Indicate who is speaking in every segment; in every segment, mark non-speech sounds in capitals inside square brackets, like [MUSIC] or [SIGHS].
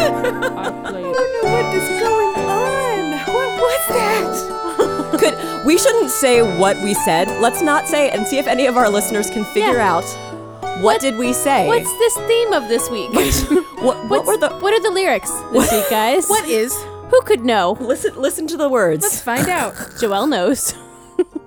Speaker 1: [LAUGHS] We shouldn't say what we said. Let's not say and see if any of our listeners can figure
Speaker 2: Yeah.
Speaker 1: out what, did we say.
Speaker 2: What's this theme of this week? [LAUGHS]
Speaker 1: what, what
Speaker 2: What's-
Speaker 1: were the
Speaker 2: What are the lyrics this week, [LAUGHS]
Speaker 1: [LAUGHS]
Speaker 2: guys?
Speaker 3: What is?
Speaker 2: Who could know?
Speaker 1: listen? Listen to the words.
Speaker 3: Let's find out.
Speaker 2: Joelle knows.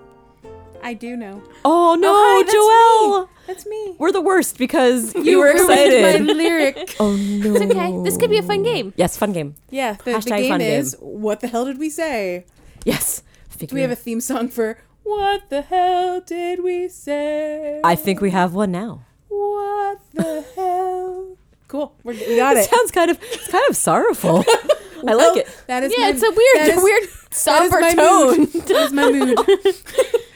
Speaker 2: [LAUGHS]
Speaker 3: I do know.
Speaker 1: oh no,
Speaker 3: hi, that's
Speaker 1: Joelle,
Speaker 3: That's me.
Speaker 1: we're the worst because you were
Speaker 3: ruined
Speaker 1: [LAUGHS] excited.
Speaker 3: My lyric.
Speaker 1: oh no.
Speaker 2: It's okay. This could be a fun game.
Speaker 1: Yes, fun game.
Speaker 3: Yeah. The, the
Speaker 1: Hashtag
Speaker 3: game
Speaker 1: fun game.
Speaker 3: is what the hell did we say?
Speaker 1: Yes. Figure.
Speaker 3: Do we have a theme song for what the hell did we say?
Speaker 1: I think we have one [LAUGHS] now.
Speaker 3: What the hell? Cool. We're, we got it.
Speaker 1: Sounds kind of it's Oh, kind of sorrowful. I like it.
Speaker 3: That is
Speaker 2: Yeah,
Speaker 3: my-
Speaker 2: it's a weird,
Speaker 3: that is-
Speaker 2: weird
Speaker 3: that is
Speaker 2: somber [LAUGHS]
Speaker 3: my
Speaker 2: tone.
Speaker 3: mood. [LAUGHS] that is my mood.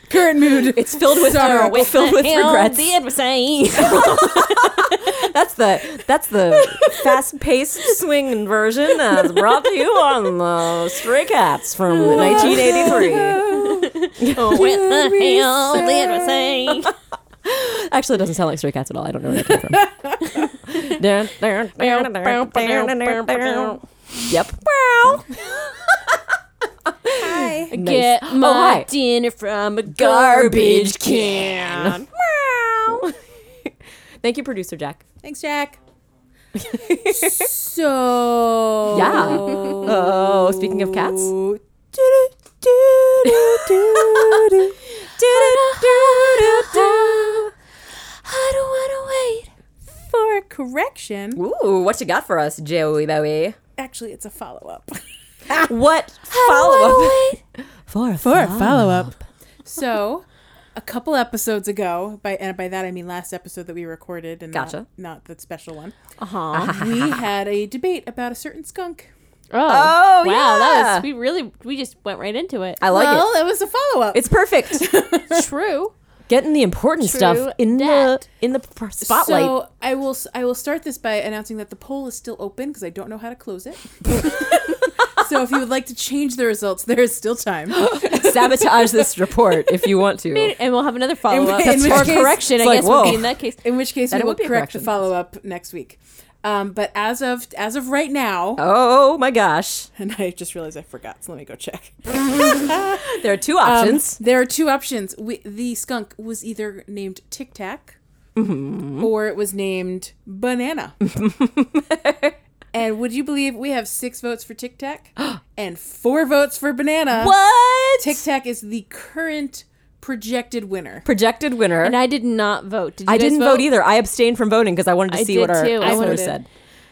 Speaker 3: Current mood.
Speaker 1: It's [LAUGHS]
Speaker 3: [LAUGHS]
Speaker 1: filled with sorrow,
Speaker 3: Sorrowful.
Speaker 1: filled [LAUGHS] with regrets.
Speaker 2: [LAUGHS]
Speaker 1: That's the that's the [LAUGHS] fast-paced swing version as brought to you on the Stray Cats from [LAUGHS] 1983.
Speaker 3: Did we
Speaker 2: [LAUGHS]
Speaker 3: say-
Speaker 1: Actually, it doesn't sound like Stray Cats at all. I don't know where that [LAUGHS] came from. yep. [LAUGHS]
Speaker 3: Hi.
Speaker 1: Nice.
Speaker 2: Get
Speaker 1: Oh,
Speaker 2: my
Speaker 1: hi.
Speaker 2: dinner from a
Speaker 1: Garbage
Speaker 2: garbage
Speaker 1: can.
Speaker 2: can.
Speaker 1: Thank you, producer Jack.
Speaker 3: Thanks, Jack. so
Speaker 1: Yeah. Oh, speaking of
Speaker 3: [LAUGHS]
Speaker 1: cats. [LAUGHS]
Speaker 2: I don't want to wait.
Speaker 3: For a correction,
Speaker 1: Ooh, what you got for us, Joey Bowie?
Speaker 3: actually, it's a follow up.
Speaker 1: What follow up? [LAUGHS] For a
Speaker 3: For a follow up. So, a couple episodes ago, by and by that I mean last episode that we recorded, and
Speaker 1: Gotcha.
Speaker 3: not, not the special one,
Speaker 2: Uh-huh.
Speaker 3: we had a debate about a certain skunk.
Speaker 2: Oh,
Speaker 1: Oh,
Speaker 2: wow, that
Speaker 1: yeah.
Speaker 2: was we really we just went right into it.
Speaker 1: I like
Speaker 3: well,
Speaker 1: it.
Speaker 3: it was a follow up.
Speaker 1: It's perfect.
Speaker 3: [LAUGHS]
Speaker 2: True.
Speaker 1: Getting the important
Speaker 2: True
Speaker 1: stuff in
Speaker 2: dat.
Speaker 1: the in the pr- spotlight.
Speaker 3: So I will s- I will start this by announcing that the poll is still open because I don't know how to close it. [LAUGHS] so if you would like to change the results, there is still time. [LAUGHS]
Speaker 1: Sabotage this report if you want to.
Speaker 2: And we'll have another follow up
Speaker 3: in which
Speaker 2: or
Speaker 3: case-
Speaker 2: correction. I
Speaker 1: it's like,
Speaker 2: guess would
Speaker 1: whoa.
Speaker 2: be in that case.
Speaker 3: In which case,
Speaker 1: Then
Speaker 3: we
Speaker 1: it
Speaker 3: will
Speaker 1: would be a
Speaker 3: correct the
Speaker 1: correction.
Speaker 3: follow up next week. Um, but as of as of right now,
Speaker 1: Oh my gosh.
Speaker 3: [LAUGHS] and I just realized I forgot, so let me go check.
Speaker 1: There are two [LAUGHS]
Speaker 3: Um,
Speaker 1: options.
Speaker 3: there are two options. We, the skunk was either named Tic Tac,
Speaker 1: Mm-hmm.
Speaker 3: or it was named
Speaker 1: [LAUGHS]
Speaker 3: Banana. and would you believe we have six votes for
Speaker 1: [GASPS]
Speaker 3: Tic Tac and four votes for Banana?
Speaker 1: what?
Speaker 3: Tic Tac is the current projected winner.
Speaker 1: Projected winner.
Speaker 2: And I did not vote. Did you
Speaker 1: I
Speaker 2: guys
Speaker 1: didn't vote? either. I abstained from voting because I wanted to
Speaker 2: I
Speaker 1: see what
Speaker 2: did
Speaker 1: our
Speaker 2: too. I
Speaker 1: listeners
Speaker 3: voted.
Speaker 1: said.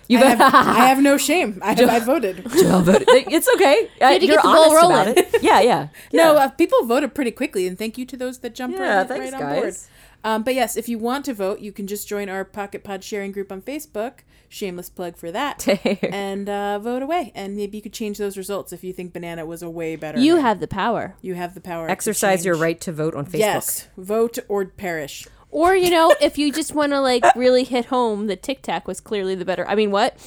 Speaker 1: You [LAUGHS]
Speaker 3: I have, I have no shame. I, I voted.
Speaker 1: Joelle voted. It's okay. Uh, You
Speaker 2: had to get the ball rolling.
Speaker 1: Yeah,
Speaker 2: [LAUGHS]
Speaker 1: yeah.
Speaker 3: No, uh, people voted pretty quickly, and thank you to those that jumped
Speaker 1: Yeah,
Speaker 3: right,
Speaker 1: thanks,
Speaker 3: right on board.
Speaker 1: guys.
Speaker 3: Um, but yes, if you want to vote, you can just join our Pocket Pod sharing group on Facebook. Shameless plug for
Speaker 1: [LAUGHS]
Speaker 3: that. and uh, vote away, and maybe you could change those results if you think banana was a way better.
Speaker 2: You
Speaker 3: name.
Speaker 2: have the power.
Speaker 3: you have the power. to
Speaker 1: Exercise your
Speaker 3: change.
Speaker 1: right to vote on Facebook.
Speaker 3: Yes, vote or perish.
Speaker 2: Or you know, if you just want to like really hit home, the Tic Tac was clearly the better. I mean, what?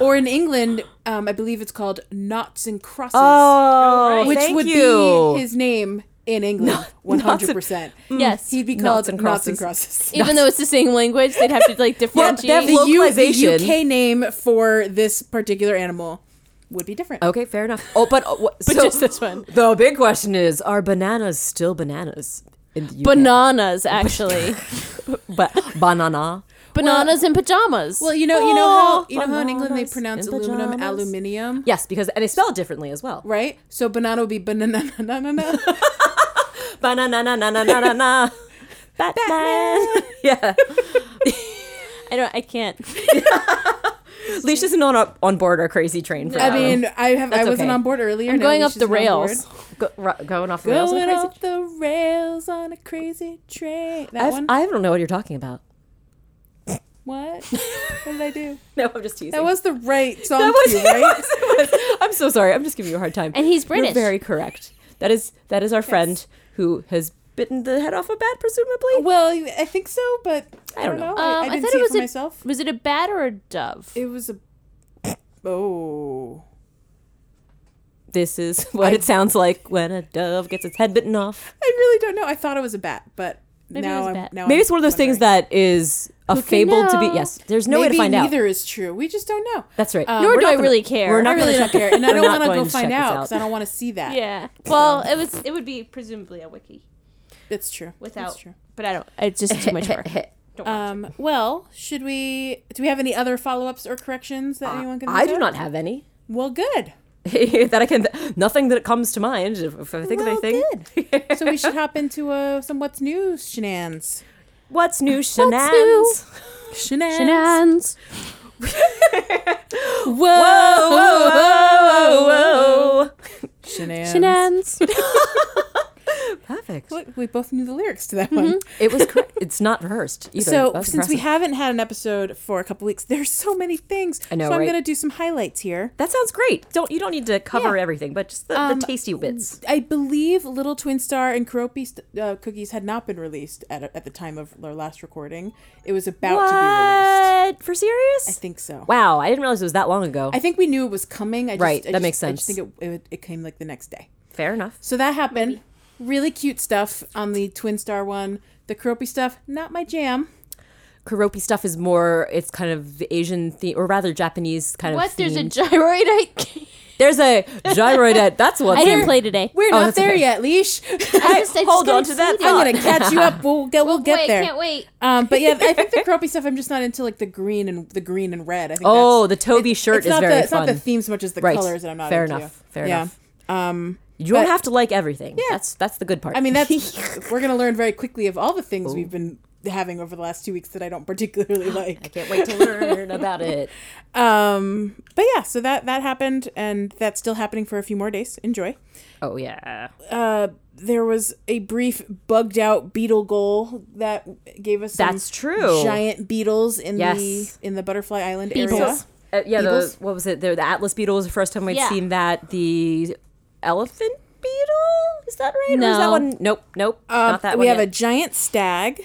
Speaker 3: Or in England, um, I believe it's called knots and crosses,
Speaker 1: Oh,
Speaker 3: which
Speaker 1: thank
Speaker 3: would
Speaker 1: you.
Speaker 3: be his name
Speaker 1: [LAUGHS]
Speaker 3: in England. One hundred percent.
Speaker 2: Yes.
Speaker 3: He'd be
Speaker 1: Knots
Speaker 3: called
Speaker 1: and
Speaker 3: knots and
Speaker 1: crosses.
Speaker 3: crosses.
Speaker 2: Even though it's the same language, they'd have to like differentiate.
Speaker 1: have-
Speaker 3: the, U- the
Speaker 1: Localization.
Speaker 3: UK name for this particular animal would be different.
Speaker 1: Okay, fair enough. Oh, but, uh, what,
Speaker 2: [LAUGHS] but
Speaker 1: so
Speaker 2: just this one.
Speaker 1: the big question is: Are bananas still bananas in the UK?
Speaker 2: Bananas, actually.
Speaker 1: but banana.
Speaker 2: Bananas and pajamas.
Speaker 3: Well, you know, you know how
Speaker 1: Oh,
Speaker 3: you know how in England they
Speaker 1: bananas
Speaker 3: pronounce
Speaker 1: in
Speaker 3: aluminum
Speaker 1: pajamas.
Speaker 3: aluminium,
Speaker 1: Yes, because and it's spelled differently as well.
Speaker 3: right? So banana would be banana. [LAUGHS]
Speaker 1: [LAUGHS]
Speaker 3: na- na- na- na.
Speaker 1: Banana, na na na na na
Speaker 2: [LAUGHS]
Speaker 1: na. Batman. [LAUGHS] yeah,
Speaker 2: I don't. I can't.
Speaker 1: Leash isn't on up- on board our crazy train. For
Speaker 3: I
Speaker 1: that
Speaker 3: mean, I have I
Speaker 1: That's
Speaker 3: wasn't
Speaker 1: okay.
Speaker 3: on board earlier.
Speaker 2: I'm
Speaker 3: now
Speaker 2: going
Speaker 3: Leash
Speaker 2: off the
Speaker 3: is on
Speaker 2: rails.
Speaker 3: board.
Speaker 1: one. Go, ru- going off the rails.
Speaker 3: Going
Speaker 1: on crazy.
Speaker 3: off the rails on a crazy train. That
Speaker 1: I've,
Speaker 3: one.
Speaker 1: I don't know what you're talking about. [LAUGHS]
Speaker 3: what? What did I do?
Speaker 1: No, I'm just teasing.
Speaker 3: That was the right song.
Speaker 1: [LAUGHS] That was- [LAUGHS]
Speaker 3: cue,
Speaker 1: it
Speaker 3: right?
Speaker 1: was- it was- I'm so sorry. I'm just giving you a hard time.
Speaker 2: And he's
Speaker 1: You're
Speaker 2: British.
Speaker 1: very correct. That is that is our friend who has bitten the head off a bat, presumably.
Speaker 3: Well, I think so, but I,
Speaker 1: don't know. Uh,
Speaker 3: don't know.
Speaker 2: Um,
Speaker 3: I,
Speaker 2: I
Speaker 3: I didn't
Speaker 2: thought it
Speaker 3: see it,
Speaker 2: was
Speaker 3: for
Speaker 2: a-
Speaker 3: myself.
Speaker 2: Was it a bat or a dove?
Speaker 3: It was a. Oh.
Speaker 1: This is what it sounds like when a dove gets its head bitten off.
Speaker 3: I really don't know. I thought it was a bat, but
Speaker 2: Maybe it
Speaker 3: now
Speaker 2: was
Speaker 3: I'm,
Speaker 2: Bat.
Speaker 3: now
Speaker 1: Maybe
Speaker 3: I'm
Speaker 1: it's one of those things
Speaker 3: wondering.
Speaker 1: that is a
Speaker 2: Who can
Speaker 1: fable to be.
Speaker 2: know?
Speaker 1: Yes, there's no
Speaker 3: Maybe
Speaker 1: way to find out.
Speaker 3: neither is true. We just don't know.
Speaker 1: That's right.
Speaker 3: Um,
Speaker 2: Nor
Speaker 1: We're
Speaker 2: do
Speaker 1: not
Speaker 2: I
Speaker 1: gonna-
Speaker 2: really care.
Speaker 1: We're
Speaker 3: I
Speaker 1: not
Speaker 3: really
Speaker 1: going
Speaker 3: don't
Speaker 1: [LAUGHS] to check
Speaker 3: care,
Speaker 1: it.
Speaker 3: and I
Speaker 1: We're
Speaker 3: don't
Speaker 1: not
Speaker 3: want to
Speaker 1: going
Speaker 3: go
Speaker 1: to
Speaker 3: find
Speaker 1: check this
Speaker 3: out because I don't want to see that.
Speaker 2: Yeah. Well, it was. It would be presumably a wiki
Speaker 3: it's true.
Speaker 2: without.
Speaker 3: it's true.
Speaker 2: But I don't. It's just too much work. Don't want to.
Speaker 3: Um, well, should we? Do we have any other follow-ups or corrections that anyone can?
Speaker 1: Uh, I
Speaker 3: think
Speaker 1: do
Speaker 3: of?
Speaker 1: not have any
Speaker 3: Well, good.
Speaker 1: [LAUGHS] that I can. Nothing that comes to mind. If, if I think
Speaker 3: Well,
Speaker 1: of anything, [LAUGHS]
Speaker 3: So we should hop into uh, some what's new shenanigans.
Speaker 1: what's new,
Speaker 2: new?
Speaker 1: shenanigans?
Speaker 2: Shenanigans.
Speaker 3: Shenanigans. Whoa,
Speaker 1: Whoa, whoa, whoa, whoa, whoa.
Speaker 3: Shenanigans.
Speaker 2: Shenanigans.
Speaker 1: Perfect.
Speaker 3: Look, we both knew the lyrics to that
Speaker 2: Mm-hmm.
Speaker 3: one.
Speaker 1: It was. Cor- it's not rehearsed either.
Speaker 3: So
Speaker 1: That's
Speaker 3: since we
Speaker 1: impressive.
Speaker 3: haven't had an episode for a couple weeks, there's so many things.
Speaker 1: I know,
Speaker 3: So I'm
Speaker 1: right?
Speaker 3: gonna do some highlights here.
Speaker 1: that sounds great. Don't you don't need to cover
Speaker 3: Yeah.
Speaker 1: everything, but just the,
Speaker 3: Um,
Speaker 1: the tasty bits.
Speaker 3: I believe Little Twin Star and Karopi st- uh, cookies had not been released at, at the time of our last recording. It was about to be released.
Speaker 1: What for serious?
Speaker 3: I think so.
Speaker 1: Wow, I didn't realize it was that long ago.
Speaker 3: I think we knew it was coming. I just,
Speaker 1: Right, that
Speaker 3: I just-
Speaker 1: makes
Speaker 3: I just
Speaker 1: sense.
Speaker 3: think it, it, it came like the next day.
Speaker 1: Fair enough.
Speaker 3: So that happened. Really cute stuff on the Twin Star one. The Karopi stuff, not my jam.
Speaker 1: Karopi stuff is more. It's kind of the Asian theme, or rather Japanese kind
Speaker 2: What?
Speaker 1: of.
Speaker 2: There's a
Speaker 1: theme.
Speaker 2: gyroid.
Speaker 1: there's a gyroidette. That's what
Speaker 2: [LAUGHS] I didn't play today.
Speaker 1: Oh,
Speaker 3: We're not
Speaker 1: that's
Speaker 3: there
Speaker 1: okay.
Speaker 3: yet, Leash. [LAUGHS]
Speaker 2: I just, I just
Speaker 1: Hold
Speaker 2: gotta
Speaker 1: on to that
Speaker 2: see
Speaker 3: I'm
Speaker 1: thought.
Speaker 3: gonna catch you up. We'll get we'll get
Speaker 2: Wait,
Speaker 3: there.
Speaker 2: can't wait.
Speaker 3: Um, but yeah, I think the Karopi stuff. I'm just not into like the green and the green and red. I think
Speaker 1: Oh,
Speaker 3: that's,
Speaker 1: the Toby shirt
Speaker 3: it's
Speaker 1: is
Speaker 3: not
Speaker 1: very
Speaker 3: the, It's not the
Speaker 1: fun.
Speaker 3: theme so much as the
Speaker 1: Right.
Speaker 3: colors that I'm not
Speaker 1: Fair
Speaker 3: into.
Speaker 1: enough. Fair
Speaker 3: yeah.
Speaker 1: enough.
Speaker 3: Um,
Speaker 1: You don't
Speaker 3: but-
Speaker 1: have to like everything. That's that's the good part.
Speaker 3: I mean, that's we're gonna learn very quickly of all the
Speaker 1: Oh.
Speaker 3: things we've been having over the last two weeks that I don't [LAUGHS] particularly like.
Speaker 1: I [LAUGHS] can't wait to learn about it.
Speaker 3: Um, but yeah, so that that happened, and that's still happening for a few more days. Enjoy.
Speaker 1: [LAUGHS] Oh yeah.
Speaker 3: Uh, there was a brief bugged out beetle goal that gave us some
Speaker 1: That's true.
Speaker 3: giant beetles in
Speaker 1: Yes.
Speaker 3: the in the butterfly island area.
Speaker 2: Beetles.
Speaker 1: Uh, yeah. The,
Speaker 3: Beetles?
Speaker 1: what was it? The, the Atlas beetle was the first time I'd
Speaker 2: Yeah.
Speaker 1: seen that. The elephant beetle is that right? Or is that
Speaker 2: No.
Speaker 1: one? Nope. Nope.
Speaker 3: Um,
Speaker 1: not that
Speaker 3: we
Speaker 1: one.
Speaker 3: have a
Speaker 1: yet.
Speaker 3: giant stag,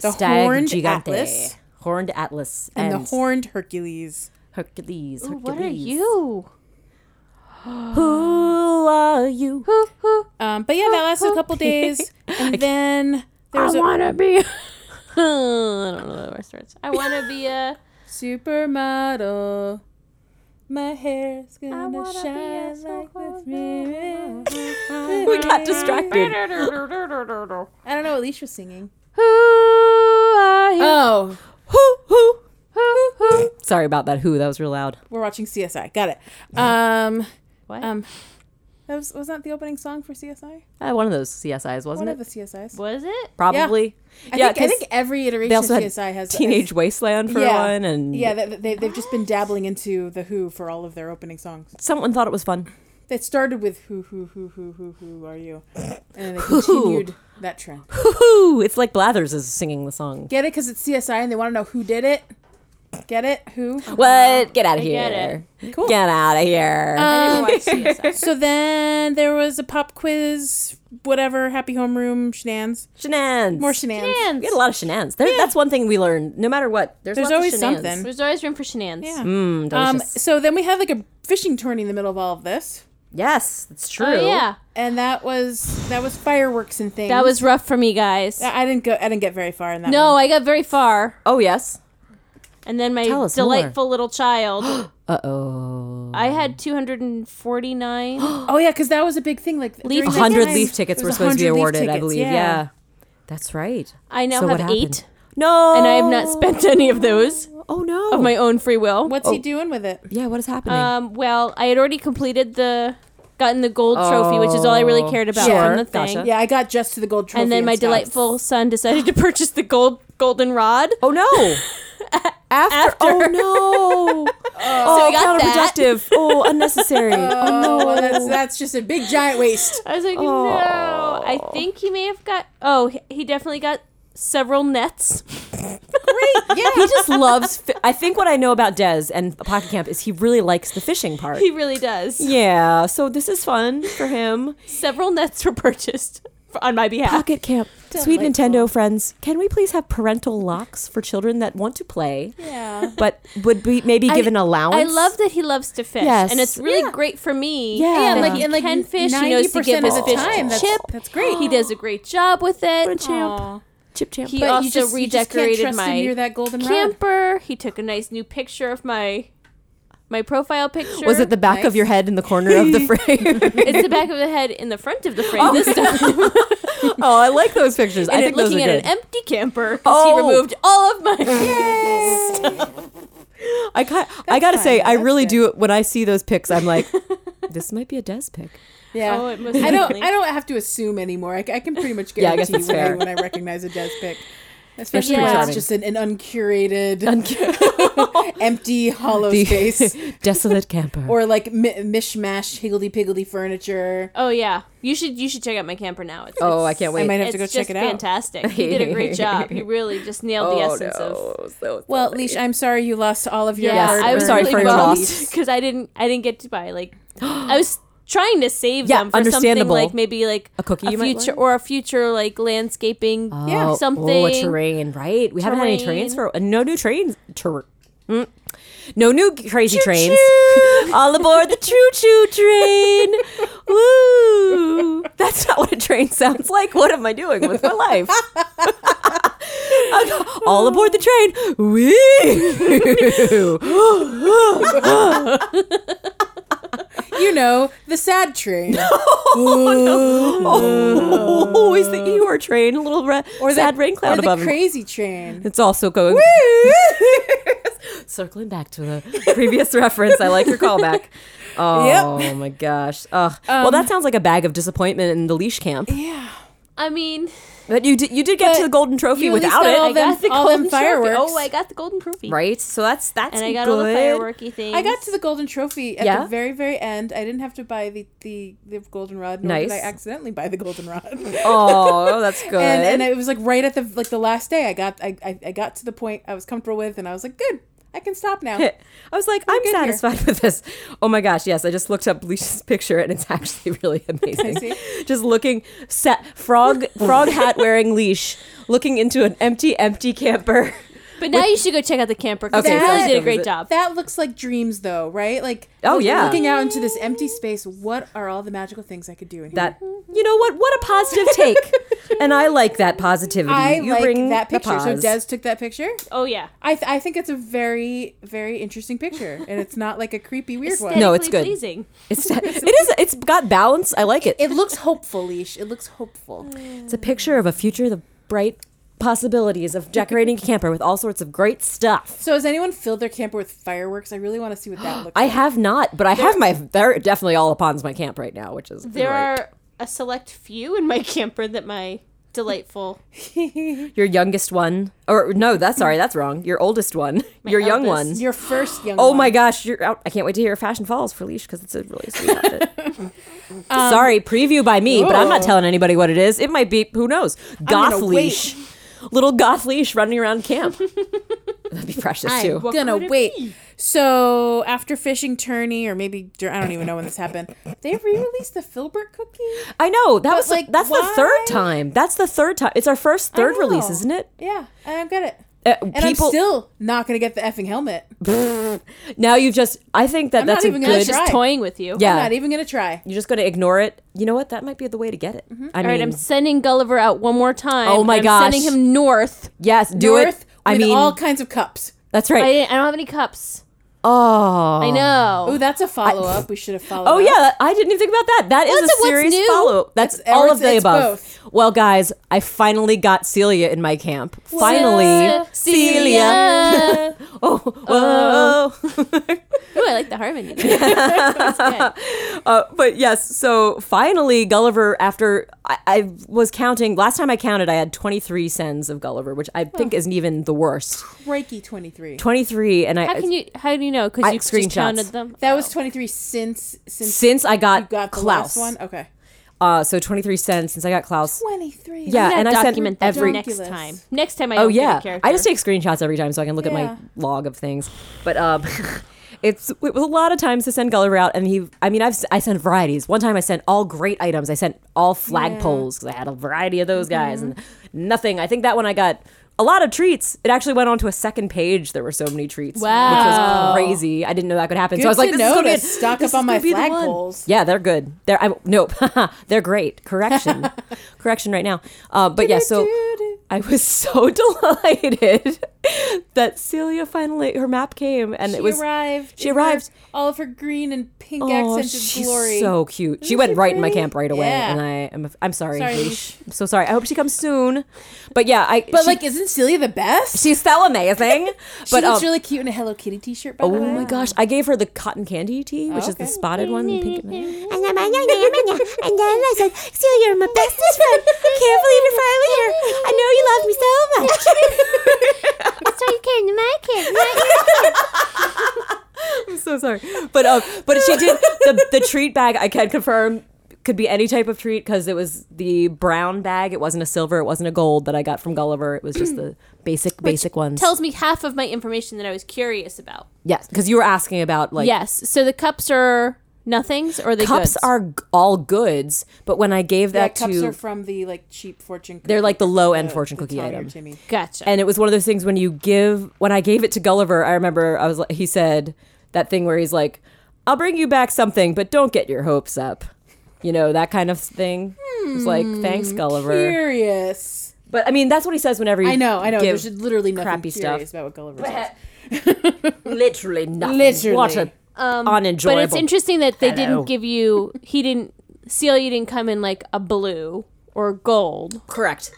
Speaker 3: the
Speaker 1: Stag
Speaker 3: horned
Speaker 1: gigante.
Speaker 3: atlas,
Speaker 1: Horned atlas
Speaker 3: and the horned Hercules.
Speaker 1: Hercules.
Speaker 2: Ooh,
Speaker 1: Hercules.
Speaker 2: what are [LAUGHS] you?
Speaker 1: Who are you?
Speaker 2: Who, who?
Speaker 3: Um, but yeah, that lasted a couple days, and then there was
Speaker 2: I
Speaker 3: a
Speaker 2: want to be. I don't know the rest of it. I want to be
Speaker 3: [LAUGHS]
Speaker 2: a.
Speaker 3: supermodel. My hair's gonna
Speaker 2: wanna be a
Speaker 3: shine like the
Speaker 1: [LAUGHS]
Speaker 3: mirror.
Speaker 1: We [LAUGHS] got distracted.
Speaker 3: I don't know what Leash was singing.
Speaker 2: Who are you?
Speaker 3: Oh,
Speaker 1: Who? Who?
Speaker 2: who, who?
Speaker 1: Sorry about that. Who? That was real loud.
Speaker 3: we're watching CSI. Got it. Um,
Speaker 2: What?
Speaker 3: Um, that was was that the opening song for CSI?
Speaker 1: Uh, one of those CSIs,
Speaker 3: One
Speaker 1: wasn't
Speaker 3: of
Speaker 1: it?
Speaker 3: the CSIs.
Speaker 2: Was it?
Speaker 1: Probably.
Speaker 3: I,
Speaker 1: Yeah,
Speaker 3: think, I
Speaker 1: 'cause
Speaker 3: think every iteration
Speaker 1: they
Speaker 3: of
Speaker 1: also had
Speaker 3: CSI has
Speaker 1: Teenage Wasteland for
Speaker 3: yeah,
Speaker 1: one, and
Speaker 3: yeah, they, they, they've just been dabbling into the Who for all of their opening songs.
Speaker 1: someone thought it was fun.
Speaker 3: That started with Who Who Who Who Who Who Are You, and then they continued that trend.
Speaker 1: Woo! It's like Blathers is singing the song.
Speaker 3: Get it? Because it's CSI and they want to know who did it. Get it? Who?
Speaker 1: What? Get out of
Speaker 2: get
Speaker 1: here! Get out of here!
Speaker 3: Uh,
Speaker 2: I [LAUGHS] watched CSI.
Speaker 3: So then there was a pop quiz, whatever, happy homeroom shenanigans,
Speaker 1: shenanigans.
Speaker 3: more shenanigans.
Speaker 1: We had a lot of shenanigans. There, That's one thing we learned. No matter what, there's,
Speaker 3: There's
Speaker 1: lots of
Speaker 3: always
Speaker 1: shenanigans.
Speaker 3: something.
Speaker 2: There's always room for shenanigans.
Speaker 3: Yeah.
Speaker 1: Mm,
Speaker 3: Um,
Speaker 1: delicious.
Speaker 3: so then we had like a fishing tourney in the middle of all of this,
Speaker 1: yes, it's true.
Speaker 2: Oh yeah,
Speaker 3: and that was that was fireworks and things.
Speaker 2: that was rough for me, guys.
Speaker 3: I I didn't go. I didn't get very far in that.
Speaker 2: No, I got very far,
Speaker 1: Oh yes.
Speaker 2: and then my
Speaker 1: Tell us
Speaker 2: delightful little [GASPS] child.
Speaker 1: Uh oh.
Speaker 2: I had 249. [GASPS]
Speaker 3: One. Oh yeah, because that was a big thing. Like
Speaker 2: Leaf
Speaker 3: during
Speaker 2: tickets.
Speaker 3: that
Speaker 1: hundred
Speaker 3: time,
Speaker 1: leaf tickets
Speaker 3: it
Speaker 1: were
Speaker 3: was
Speaker 1: supposed to be
Speaker 3: 100 leaf
Speaker 1: awarded, I
Speaker 3: tickets,
Speaker 1: believe. Yeah. That's right.
Speaker 2: I now
Speaker 1: So what
Speaker 2: have
Speaker 1: happened?
Speaker 2: eight,
Speaker 1: No.
Speaker 2: and I have not spent any of those
Speaker 1: Oh no. Uh,
Speaker 2: of my own free will.
Speaker 3: What's he doing with it?
Speaker 1: yeah. What is happening?
Speaker 2: Um, well, I had already completed the, gotten the gold trophy, which is all I really cared about
Speaker 3: Sure.
Speaker 2: from the thing.
Speaker 1: Gotcha.
Speaker 3: Yeah, I got just to the gold trophy.
Speaker 2: And then my
Speaker 3: stuff.
Speaker 2: delightful son decided to [LAUGHS] purchase the gold golden rod.
Speaker 1: oh no. [LAUGHS] After, oh [LAUGHS] no! oh,
Speaker 2: we got that.
Speaker 1: counterproductive! Oh, [LAUGHS] unnecessary! oh no!
Speaker 3: [LAUGHS] Oh, well, that's that's just a big
Speaker 2: [LAUGHS]
Speaker 3: giant waste.
Speaker 2: I was like, no. I think he may have got. Oh, he- he definitely got several nets. [LAUGHS]
Speaker 3: Great. Yeah.
Speaker 1: He just loves. Fi- I think what I know about Dez and Pocket Camp is he really likes the fishing part.
Speaker 2: He really does.
Speaker 1: yeah, so this is fun for him.
Speaker 2: Several nets were purchased [LAUGHS] for, on my
Speaker 1: [LAUGHS]
Speaker 2: behalf.
Speaker 1: Pocket Camp, sweet Nintendo friends, can we please have parental locks for children that want to play,
Speaker 3: Yeah.
Speaker 1: but would be maybe given allowance?
Speaker 2: I love that he loves to fish,
Speaker 1: Yes.
Speaker 2: and it's really great for me.
Speaker 1: Yeah.
Speaker 2: that
Speaker 1: Yeah, like-
Speaker 2: he
Speaker 3: and like
Speaker 2: can fish. He knows to
Speaker 3: 90%
Speaker 2: give
Speaker 3: of
Speaker 2: his
Speaker 3: the
Speaker 2: fish to
Speaker 3: time. That's-
Speaker 2: Chip.
Speaker 3: that's great.
Speaker 2: He does a great job with it.
Speaker 1: champ.
Speaker 3: Aw.
Speaker 1: Chip champ.
Speaker 2: He
Speaker 3: But
Speaker 2: also
Speaker 3: you just, you just can't
Speaker 2: redecorated
Speaker 3: trust him
Speaker 2: my
Speaker 3: near that golden rod.
Speaker 2: camper. He took a nice new picture of my my profile picture.
Speaker 1: was it the back of
Speaker 3: nice.
Speaker 1: your head in the corner of
Speaker 2: [LAUGHS]
Speaker 1: the frame? [LAUGHS]
Speaker 2: It's the back of the head in the front of the frame this time. [LAUGHS]
Speaker 1: oh, I like those pictures. I
Speaker 2: And
Speaker 1: think those are
Speaker 2: looking
Speaker 1: good.
Speaker 2: at an empty camper 'cause
Speaker 1: Oh.
Speaker 2: he removed
Speaker 1: [LAUGHS]
Speaker 2: all of my.
Speaker 1: I got, I gotta
Speaker 3: fine.
Speaker 1: say, I
Speaker 3: That's
Speaker 1: really
Speaker 3: good.
Speaker 1: do. When I see those pics, I'm
Speaker 2: [LAUGHS]
Speaker 1: like, this might be a Des pic.
Speaker 3: Yeah,
Speaker 2: Oh, it must
Speaker 3: I
Speaker 2: be
Speaker 3: don't.
Speaker 2: funny.
Speaker 3: I don't have to assume anymore. I, c- I can pretty
Speaker 1: [LAUGHS]
Speaker 3: much
Speaker 1: Yeah, I guess
Speaker 3: guarantee
Speaker 1: that's
Speaker 3: when, I,
Speaker 1: fair.
Speaker 3: when I recognize a Des pick, especially
Speaker 2: pretty
Speaker 3: when
Speaker 2: charming.
Speaker 3: it's just an, an uncurated,
Speaker 2: [LAUGHS]
Speaker 1: [LAUGHS]
Speaker 3: [LAUGHS] empty, hollow space,
Speaker 1: desolate camper.
Speaker 3: or like mi- mishmash, higgledy piggledy furniture.
Speaker 2: Oh yeah, you should you should check out my camper now. It's,
Speaker 1: oh,
Speaker 2: it's-
Speaker 1: I can't wait.
Speaker 3: I might have to go
Speaker 2: it's
Speaker 3: check
Speaker 2: just
Speaker 3: it out.
Speaker 2: Fantastic. He did a great
Speaker 1: [LAUGHS]
Speaker 2: job. He really just
Speaker 1: Oh,
Speaker 2: nailed the essence of.
Speaker 3: Well, Leash, I'm sorry you lost all of your.
Speaker 2: Yeah,
Speaker 1: Yes,
Speaker 2: I was
Speaker 1: I'm sorry
Speaker 2: really
Speaker 1: for your
Speaker 2: bummed
Speaker 3: [LAUGHS]
Speaker 1: loss.
Speaker 2: because I didn't I didn't get to
Speaker 1: [GASPS]
Speaker 2: buy like I was trying to save
Speaker 1: Yeah,
Speaker 2: them for something
Speaker 1: understandable.
Speaker 2: like maybe like
Speaker 1: A cookie you might
Speaker 2: future
Speaker 1: like?
Speaker 2: or a future like landscaping
Speaker 1: Oh,
Speaker 2: something
Speaker 1: Oh, a terrain, right? We haven't had any
Speaker 2: Terrain.
Speaker 1: trains for uh, no new trains. Ter- mm. No new g- crazy trains. All aboard the choo choo train. Woo! That's not what a train sounds like. What am I doing with my life? [LAUGHS] All aboard the train. [LAUGHS] Woo! Oh,
Speaker 3: You know the sad train,
Speaker 1: Oh, always the Eeyore train, a little ra-
Speaker 3: or
Speaker 1: sad
Speaker 3: the,
Speaker 1: rain
Speaker 3: or
Speaker 1: cloud
Speaker 3: the
Speaker 1: above him. [LAUGHS]
Speaker 3: crazy train.
Speaker 1: It's also going. Circling back to the previous reference, I like your callback.
Speaker 3: [LAUGHS]
Speaker 1: Oh my gosh! Ugh.
Speaker 3: Um,
Speaker 1: well, that sounds like a bag of disappointment in the leash camp.
Speaker 3: Yeah,
Speaker 2: I mean,
Speaker 1: But you did you did get to the golden trophy
Speaker 3: you at least
Speaker 1: without
Speaker 3: got
Speaker 1: it,
Speaker 3: all
Speaker 2: I got
Speaker 3: them-
Speaker 2: the
Speaker 3: all
Speaker 2: golden
Speaker 3: them
Speaker 2: trophy.
Speaker 3: fireworks.
Speaker 2: Oh, I got the golden trophy.
Speaker 1: right? So that's that's
Speaker 2: And I got
Speaker 1: good.
Speaker 2: all the
Speaker 3: [LAUGHS]
Speaker 2: fireworky things.
Speaker 3: I got to the golden trophy at
Speaker 1: Yeah?
Speaker 3: the very, very end. I didn't have to buy the the, the golden rod. Nor
Speaker 1: Nice.
Speaker 3: Did I accidentally buy the golden rod?
Speaker 1: [LAUGHS] Oh, [LAUGHS] that's good.
Speaker 3: [LAUGHS] and, and it was like right at the like the last day i got I, I i got to the point i was comfortable with and i was like good i can stop now
Speaker 1: I was like, I'm
Speaker 3: good here.
Speaker 1: satisfied with this. Oh my gosh, yes! I just looked up Leash's picture, and it's [LAUGHS] actually
Speaker 3: [LAUGHS]
Speaker 1: really amazing.
Speaker 3: see?
Speaker 1: just looking, set, frog frog hat
Speaker 3: [LAUGHS]
Speaker 1: wearing leash, looking into an empty empty camper.
Speaker 2: But now you should go check out the camper because
Speaker 1: Okay,
Speaker 2: they
Speaker 3: so
Speaker 2: really
Speaker 3: that-
Speaker 2: did a great job.
Speaker 3: that looks like dreams though right like
Speaker 1: Oh,
Speaker 3: look-
Speaker 1: yeah.
Speaker 3: looking out into this empty space what are all the magical things i could do in here
Speaker 1: that you know what what a positive take and i like that positivity
Speaker 3: i
Speaker 1: you
Speaker 3: like
Speaker 1: bring
Speaker 3: that
Speaker 1: the
Speaker 3: picture so
Speaker 1: pause.
Speaker 3: des took that picture
Speaker 2: oh yeah.
Speaker 3: I, th- I think it's a very very interesting picture and it's not like a creepy weird one
Speaker 1: No, it's
Speaker 2: Aesthetically
Speaker 1: good.
Speaker 2: Pleasing.
Speaker 1: it's it is it's got balance i like it
Speaker 3: it looks hopeful leash it looks hopeful
Speaker 1: it's a picture of a future the bright possibilities of decorating a camper with all sorts of great stuff
Speaker 3: so has anyone filled their camper with fireworks i really want to see what
Speaker 1: [GASPS]
Speaker 3: that looks
Speaker 1: i
Speaker 3: like
Speaker 1: have not but i have my they're definitely all upon my camp right now which is
Speaker 2: There
Speaker 1: great.
Speaker 2: are a select few in my [LAUGHS] camper that my delightful
Speaker 1: your youngest one or no that's sorry that's wrong your oldest
Speaker 3: [LAUGHS]
Speaker 1: one your young one
Speaker 2: eldest.
Speaker 3: your first young
Speaker 1: Oh
Speaker 3: one.
Speaker 1: my gosh, you're out. I can't wait to hear Fashion Falls for Leash because it's a really sweet
Speaker 3: [LAUGHS]
Speaker 1: outfit. [LAUGHS] Sorry, preview by me, but I'm not telling anybody what it is. It might be, who knows? Goth
Speaker 3: gonna
Speaker 1: Leash. Little goth leash running around
Speaker 3: [LAUGHS]
Speaker 1: camp. That'd be precious too.
Speaker 3: I'm gonna wait. So after fishing tourney, or maybe dur- I don't even know when this happened, they re-released the Filbert cookie.
Speaker 1: I know that was
Speaker 3: like,
Speaker 1: that's the
Speaker 3: why?
Speaker 1: third time. That's the third time. It's our first third
Speaker 3: know.
Speaker 1: release, isn't it?
Speaker 3: Yeah, I've got it.
Speaker 1: Uh,
Speaker 3: And I'm still not gonna get the effing helmet.
Speaker 1: [LAUGHS] now you've just. I think that
Speaker 3: I'm
Speaker 1: that's
Speaker 3: not
Speaker 1: a
Speaker 3: even
Speaker 1: good.
Speaker 3: gonna
Speaker 2: It's just
Speaker 3: Try.
Speaker 2: toying with you.
Speaker 1: yeah,
Speaker 3: I'm not even gonna try.
Speaker 1: you're just going to ignore it. You know what? That might be the way to get it.
Speaker 3: Mm-hmm.
Speaker 1: I
Speaker 2: All
Speaker 1: mean,
Speaker 2: right, I'm sending Gulliver out one more time.
Speaker 1: Oh my
Speaker 2: and
Speaker 1: gosh.
Speaker 2: I'm sending him north.
Speaker 1: yes, do
Speaker 3: North
Speaker 1: it. I
Speaker 3: with
Speaker 1: mean,
Speaker 3: all kinds of cups.
Speaker 1: that's
Speaker 2: I,
Speaker 1: right.
Speaker 2: didn't- I don't have any cups.
Speaker 1: oh,
Speaker 2: I
Speaker 3: Oh,
Speaker 2: know.
Speaker 3: that's a follow up. We should have followed.
Speaker 1: [LAUGHS] Oh
Speaker 3: up.
Speaker 1: yeah, that- I didn't even think about that. That is
Speaker 2: That's a
Speaker 1: a
Speaker 2: what's
Speaker 1: serious
Speaker 2: new.
Speaker 1: follow. That's
Speaker 3: It's-
Speaker 1: all
Speaker 3: it's-
Speaker 1: of the
Speaker 3: it's
Speaker 1: above. Well, guys, I finally got Celia in my camp. Finally, Celia.
Speaker 2: Celia.
Speaker 1: Oh, whoa.
Speaker 2: [LAUGHS]
Speaker 3: Oh.
Speaker 1: [LAUGHS]
Speaker 2: Ooh, I like the harmony. there. That's good.
Speaker 1: Uh, but yes, so finally, Gulliver. After I, I was counting last time, I counted, I had twenty three sends of Gulliver, which I think isn't even the worst.
Speaker 3: Reiki twenty three.
Speaker 1: Twenty three, and
Speaker 2: How
Speaker 1: I
Speaker 2: can you? How do you know?
Speaker 1: I-
Speaker 2: Because you
Speaker 1: screenshots.
Speaker 2: just counted them.
Speaker 3: That was twenty three since since
Speaker 1: since I
Speaker 3: you
Speaker 1: got,
Speaker 3: got the
Speaker 1: Klaus.
Speaker 3: last one. Okay,
Speaker 1: Uh, so twenty three sends since I got Klaus.
Speaker 3: twenty three.
Speaker 1: Yeah,
Speaker 2: I'm
Speaker 1: and
Speaker 2: gonna
Speaker 1: I sent
Speaker 2: document Oh. that for
Speaker 1: every
Speaker 2: next
Speaker 3: Ridiculous.
Speaker 2: time. Next time I.
Speaker 1: Oh
Speaker 2: open a
Speaker 1: yeah,
Speaker 2: character.
Speaker 1: I just
Speaker 2: [LAUGHS]
Speaker 1: take screenshots every time so I can look
Speaker 3: Yeah.
Speaker 1: at my log of things. But um, [LAUGHS] it's it was a lot of times to send Gulliver out, and he. I mean, I've s- I sent varieties. One time I sent all great items. I sent all flagpoles because I had a variety of those guys,
Speaker 3: Mm-hmm.
Speaker 1: and nothing. I think that one I got. A lot of treats. It actually went on to a second page. There were so many treats,
Speaker 2: Wow.
Speaker 1: which was crazy. I didn't know that could happen.
Speaker 3: Good
Speaker 1: so I was like,
Speaker 3: to
Speaker 1: "This is
Speaker 3: know
Speaker 1: gonna
Speaker 3: to
Speaker 1: be-
Speaker 3: stock
Speaker 1: this
Speaker 3: up on
Speaker 1: is
Speaker 3: my
Speaker 1: gonna be the one.
Speaker 3: flagpoles.
Speaker 1: Yeah, they're good. [LAUGHS]
Speaker 3: [LAUGHS]
Speaker 1: They're I, nope, they're great. Correction, correction right now. Uh, but yeah, so [LAUGHS] I was so delighted that Celia finally her map came and
Speaker 3: she
Speaker 1: it was
Speaker 3: arrived.
Speaker 1: she
Speaker 3: in her-
Speaker 1: arrived.
Speaker 3: all of her green and pink
Speaker 1: oh
Speaker 3: accented
Speaker 1: she's
Speaker 3: glory.
Speaker 1: so cute. She
Speaker 3: Isn't
Speaker 1: went
Speaker 3: she
Speaker 1: right in my
Speaker 3: pretty?
Speaker 1: camp right away,
Speaker 3: Yeah.
Speaker 1: and I am I'm sorry,
Speaker 3: Sorry,
Speaker 1: Leash. I'm so sorry. I hope she comes soon. But yeah, I
Speaker 3: but
Speaker 1: she-
Speaker 3: like, isn't Celia the best?
Speaker 1: she's so amazing.
Speaker 3: She
Speaker 1: but
Speaker 3: looks
Speaker 1: um,
Speaker 3: really cute in a Hello Kitty T-shirt. By the
Speaker 1: oh
Speaker 3: way.
Speaker 1: my gosh, I gave her the cotton candy tea, which is the
Speaker 3: Okay.
Speaker 1: spotted one, the pink. And the-
Speaker 4: And then, and then, and then,
Speaker 2: [LAUGHS]
Speaker 4: and then I said, Celia, you're my bestest friend. I can't believe you're finally here. I know you love me so much.
Speaker 1: [LAUGHS]
Speaker 4: so you came to my camp,
Speaker 1: [LAUGHS]
Speaker 2: [LAUGHS]
Speaker 1: so sorry. But um, but she did the the treat bag. I can confirm could be any type of treat because it was the brown bag. It wasn't a silver. It wasn't a gold that I got from Gulliver. It was just the basic basic ones.
Speaker 2: tells me half of my information that I was curious about.
Speaker 1: yes, because you were asking about like
Speaker 2: yes. So the cups are nothings, or the
Speaker 1: cups
Speaker 2: goods?
Speaker 1: are g- all goods. But when I gave
Speaker 3: Yeah,
Speaker 1: that
Speaker 3: cups
Speaker 1: to
Speaker 3: are from the like cheap fortune. Cookie Oh,
Speaker 1: They're like the low-end fortune
Speaker 3: the
Speaker 1: cookie
Speaker 3: Tommy or
Speaker 1: item.
Speaker 3: Timmy.
Speaker 2: Gotcha.
Speaker 1: and it was one of those things when you give when I gave it to Gulliver, I remember I was like he said that thing where he's like, "I'll bring you back something, but don't get your hopes up." You know, that kind of thing. It's like, "Thanks, Gulliver."
Speaker 3: Curious.
Speaker 1: But I mean, that's what he says whenever you
Speaker 3: I know. I know.
Speaker 1: give
Speaker 3: There's literally nothing
Speaker 1: crappy stuff.
Speaker 3: curious about what Gulliver says.
Speaker 1: literally nothing.
Speaker 3: Literally.
Speaker 1: What a unenjoyable.
Speaker 2: Um, but it's interesting that they
Speaker 1: Hello.
Speaker 2: didn't give you. He didn't. Celia didn't come in like a blue or gold.
Speaker 1: Correct.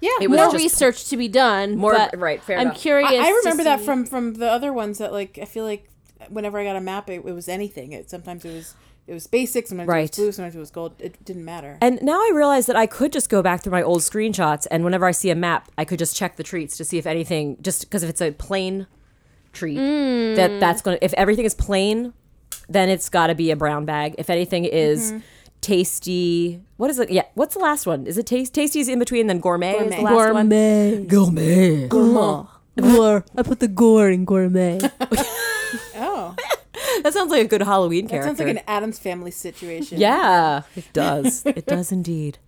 Speaker 3: Yeah,
Speaker 1: It was
Speaker 2: More
Speaker 1: just-
Speaker 2: research to be done.
Speaker 1: More-
Speaker 2: but
Speaker 1: right, fair
Speaker 2: I'm
Speaker 1: enough.
Speaker 2: curious.
Speaker 3: I, I
Speaker 2: to
Speaker 3: remember that
Speaker 2: see-
Speaker 3: from from the other ones that like I feel like whenever I got a map, it, it was anything. It sometimes it was it was basic, sometimes it was
Speaker 1: Right.
Speaker 3: blue, sometimes it was gold. It didn't matter.
Speaker 1: And now I realize that I could just go back through my old screenshots, and whenever I see a map, I could just check the treats to see if anything, just because if it's a plain treat,
Speaker 2: Mm.
Speaker 1: that that's gonna. If everything is plain, then it's got to be a brown bag. If anything is
Speaker 2: Mm-hmm.
Speaker 1: tasty, what is it? Yeah, what's the last one? Is it taste? Tasty is in between, then gourmet, is the last one.
Speaker 5: gourmet.
Speaker 1: Gourmet.
Speaker 5: Gourmet. Gore. I put the gore in gourmet.
Speaker 3: oh,
Speaker 1: That sounds like a good Halloween
Speaker 3: that
Speaker 1: character.
Speaker 3: sounds like an Adams Family situation.
Speaker 1: Yeah, it does. it does indeed.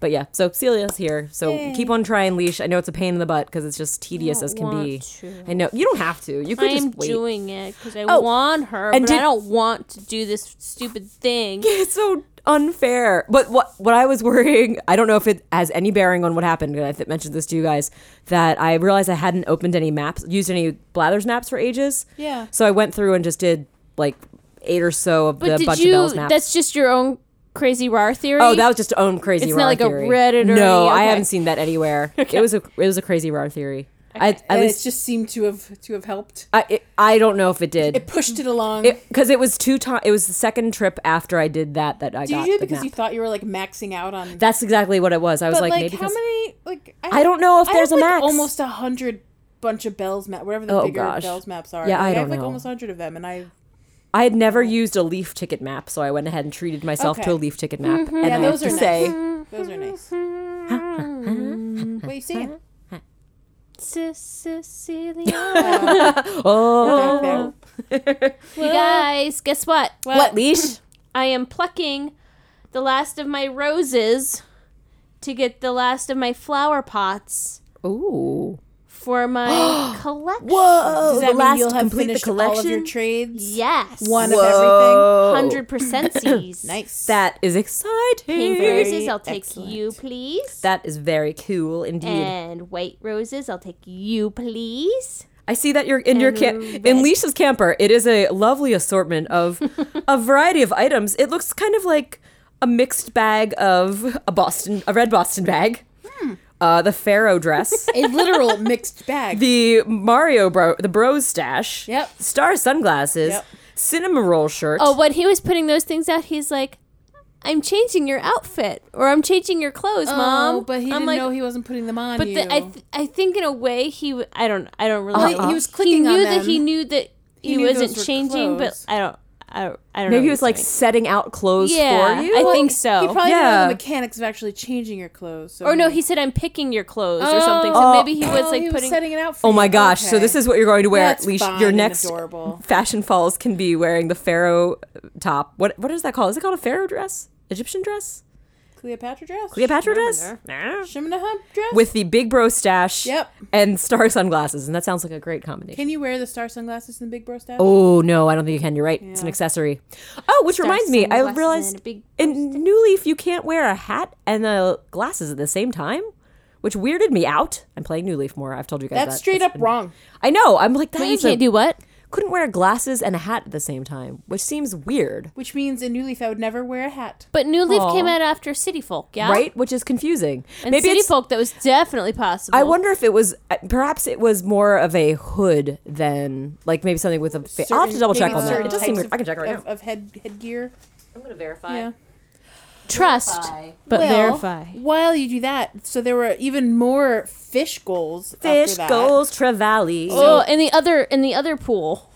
Speaker 1: But yeah, so Celia's here. So keep on trying, leash. I know it's a pain in the butt because it's just tedious as can be. I know you don't have to. You could
Speaker 2: I'm
Speaker 1: just wait.
Speaker 2: doing it because I
Speaker 1: Oh,
Speaker 2: want her,
Speaker 1: and
Speaker 2: but
Speaker 1: did-
Speaker 2: I don't want to do this stupid thing.
Speaker 1: [LAUGHS] it's so unfair. But what what I was worrying, I don't know if it has any bearing on what happened. And I th- mentioned this to you guys that I realized I hadn't opened any maps, used any blathers maps for ages.
Speaker 3: Yeah.
Speaker 1: So I went through and just did like eight or so of
Speaker 2: But
Speaker 1: the
Speaker 2: did
Speaker 1: bunch
Speaker 2: you?
Speaker 1: of bells maps.
Speaker 2: That's just your own crazy RAR theory.
Speaker 1: Oh, that was just own crazy.
Speaker 2: It's
Speaker 1: RAR
Speaker 2: not like a
Speaker 1: theory.
Speaker 2: Reddit or
Speaker 1: no.
Speaker 2: any-
Speaker 1: I
Speaker 2: okay.
Speaker 1: haven't seen that anywhere.
Speaker 3: [LAUGHS]
Speaker 1: It was a it was a crazy RAR theory. I at
Speaker 3: and
Speaker 1: least
Speaker 3: it just seemed to have to have helped.
Speaker 1: I it, I don't know if it did
Speaker 3: It pushed it along.
Speaker 1: because it, was two time. It was the second trip after I did that that I
Speaker 3: did you
Speaker 1: got
Speaker 3: do it
Speaker 1: the
Speaker 3: because you
Speaker 1: map.
Speaker 3: thought you were like maxing out on?
Speaker 1: That's exactly what it was. I was
Speaker 3: but
Speaker 1: like,
Speaker 3: like,
Speaker 1: maybe
Speaker 3: how
Speaker 1: because
Speaker 3: many? Like
Speaker 1: I don't know if
Speaker 3: I
Speaker 1: there's
Speaker 3: have,
Speaker 1: a
Speaker 3: like,
Speaker 1: max.
Speaker 3: Almost a hundred bunch of bells map, whatever the
Speaker 1: Oh,
Speaker 3: bigger
Speaker 1: gosh.
Speaker 3: bells maps are.
Speaker 1: Yeah, I
Speaker 3: Like,
Speaker 1: don't
Speaker 3: have like
Speaker 1: know.
Speaker 3: almost a hundred of them, and I
Speaker 1: I had never used a leaf ticket map, so I went ahead and treated myself
Speaker 3: Okay. Mm-hmm.
Speaker 1: to a leaf ticket map. And
Speaker 3: yeah,
Speaker 1: I have
Speaker 3: those
Speaker 1: to
Speaker 3: are nice.
Speaker 1: say,
Speaker 3: Those are nice. what are
Speaker 1: [LAUGHS]
Speaker 3: you saying?
Speaker 2: Mm, Cecilia.
Speaker 1: oh,
Speaker 3: Back there.
Speaker 2: you guys, guess what?
Speaker 3: Uh,
Speaker 1: what
Speaker 3: [LAUGHS]
Speaker 1: leash?
Speaker 2: I am plucking the last of my roses to get the last of my flower pots
Speaker 1: Ooh,
Speaker 2: for [GASPS] my collection.
Speaker 1: whoa!
Speaker 3: Does that
Speaker 1: Oh, the last
Speaker 3: mean you'll have
Speaker 1: complete the
Speaker 3: finished
Speaker 1: collection.
Speaker 3: all of your trades?
Speaker 2: Yes.
Speaker 3: One
Speaker 1: Whoa.
Speaker 3: of
Speaker 2: hundred [COUGHS] percent seas.
Speaker 3: everything. Nice.
Speaker 1: That is exciting.
Speaker 2: Pink roses, I'll take
Speaker 3: excellent.
Speaker 2: you, please.
Speaker 1: That is very cool indeed.
Speaker 2: and white roses, I'll take you, please.
Speaker 1: I see that you're in your camp in Lisa's camper. It is a lovely assortment
Speaker 2: [LAUGHS]
Speaker 1: of a variety of items. It looks kind of like a mixed bag of a Boston, a red Boston bag,
Speaker 2: Hmm.
Speaker 1: uh, the Pharaoh
Speaker 2: [LAUGHS]
Speaker 1: dress,
Speaker 3: a literal mixed bag.
Speaker 1: the Mario bro, the Bros stash,
Speaker 3: Yep.
Speaker 1: star sunglasses,
Speaker 3: Yep.
Speaker 1: cinema roll shirt.
Speaker 2: Oh, when he was putting those things out, he's like, "I'm changing your outfit, or I'm changing your clothes, mom."
Speaker 3: Oh, but he
Speaker 2: I'm
Speaker 3: didn't
Speaker 2: like,
Speaker 3: know he wasn't putting them on
Speaker 2: But
Speaker 3: you.
Speaker 2: the, I, th- I think in a way he, w- I don't, I don't really.
Speaker 3: Well, he- he was clicking
Speaker 2: knew
Speaker 3: on
Speaker 2: that he
Speaker 3: them.
Speaker 2: knew that he,
Speaker 3: knew those
Speaker 2: wasn't
Speaker 3: were
Speaker 2: changing,
Speaker 3: clothes.
Speaker 2: but I don't, I don't, I don't know.
Speaker 1: maybe it
Speaker 2: what
Speaker 1: was like
Speaker 2: doing.
Speaker 1: setting out clothes
Speaker 2: Yeah,
Speaker 1: for you.
Speaker 2: I
Speaker 1: Like,
Speaker 2: think so.
Speaker 3: He probably didn't know
Speaker 1: Yeah.
Speaker 3: the mechanics of actually changing your clothes. So
Speaker 2: or no, he said I'm picking your clothes or something. So
Speaker 1: Oh.
Speaker 2: maybe he was
Speaker 3: Oh,
Speaker 2: like
Speaker 3: he was
Speaker 2: putting.
Speaker 3: setting it out. For
Speaker 1: Oh
Speaker 3: you.
Speaker 1: my gosh! So
Speaker 3: Okay.
Speaker 1: this is what you're going to wear.
Speaker 3: That's
Speaker 1: Leash.
Speaker 3: fine
Speaker 1: Your
Speaker 3: and
Speaker 1: next
Speaker 3: adorable.
Speaker 1: fashion falls can be wearing the pharaoh top. What what is that called? Is it called a pharaoh dress? Egyptian dress?
Speaker 3: Cleopatra dress.
Speaker 1: Cleopatra dress? Nah.
Speaker 3: Shimna hump dress.
Speaker 1: With the big bro stash
Speaker 3: Yep.
Speaker 1: and star sunglasses, and that sounds like a great combination.
Speaker 3: Can you wear the star sunglasses and the big bro stash?
Speaker 1: Oh no, I don't think you can. You're right. It's an accessory. Oh, which reminds me, I
Speaker 2: sunglasses
Speaker 1: realized
Speaker 2: and a big
Speaker 1: in New Leaf you can't wear a hat and the glasses at the same time, which weirded me out. I'm playing New Leaf more. I've told you guys
Speaker 3: That's
Speaker 1: that.
Speaker 3: straight
Speaker 1: It's
Speaker 3: up
Speaker 1: been-
Speaker 3: wrong.
Speaker 1: I know. I'm like, that
Speaker 2: But you
Speaker 1: is a-
Speaker 2: can't do what?
Speaker 1: couldn't wear glasses and a hat at the same time, which seems weird,
Speaker 3: Which means in New Leaf, I would never wear a hat.
Speaker 2: But New Leaf
Speaker 1: Aw.
Speaker 2: came out after City Folk, yeah?
Speaker 1: right? Which is confusing.
Speaker 2: And City oh.
Speaker 1: it's-
Speaker 2: Folk, that was definitely possible.
Speaker 1: I wonder if it was uh, perhaps it was more of a hood than like maybe something with a face. I'll have to
Speaker 3: Certain-
Speaker 1: double check
Speaker 3: maybe
Speaker 1: on that.
Speaker 3: certain
Speaker 1: It does
Speaker 3: types
Speaker 1: seem weird.
Speaker 3: of-
Speaker 1: I can check right
Speaker 3: of,
Speaker 1: now.
Speaker 3: of head headgear.
Speaker 1: I'm gonna verify.
Speaker 3: Yeah.
Speaker 2: Trust, but
Speaker 3: Well,
Speaker 2: verify.
Speaker 3: While you do that, so there were even more fish goals.
Speaker 1: Fish
Speaker 3: after that.
Speaker 1: goals Trevally.
Speaker 2: Oh, in the other in the other pool.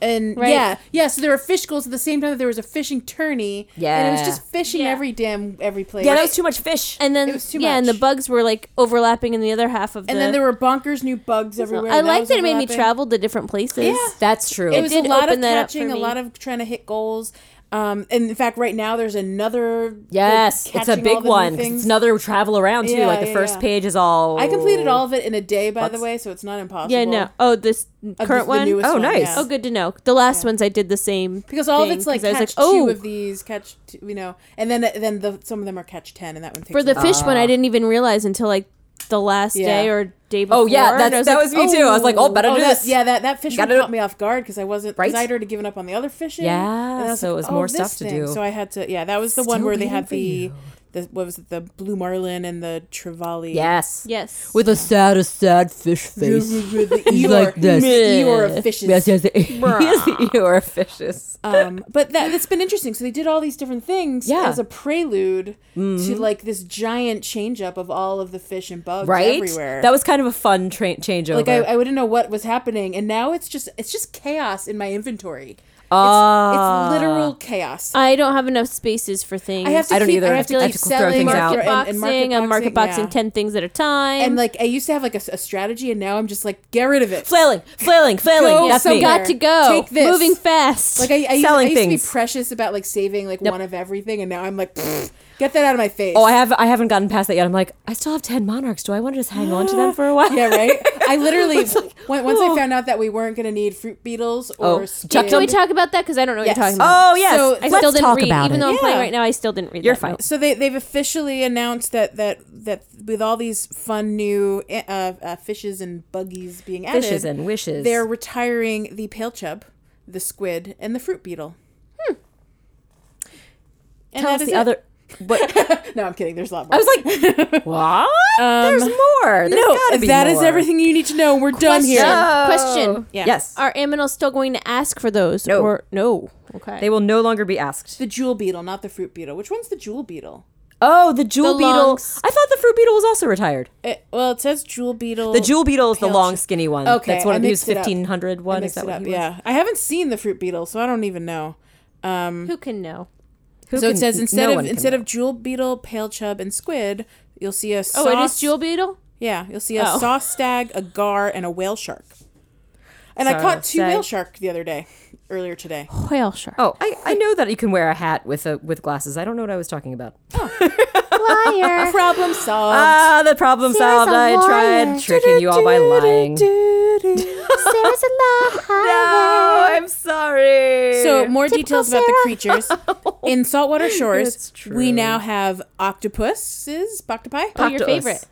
Speaker 3: and
Speaker 2: Right.
Speaker 3: yeah, yeah. So there were fish goals at the same time that there was a fishing tourney. and it was
Speaker 1: Yeah.
Speaker 3: just fishing
Speaker 2: Yeah.
Speaker 3: every damn every place.
Speaker 1: yeah, that was too much fish.
Speaker 2: And then
Speaker 3: It was too
Speaker 2: yeah, and the
Speaker 3: much.
Speaker 2: bugs were like overlapping in the other half of the
Speaker 3: and then there were bonkers new bugs everywhere.
Speaker 2: I
Speaker 3: and
Speaker 2: like
Speaker 3: was
Speaker 2: that it made me
Speaker 3: overlapping.
Speaker 2: travel to different places.
Speaker 3: Yeah.
Speaker 1: That's true.
Speaker 3: It was a
Speaker 2: did
Speaker 3: lot of
Speaker 2: open that up
Speaker 3: catching,
Speaker 2: for
Speaker 3: a
Speaker 2: me.
Speaker 3: lot of trying to hit goals. Um, and in fact, right now there's another. like,
Speaker 1: yes, it's a
Speaker 3: catching all
Speaker 1: big
Speaker 3: the new
Speaker 1: one. 'cause
Speaker 3: things.
Speaker 1: It's another travel around too.
Speaker 3: Yeah,
Speaker 1: like the
Speaker 3: yeah,
Speaker 1: first
Speaker 3: yeah.
Speaker 1: page is all.
Speaker 3: I completed all of it in a day, by
Speaker 1: Bugs.
Speaker 3: the way, so it's not impossible.
Speaker 2: Yeah, no. Oh, this
Speaker 3: Of
Speaker 2: current
Speaker 3: the- the
Speaker 2: one.
Speaker 3: newest
Speaker 1: Oh,
Speaker 3: one,
Speaker 1: nice.
Speaker 3: yeah.
Speaker 2: Oh, good to know. The last ones I did the same
Speaker 3: Because all of
Speaker 2: thing,
Speaker 3: it's like
Speaker 2: 'cause I was
Speaker 3: catch
Speaker 2: like,
Speaker 3: two
Speaker 2: oh,
Speaker 3: of these, catch two, you know, and then then the, some of them are catch ten, and that one takes
Speaker 2: for
Speaker 3: a
Speaker 2: the
Speaker 3: while.
Speaker 2: fish one I didn't even realize until like the last
Speaker 3: Yeah.
Speaker 2: day or day before.
Speaker 1: Oh yeah,
Speaker 2: and
Speaker 1: that's,
Speaker 2: I was
Speaker 1: that
Speaker 2: like,
Speaker 1: was me too. I was like, oh, better
Speaker 3: Oh,
Speaker 1: do
Speaker 3: that-
Speaker 1: this.
Speaker 3: yeah, that that fish one
Speaker 1: Gotta do
Speaker 3: caught
Speaker 1: it.
Speaker 3: me off guard because I wasn't because
Speaker 1: Right?
Speaker 3: I'd already given up on the other fishing.
Speaker 1: Yeah, so it was more
Speaker 3: "Oh, this
Speaker 1: stuff to do.
Speaker 3: So I had to. Yeah, that was the one
Speaker 1: Still
Speaker 3: where they
Speaker 1: waiting
Speaker 3: had
Speaker 1: for
Speaker 3: the
Speaker 1: you.
Speaker 3: the what was it the blue marlin and the trevally.
Speaker 1: Yes.
Speaker 2: yes.
Speaker 5: With a sad, a sad fish face.
Speaker 3: [LAUGHS] the
Speaker 5: He's
Speaker 3: Eeyore,
Speaker 5: like this.
Speaker 3: the Eeyore of fishes.
Speaker 5: Yes, yes.
Speaker 1: Yes, [LAUGHS] you are fishes.
Speaker 3: Um, but that that's been interesting. So they did all these different things
Speaker 1: Yeah. Mm-hmm.
Speaker 3: as a prelude to like this giant change up of all of the fish and bugs
Speaker 1: Right.
Speaker 3: everywhere.
Speaker 1: That was kind of a fun tra- changeover.
Speaker 3: like I, I wouldn't know what was happening, and now it's just it's just chaos in my inventory.
Speaker 1: Ah.
Speaker 3: it's, it's literal chaos.
Speaker 2: I don't have enough spaces for things.
Speaker 3: I have
Speaker 1: Mm,
Speaker 3: to
Speaker 1: I don't
Speaker 3: keep,
Speaker 1: either.
Speaker 3: I
Speaker 1: I
Speaker 3: have to,
Speaker 1: feel
Speaker 3: keep
Speaker 1: like I have to throw
Speaker 3: selling
Speaker 1: things out.
Speaker 2: market
Speaker 3: and-
Speaker 2: boxing.
Speaker 3: and market
Speaker 2: I'm market boxing
Speaker 3: boxing, yeah.
Speaker 2: ten things at a time.
Speaker 3: And like I used to have like a, s- a strategy, and now I'm just like get rid of it.
Speaker 1: flailing, flailing, flailing.
Speaker 3: Go
Speaker 1: That's me.
Speaker 3: somewhere.
Speaker 2: got to go.
Speaker 3: Take this.
Speaker 2: Moving fast.
Speaker 3: Like I, I, used, I
Speaker 1: Selling
Speaker 3: used to be
Speaker 1: things.
Speaker 3: precious about like saving like one of everything, and now I'm like "Pfft, get that out of my face.
Speaker 1: Oh, I have I haven't gotten past that yet. I'm like, I still have ten monarchs. Do I want to just hang on to
Speaker 3: [GASPS]
Speaker 1: them for a while?
Speaker 3: [LAUGHS] yeah, right.
Speaker 1: [LAUGHS]
Speaker 3: I literally
Speaker 1: It's like,
Speaker 3: when- once
Speaker 1: oh.
Speaker 3: I found out that we weren't gonna need fruit beetles
Speaker 1: Oh,
Speaker 3: or
Speaker 1: chuck
Speaker 3: squid-
Speaker 2: [LAUGHS] Can we talk about that? Because I don't know what
Speaker 3: um,
Speaker 2: you're
Speaker 3: Yes.
Speaker 2: talking
Speaker 1: [LAUGHS]
Speaker 2: about.
Speaker 1: Oh yes.
Speaker 3: So, I
Speaker 2: I
Speaker 1: Let's
Speaker 2: still didn't
Speaker 1: talk
Speaker 2: read,
Speaker 1: about
Speaker 2: even
Speaker 1: it.
Speaker 2: though I'm playing
Speaker 3: Yeah.
Speaker 2: right now. I still didn't read.
Speaker 1: You're
Speaker 2: that
Speaker 1: fine.
Speaker 2: note.
Speaker 3: So they they've officially announced that that that with all these fun new uh, uh, fishes and buggies being added,
Speaker 1: Wishes and wishes.
Speaker 3: they're retiring the pale chub, the squid, and the fruit beetle. And
Speaker 1: Hmm. Tell
Speaker 3: that
Speaker 1: us
Speaker 3: is
Speaker 1: the
Speaker 3: it. [LAUGHS]
Speaker 1: other. What?
Speaker 3: No, I'm kidding. There's a lot more.
Speaker 1: I was like, what? There's more. There's
Speaker 3: Um, no,
Speaker 1: gotta be
Speaker 3: that is
Speaker 1: more. Ah.
Speaker 3: everything you need to know. We're done
Speaker 2: Question.
Speaker 3: here.
Speaker 2: Question.
Speaker 3: Yeah.
Speaker 1: Yes.
Speaker 2: Are aminals still going to ask for those?
Speaker 1: No.
Speaker 2: Or no. Okay.
Speaker 1: They will no longer be asked.
Speaker 3: The jewel beetle, not the fruit beetle. Which one's the jewel beetle?
Speaker 1: Oh, the jewel
Speaker 2: The
Speaker 1: beetle.
Speaker 2: long s-
Speaker 1: I thought the fruit beetle was also retired.
Speaker 3: It, well, it says jewel beetle.
Speaker 1: The jewel beetle is the
Speaker 3: Oh, pale
Speaker 1: long,
Speaker 3: ch-
Speaker 1: skinny one.
Speaker 3: Okay,
Speaker 1: that's one
Speaker 3: I
Speaker 1: of his
Speaker 3: mixed it up.
Speaker 1: 1500
Speaker 3: I
Speaker 1: one. Is
Speaker 3: mixed
Speaker 1: that
Speaker 3: it
Speaker 1: what
Speaker 3: up.
Speaker 1: he was?
Speaker 3: Yeah, I haven't seen the fruit beetle, so I don't even know. Um,
Speaker 2: Who can know?
Speaker 1: Who
Speaker 3: so
Speaker 1: can-
Speaker 3: it says
Speaker 1: no
Speaker 3: instead
Speaker 1: one
Speaker 3: of
Speaker 1: can
Speaker 3: instead
Speaker 1: know.
Speaker 3: of jewel beetle, pale chub, and squid, you'll see a sauce,
Speaker 2: Oh, it is jewel beetle.
Speaker 3: Yeah, you'll see a
Speaker 2: Oh.
Speaker 3: sauce stag, a gar, and a whale shark. And I
Speaker 1: Sauce
Speaker 3: caught two
Speaker 1: stag.
Speaker 3: whale shark the other day,
Speaker 2: [LAUGHS]
Speaker 3: earlier today.
Speaker 2: Whale shark.
Speaker 1: Oh, I,
Speaker 3: [LAUGHS]
Speaker 1: I know that you can wear a hat with a with glasses. I don't know what I was talking about.
Speaker 2: [LAUGHS]
Speaker 4: Liar.
Speaker 3: Problem solved.
Speaker 1: Ah, the problem solved.
Speaker 4: a
Speaker 1: I tried
Speaker 4: liar.
Speaker 1: tricking you all by lying.
Speaker 4: Sarah's a liar.
Speaker 1: No, Oh, I'm sorry.
Speaker 3: [LAUGHS] so more details about the creatures
Speaker 2: [LAUGHS]
Speaker 3: in saltwater shores. We now have octopuses, octopi.
Speaker 2: Oh, your
Speaker 1: Octopus.
Speaker 2: favorite.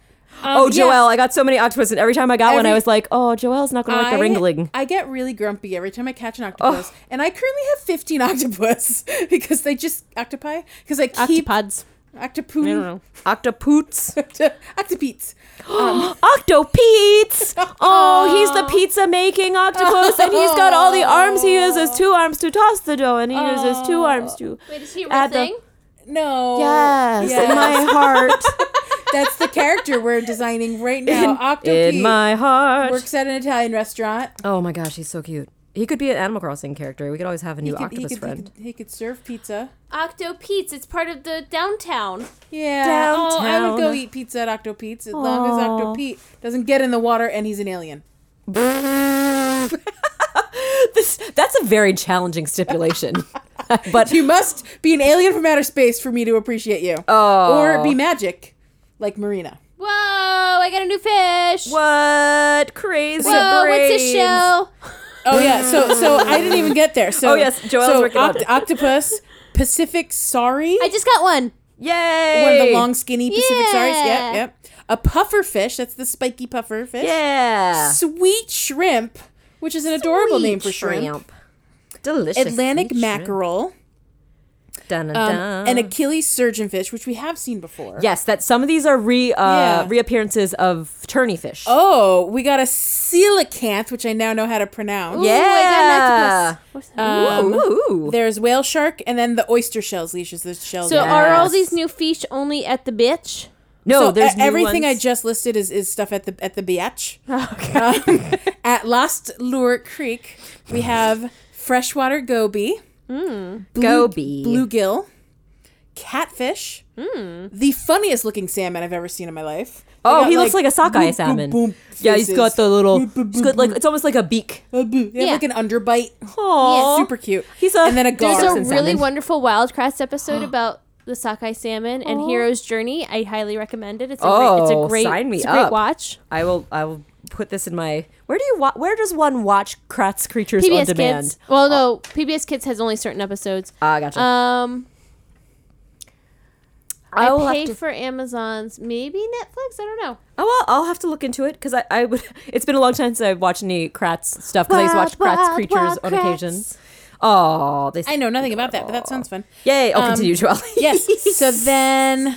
Speaker 2: um,
Speaker 1: oh,
Speaker 3: yeah.
Speaker 1: Joelle, I got so many octopus, and every time I got one, I
Speaker 3: Every-
Speaker 1: was like, oh, Joelle's not going to like the wringling.
Speaker 3: I get really grumpy every time I catch an octopus, and I currently have fifteen [LAUGHS] octopus because they just octopi because I keep
Speaker 2: Octopods. I don't
Speaker 3: octopoo
Speaker 2: know.
Speaker 3: [LAUGHS]
Speaker 1: Octopoots.
Speaker 3: octopeats. [LAUGHS]
Speaker 1: Octopeats! Oh, he's the pizza making octopus, and he's got all the arms. He uses
Speaker 3: [LAUGHS]
Speaker 1: two arms to toss the dough, and he uses two arms to.
Speaker 2: Oh. Wait, is he a real
Speaker 1: Add the-
Speaker 2: thing?
Speaker 3: No,
Speaker 1: Yes,
Speaker 3: Yes.
Speaker 1: in my [LAUGHS] heart.
Speaker 3: [LAUGHS] that's the character we're designing right now. Octopeat
Speaker 1: in my heart.
Speaker 3: works at an Italian restaurant.
Speaker 1: Oh my gosh, he's so cute. He could be an Animal Crossing character. We could always have a new
Speaker 3: He could, he,
Speaker 1: octopus
Speaker 3: could, he,
Speaker 1: friend.
Speaker 3: could, he could serve pizza.
Speaker 2: Octo Pete's. It's part of the downtown.
Speaker 3: Yeah, oh, I would go
Speaker 1: Downtown.
Speaker 3: eat pizza at Octopete's as long as Octopete doesn't get in the water and he's an alien. [LAUGHS]
Speaker 1: [LAUGHS] this that's a very challenging stipulation. [LAUGHS] but
Speaker 3: You must be an alien from outer space for me to appreciate you.
Speaker 1: Oh.
Speaker 3: Or be magic, like Marina.
Speaker 2: Whoa! I got a new fish.
Speaker 1: what crazy
Speaker 2: Whoa! What's this show?
Speaker 3: Oh yeah. So so I
Speaker 1: [LAUGHS]
Speaker 3: didn't even get there. So
Speaker 1: Oh, yes, Joelle's
Speaker 3: so
Speaker 1: working on it.
Speaker 3: octopus, Pacific. Sorry.
Speaker 2: [LAUGHS] I just got one.
Speaker 1: Yay!
Speaker 3: One of the long, skinny Pacific stars.
Speaker 2: Yeah.
Speaker 3: Yep, yep. A puffer fish. That's the spiky puffer fish.
Speaker 1: Yeah.
Speaker 3: Sweet shrimp, which is an adorable name for shrimp.
Speaker 1: Delicious.
Speaker 3: Atlantic
Speaker 1: sweet shrimp.
Speaker 3: mackerel.
Speaker 1: Dun, dun,
Speaker 3: Um,
Speaker 1: dun.
Speaker 3: and Achilles surgeonfish, which we have seen before.
Speaker 1: yes, that some of these are re uh,
Speaker 3: Yeah.
Speaker 1: reappearances of tourney fish.
Speaker 3: Oh, we got a coelacanth, which I now know how to pronounce.
Speaker 2: Ooh, I got an
Speaker 1: Yeah.
Speaker 2: octopus. What's that?
Speaker 3: Um,
Speaker 1: Ooh.
Speaker 3: There's whale shark, and then the oyster shells, leashes, the shells.
Speaker 2: so
Speaker 3: that-
Speaker 2: are all
Speaker 1: yes.
Speaker 2: these new fish only at the bitch?
Speaker 1: no,
Speaker 3: So,
Speaker 1: Oh, there's
Speaker 3: e-
Speaker 1: new
Speaker 3: everything I
Speaker 1: ones. Oh,
Speaker 3: just listed is, is stuff at the at
Speaker 1: [LAUGHS]
Speaker 3: the beach. Um, at Lost Lure Creek, we have freshwater goby, blue-
Speaker 1: Hmm. Goby.
Speaker 3: bluegill, catfish, the funniest looking salmon I've ever seen in my life. They
Speaker 1: Hmm. Oh,
Speaker 3: got,
Speaker 1: he looks like a sockeye salmon. yeah, he's got the little. He's got like it's almost like a beak.
Speaker 3: They have
Speaker 2: Yeah.
Speaker 3: like an underbite.
Speaker 1: Oh,
Speaker 3: Super cute.
Speaker 1: He's a-
Speaker 3: and then a
Speaker 2: There's
Speaker 3: gar.
Speaker 2: a
Speaker 1: Garson [LAUGHS]
Speaker 2: really
Speaker 1: salmon.
Speaker 2: wonderful
Speaker 1: [GASPS]
Speaker 2: Wildcrafts episode about the sockeye salmon and Hero's Journey. I highly recommend it. It's a great, it's
Speaker 1: Oh,
Speaker 2: a great,
Speaker 1: sign me
Speaker 2: it's a great
Speaker 1: up.
Speaker 2: watch.
Speaker 1: I will. I will put this in my. Where do you? Wa- where does one watch Kratz creatures on
Speaker 2: PBS
Speaker 1: demand? Oh.
Speaker 2: Kids. Well, no, PBS Kids has only certain episodes.
Speaker 1: Ah, gotcha.
Speaker 3: Uh,
Speaker 2: Um,
Speaker 1: I will
Speaker 2: I
Speaker 1: have
Speaker 2: pay
Speaker 1: to-
Speaker 2: for Amazon's, maybe Netflix. I don't know.
Speaker 1: Oh, well, I'll have to look into it because I, I would. [LAUGHS] It's been a long time since I've watched any Kratz stuff because I used to watch
Speaker 2: Wild,
Speaker 1: Kratz
Speaker 2: wild,
Speaker 1: creatures
Speaker 2: wild
Speaker 1: on
Speaker 2: Kratz.
Speaker 1: occasion. Oh, they.
Speaker 3: I know nothing about that, but that
Speaker 1: [LAUGHS]
Speaker 3: sounds fun.
Speaker 1: Yay! I'll
Speaker 3: Um,
Speaker 1: continue, Joelle. [LAUGHS]
Speaker 3: Yes. so then,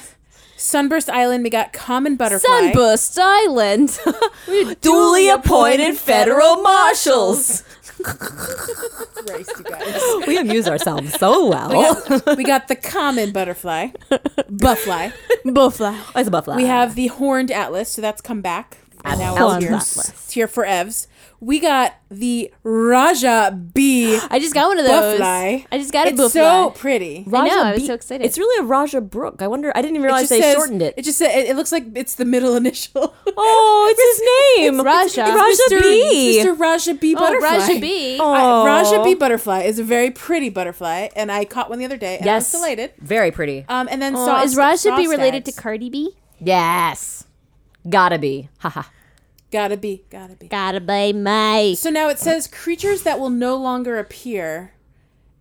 Speaker 3: Sunburst Island, we got common butterfly.
Speaker 1: Sunburst Island,
Speaker 2: [LAUGHS]
Speaker 1: [LAUGHS] duly appointed federal
Speaker 3: [LAUGHS]
Speaker 1: marshals.
Speaker 3: Christ, you guys.
Speaker 1: We amuse ourselves so well.
Speaker 3: we got the common butterfly, butterfly.
Speaker 1: As a buffalo,
Speaker 3: We have the horned atlas, so that's come back. And now it's
Speaker 1: Horned
Speaker 3: here.
Speaker 1: atlas.
Speaker 3: It's here for Evs. We got the Raja bee.
Speaker 2: I just got one of those.
Speaker 3: Buffly.
Speaker 2: I just got a
Speaker 3: it's
Speaker 2: buffly.
Speaker 3: so pretty.
Speaker 2: I know, I was
Speaker 1: Bee-
Speaker 2: so excited.
Speaker 1: It's really a Raja Brook. I wonder. I didn't even realize
Speaker 3: just
Speaker 1: they
Speaker 3: says-
Speaker 1: shortened it.
Speaker 3: It just said, it, it looks like it's the
Speaker 2: [LAUGHS]
Speaker 3: middle initial.
Speaker 1: [LAUGHS] oh, it's his name,
Speaker 2: Raja.
Speaker 1: Raja
Speaker 3: Mr.
Speaker 1: B.
Speaker 3: Mr. Raja bee
Speaker 2: oh,
Speaker 3: butterfly.
Speaker 2: Raja B.
Speaker 3: I-
Speaker 1: Aw.
Speaker 3: Raja bee butterfly is a very pretty butterfly, and I caught one the other day, and
Speaker 1: Yes,
Speaker 3: I was delighted.
Speaker 1: Very pretty.
Speaker 3: Um, and then
Speaker 2: Aw,
Speaker 3: saw
Speaker 2: is Raja B
Speaker 3: saw
Speaker 2: related to
Speaker 3: stags.
Speaker 2: Cardi B?
Speaker 1: Yes, gotta be. Haha.
Speaker 3: Gotta be, gotta be.
Speaker 2: Gotta be my.
Speaker 3: So now it says creatures that will no longer appear,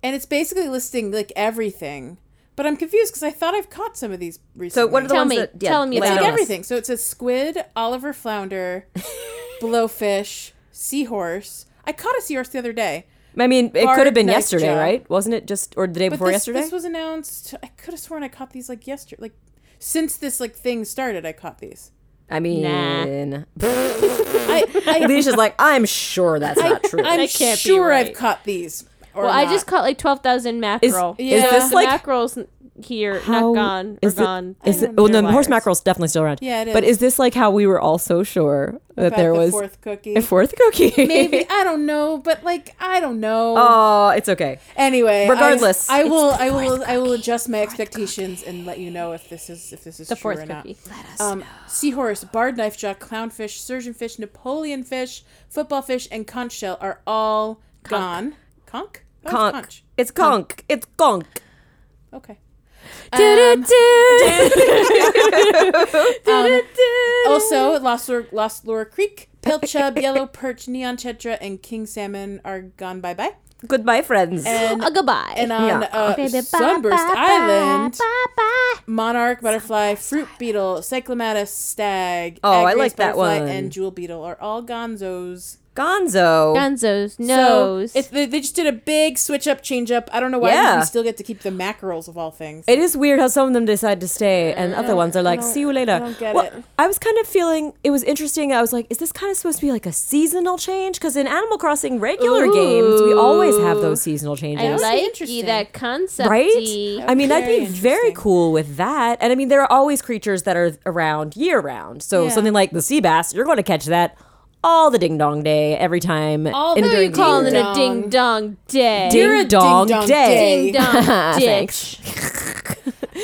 Speaker 3: and it's basically listing like everything. But I'm confused because I thought I've caught some of these recently.
Speaker 1: So what are the
Speaker 2: Tell
Speaker 1: ones
Speaker 2: me.
Speaker 1: that?
Speaker 2: Tell me
Speaker 1: lay down
Speaker 2: about
Speaker 3: like
Speaker 2: it.
Speaker 1: on us.
Speaker 3: everything? So it says squid, Oliver flounder, blowfish, seahorse. I caught a seahorse the other day.
Speaker 1: I mean, it could
Speaker 3: Barb,
Speaker 1: have been
Speaker 3: nice
Speaker 1: yesterday,
Speaker 3: job.
Speaker 1: right? Wasn't it just or the day
Speaker 3: But
Speaker 1: before
Speaker 3: this,
Speaker 1: yesterday?
Speaker 3: this was announced. I could have sworn I caught these like yesterday. Like since this like thing started, I caught these.
Speaker 1: I [LAUGHS] mean,
Speaker 3: I, I,
Speaker 1: Alicia's like, I'm sure that's not true.
Speaker 3: I'm
Speaker 2: That can't be
Speaker 3: sure I've
Speaker 2: right.
Speaker 3: caught these. Or
Speaker 2: Well, I
Speaker 3: not.
Speaker 2: just caught like twelve thousand mackerel.
Speaker 1: is Yeah. this
Speaker 2: the
Speaker 1: like-
Speaker 2: mackerel's n- here,
Speaker 1: How
Speaker 2: not gone, or
Speaker 1: is it-
Speaker 2: gone?
Speaker 1: Is
Speaker 3: don't
Speaker 1: it, well,
Speaker 3: know.
Speaker 1: no, the horse
Speaker 2: Liars.
Speaker 1: mackerel's definitely still around.
Speaker 3: Yeah, it
Speaker 1: But
Speaker 3: is.
Speaker 1: is this like how we were all so sure that
Speaker 3: About
Speaker 1: there
Speaker 3: the
Speaker 1: was
Speaker 3: fourth cookie.
Speaker 1: a fourth [LAUGHS] cookie?
Speaker 3: maybe I don't know, but like I don't know.
Speaker 1: Oh, it's okay.
Speaker 3: anyway, I-
Speaker 1: regardless,
Speaker 3: I,
Speaker 1: it's
Speaker 3: will, I will, I will adjust my expectations and let you know if this is if this is
Speaker 2: The
Speaker 3: true
Speaker 2: fourth
Speaker 3: or not.
Speaker 2: cookie.
Speaker 3: Um, seahorse, barred knife jaw, clownfish, surgeonfish, Napoleon fish, football fish, and conch shell are all gone. Conch. Oh, it's
Speaker 1: Conk.
Speaker 3: conch.
Speaker 1: It's conk. It's conk.
Speaker 3: Okay. Um, [LAUGHS]
Speaker 1: Um,
Speaker 2: [LAUGHS]
Speaker 3: also, Lost Lure, Lost Lure Creek, pilchard, yellow perch, neon tetra, and king salmon are gone bye bye.
Speaker 1: Goodbye, friends.
Speaker 2: [GASPS]
Speaker 3: And
Speaker 2: a Uh, goodbye.
Speaker 3: And on
Speaker 1: Yeah.
Speaker 3: uh,
Speaker 2: Baby, bye,
Speaker 3: Sunburst
Speaker 2: bye,
Speaker 3: Island,
Speaker 2: bye, bye.
Speaker 3: monarch, butterfly, fruit beetle, cyclamatus, stag,
Speaker 1: Oh, I
Speaker 3: aggrase
Speaker 1: like that
Speaker 3: butterfly,
Speaker 1: one.
Speaker 3: and jewel beetle are all gonzos.
Speaker 1: Gonzo.
Speaker 2: Gonzo's nose.
Speaker 3: So if they, they just did a big switch up, change up. I don't know why because
Speaker 1: Yeah.
Speaker 3: we still get to keep the mackerels of all things.
Speaker 1: It is weird how some of them decide to stay and other ones are like,
Speaker 3: don't-
Speaker 1: see you later.
Speaker 3: I don't get it.
Speaker 1: I was kind of feeling it was interesting. I was like, is this kind of supposed to be like a seasonal change? Because in Animal Crossing regular games, we always have those seasonal changes.
Speaker 2: I
Speaker 3: would be
Speaker 2: like
Speaker 3: interesting.
Speaker 2: you that concept.
Speaker 1: Right? I mean, that'd
Speaker 3: Very
Speaker 1: be very
Speaker 3: interesting.
Speaker 1: cool with that. And I mean, there are always creatures that are around year round. So
Speaker 3: Yeah.
Speaker 1: something like the sea bass, you're going to catch that all the ding dong day every time.
Speaker 3: All
Speaker 1: in
Speaker 3: the- Who
Speaker 1: during
Speaker 3: you
Speaker 1: year.
Speaker 2: Calling it a
Speaker 3: Ding-dong.
Speaker 2: ding dong day.
Speaker 3: You're a
Speaker 1: ding dong
Speaker 3: ding-dong
Speaker 1: day.
Speaker 2: [LAUGHS]
Speaker 3: day.
Speaker 2: dong
Speaker 1: Thanks.
Speaker 2: ditch.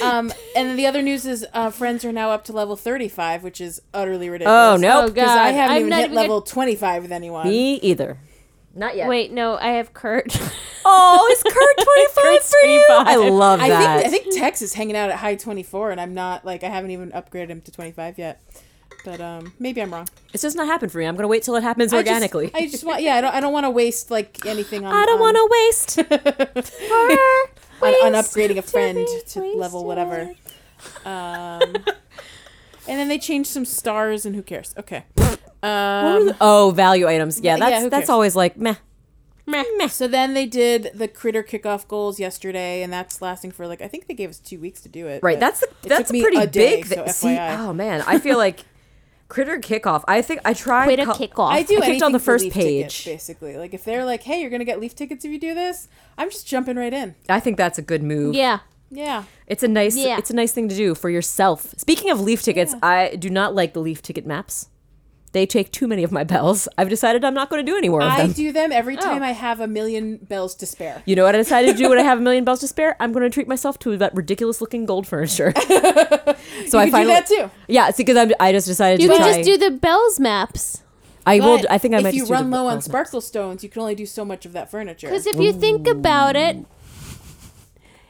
Speaker 3: Um, and then the other news is uh, friends are now up to level thirty-five, which is utterly
Speaker 1: Oh
Speaker 3: ridiculous.
Speaker 1: no,
Speaker 2: Oh,
Speaker 1: nope.
Speaker 2: God.
Speaker 3: Because I haven't
Speaker 2: I'm
Speaker 3: even
Speaker 2: not
Speaker 3: hit
Speaker 2: even
Speaker 3: level twenty-five with anyone.
Speaker 1: me either. Not yet.
Speaker 2: [LAUGHS] Wait, no, I have Kurt.
Speaker 1: Oh, [LAUGHS] is Kurt 25 for you? I love
Speaker 3: I
Speaker 1: that.
Speaker 3: think I think Tex is hanging out at high twenty four, and I'm not like I haven't even upgraded him to twenty five yet. But um, maybe I'm wrong.
Speaker 1: it's just not happened for me. I'm going to wait till it happens
Speaker 3: I just-
Speaker 1: organically.
Speaker 3: I just, want yeah. I don't I don't want to waste like anything on.
Speaker 1: I don't
Speaker 3: [LAUGHS]
Speaker 1: want to waste.
Speaker 3: to on, on upgrading a friend to, level whatever. Um, and then they changed some stars, and who cares? Okay.
Speaker 1: [LAUGHS] What were
Speaker 3: Um,
Speaker 1: the- [LAUGHS] oh, value items. Yeah,
Speaker 3: yeah,
Speaker 1: that's
Speaker 3: who
Speaker 1: that's
Speaker 3: cares?
Speaker 1: always like meh.
Speaker 3: So then they did the critter kickoff goals yesterday, and that's lasting for like I think they gave us two weeks to do it.
Speaker 1: Right.
Speaker 3: but
Speaker 1: That's the,
Speaker 3: it
Speaker 1: that's
Speaker 3: took
Speaker 1: a
Speaker 3: me
Speaker 1: pretty
Speaker 3: day,
Speaker 1: big
Speaker 3: so
Speaker 1: thing. See,
Speaker 3: FYI.
Speaker 1: oh man, I feel
Speaker 3: [LAUGHS]
Speaker 1: like critter kickoff. I think I tried
Speaker 2: Quit a
Speaker 1: col-
Speaker 2: kickoff.
Speaker 3: I do.
Speaker 1: I clicked on
Speaker 3: anything
Speaker 1: the
Speaker 3: for
Speaker 1: first
Speaker 3: Leaf tickets,
Speaker 1: page.
Speaker 3: basically. Like if they're like, "Hey, you're gonna get leaf tickets if you do this," I'm just jumping right in.
Speaker 1: I think that's a good move.
Speaker 2: Yeah.
Speaker 3: Yeah.
Speaker 1: It's a nice
Speaker 2: Yeah.
Speaker 1: it's a nice thing to do for yourself. Speaking of leaf tickets, I do not like the leaf ticket maps. They take too many of my bells. I've decided I'm not going to do any more of
Speaker 3: I
Speaker 1: them. Oh.
Speaker 3: do them every time I have a million bells to spare.
Speaker 1: [LAUGHS] You know what I decided to do when I have a million bells to spare? I'm going to treat myself to that ridiculous looking gold furniture.
Speaker 3: [LAUGHS]
Speaker 1: so I
Speaker 3: do
Speaker 1: finally
Speaker 3: that too.
Speaker 1: Yeah, it's because I'm, I just decided
Speaker 2: You
Speaker 1: to
Speaker 2: can
Speaker 1: try.
Speaker 2: just do the bells maps.
Speaker 1: I will.
Speaker 3: But
Speaker 1: I think I
Speaker 3: if
Speaker 1: might.
Speaker 3: you
Speaker 1: just do
Speaker 3: run
Speaker 1: the
Speaker 3: low
Speaker 1: bells
Speaker 3: on
Speaker 1: maps.
Speaker 3: sparkle stones, you can only do so much of that furniture.
Speaker 2: Because if you think about it,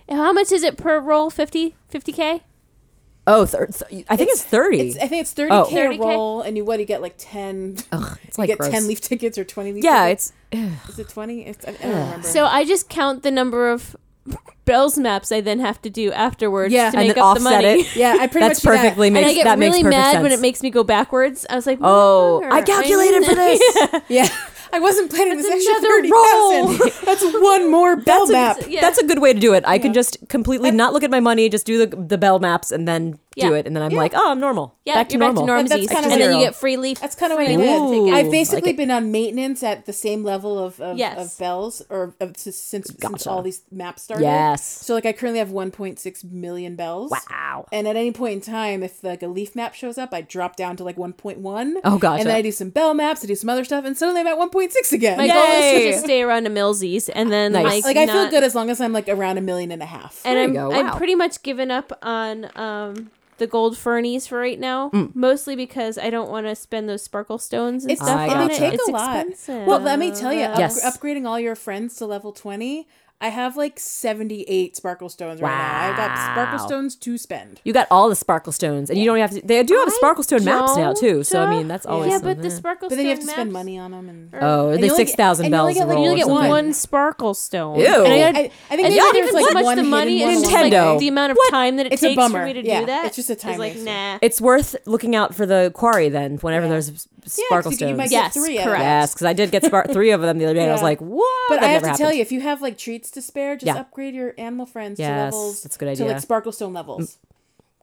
Speaker 2: how much is it per roll? 50? 50K?
Speaker 1: Oh, thir- th- I think it's, thirty.
Speaker 3: It's, I think it's thirty
Speaker 1: Oh.
Speaker 3: k
Speaker 2: 30K?
Speaker 3: roll, and you what? You get like ten.
Speaker 1: Ugh, it's
Speaker 3: you
Speaker 1: like
Speaker 3: get
Speaker 1: gross.
Speaker 3: ten leaf tickets or twenty leaf.
Speaker 1: yeah,
Speaker 3: tickets.
Speaker 1: it's
Speaker 3: is it twenty? It's,
Speaker 1: [SIGHS]
Speaker 3: I, I don't remember.
Speaker 2: So I just count the number of [LAUGHS] bells maps I then have to do afterwards
Speaker 3: Yeah.
Speaker 2: to
Speaker 3: And
Speaker 2: make
Speaker 1: then
Speaker 2: up the
Speaker 1: offset
Speaker 2: money.
Speaker 1: it.
Speaker 3: yeah, I pretty
Speaker 1: That's
Speaker 3: much do that.
Speaker 1: perfectly
Speaker 2: [LAUGHS] And
Speaker 1: makes
Speaker 2: I get
Speaker 1: that
Speaker 2: really
Speaker 1: makes perfect
Speaker 2: mad
Speaker 1: sense.
Speaker 2: when it makes me go backwards. I was like,
Speaker 1: Oh,
Speaker 2: "Mother,
Speaker 1: I calculated
Speaker 2: [LAUGHS]
Speaker 1: for this.
Speaker 3: Yeah, [LAUGHS] I wasn't planning this extra
Speaker 2: another
Speaker 3: thirty thousand. [LAUGHS] That's one more bell map.
Speaker 2: Yeah.
Speaker 1: That's a good way to do it. I can just completely not look at my money, just do the the bell maps, and then
Speaker 2: Yeah.
Speaker 1: do it, and then I'm like, oh, I'm normal.
Speaker 2: Yeah,
Speaker 1: back to
Speaker 2: you're
Speaker 1: normal.
Speaker 2: back to
Speaker 3: That- that's
Speaker 2: normsies.
Speaker 3: kinda
Speaker 2: and then
Speaker 1: zero.
Speaker 2: you get free leaf.
Speaker 3: That's kind of what I
Speaker 1: Ooh,
Speaker 2: free leaf
Speaker 1: Ooh.
Speaker 3: did.
Speaker 2: tickets.
Speaker 1: I
Speaker 3: I've basically
Speaker 1: like it.
Speaker 3: been on maintenance at the same level of of,
Speaker 2: Yes.
Speaker 3: of bells or of, since, since
Speaker 1: Gotcha.
Speaker 3: all these maps started.
Speaker 1: Yes.
Speaker 3: So like I currently have 1.6 million bells.
Speaker 1: Wow.
Speaker 3: And at any point in time, if like a leaf map shows up, I drop down to like 1.1.
Speaker 1: Oh, gotcha.
Speaker 3: And then I do some bell maps, I do some other stuff, and suddenly I'm at 1.6 again.
Speaker 2: My goal is
Speaker 1: Yay.
Speaker 2: to just stay around a millsies and then
Speaker 1: Nice.
Speaker 2: like,
Speaker 3: like I feel
Speaker 2: not-
Speaker 3: good as long as I'm like around a million and a half.
Speaker 2: And
Speaker 1: There
Speaker 2: I'm
Speaker 1: you go. Wow.
Speaker 2: I'm pretty much given up on um the gold fernies for right now,
Speaker 1: Mm.
Speaker 2: mostly because I don't want to spend those sparkle stones and
Speaker 3: It's
Speaker 2: stuff
Speaker 1: definitely
Speaker 2: on
Speaker 1: gotcha.
Speaker 2: it.
Speaker 3: take
Speaker 2: it's
Speaker 3: a lot.
Speaker 2: expensive.
Speaker 3: Well, let me tell you, up-
Speaker 1: Yes.
Speaker 3: upgrading all your friends to level 20, I have like 78 sparkle stones right now. I've got sparkle
Speaker 1: Wow.
Speaker 3: stones to spend.
Speaker 1: You got all the sparkle stones, and you don't have to. They do have sparkle stone maps now too. So I
Speaker 2: don't- uh,
Speaker 1: mean, that's always
Speaker 2: yeah,
Speaker 1: something.
Speaker 2: but the sparkle
Speaker 3: But then you have to
Speaker 2: stone
Speaker 3: spend
Speaker 2: maps
Speaker 3: money on them. And,
Speaker 2: are-
Speaker 1: oh,
Speaker 3: and
Speaker 1: the
Speaker 3: you only get-
Speaker 1: six thousand
Speaker 3: and you only
Speaker 1: bells
Speaker 3: get, like,
Speaker 1: roll.
Speaker 3: you
Speaker 2: You
Speaker 1: or
Speaker 2: get
Speaker 1: something.
Speaker 2: one sparkle stone.
Speaker 1: Ew.
Speaker 2: And I
Speaker 1: I-
Speaker 2: gotta-
Speaker 3: I, I think
Speaker 2: it's
Speaker 3: there's
Speaker 2: not
Speaker 3: only
Speaker 2: even
Speaker 3: like
Speaker 2: so much
Speaker 3: one
Speaker 2: the
Speaker 3: hidden
Speaker 2: money
Speaker 3: one
Speaker 2: is just
Speaker 3: along the
Speaker 1: Nintendo.
Speaker 2: like
Speaker 3: way.
Speaker 2: the amount of time that it
Speaker 3: It's a
Speaker 2: takes
Speaker 3: bummer.
Speaker 2: for me to
Speaker 3: Yeah,
Speaker 2: do that.
Speaker 3: it's just a
Speaker 2: is
Speaker 3: time
Speaker 2: like
Speaker 3: waster.
Speaker 2: nah.
Speaker 1: It's worth looking out for the quarry then. Whenever
Speaker 3: Yeah.
Speaker 1: there's s-
Speaker 3: Yeah, 'cause
Speaker 1: sparkle
Speaker 3: you,
Speaker 1: stones.
Speaker 3: you might
Speaker 2: Yeah. Yes,
Speaker 3: get three
Speaker 2: correct.
Speaker 3: out of it.
Speaker 1: Yes, because I did get spar- three of them the other day, and I was
Speaker 3: Yeah.
Speaker 1: like, "What?"
Speaker 3: But
Speaker 1: that
Speaker 3: I have
Speaker 1: never
Speaker 3: to
Speaker 1: happened.
Speaker 3: tell you, if you have like treats to spare, just
Speaker 1: Yeah.
Speaker 3: upgrade your animal friends to
Speaker 1: Yes,
Speaker 3: levels.
Speaker 1: that's a good
Speaker 3: To
Speaker 1: idea.
Speaker 3: like sparkle stone levels.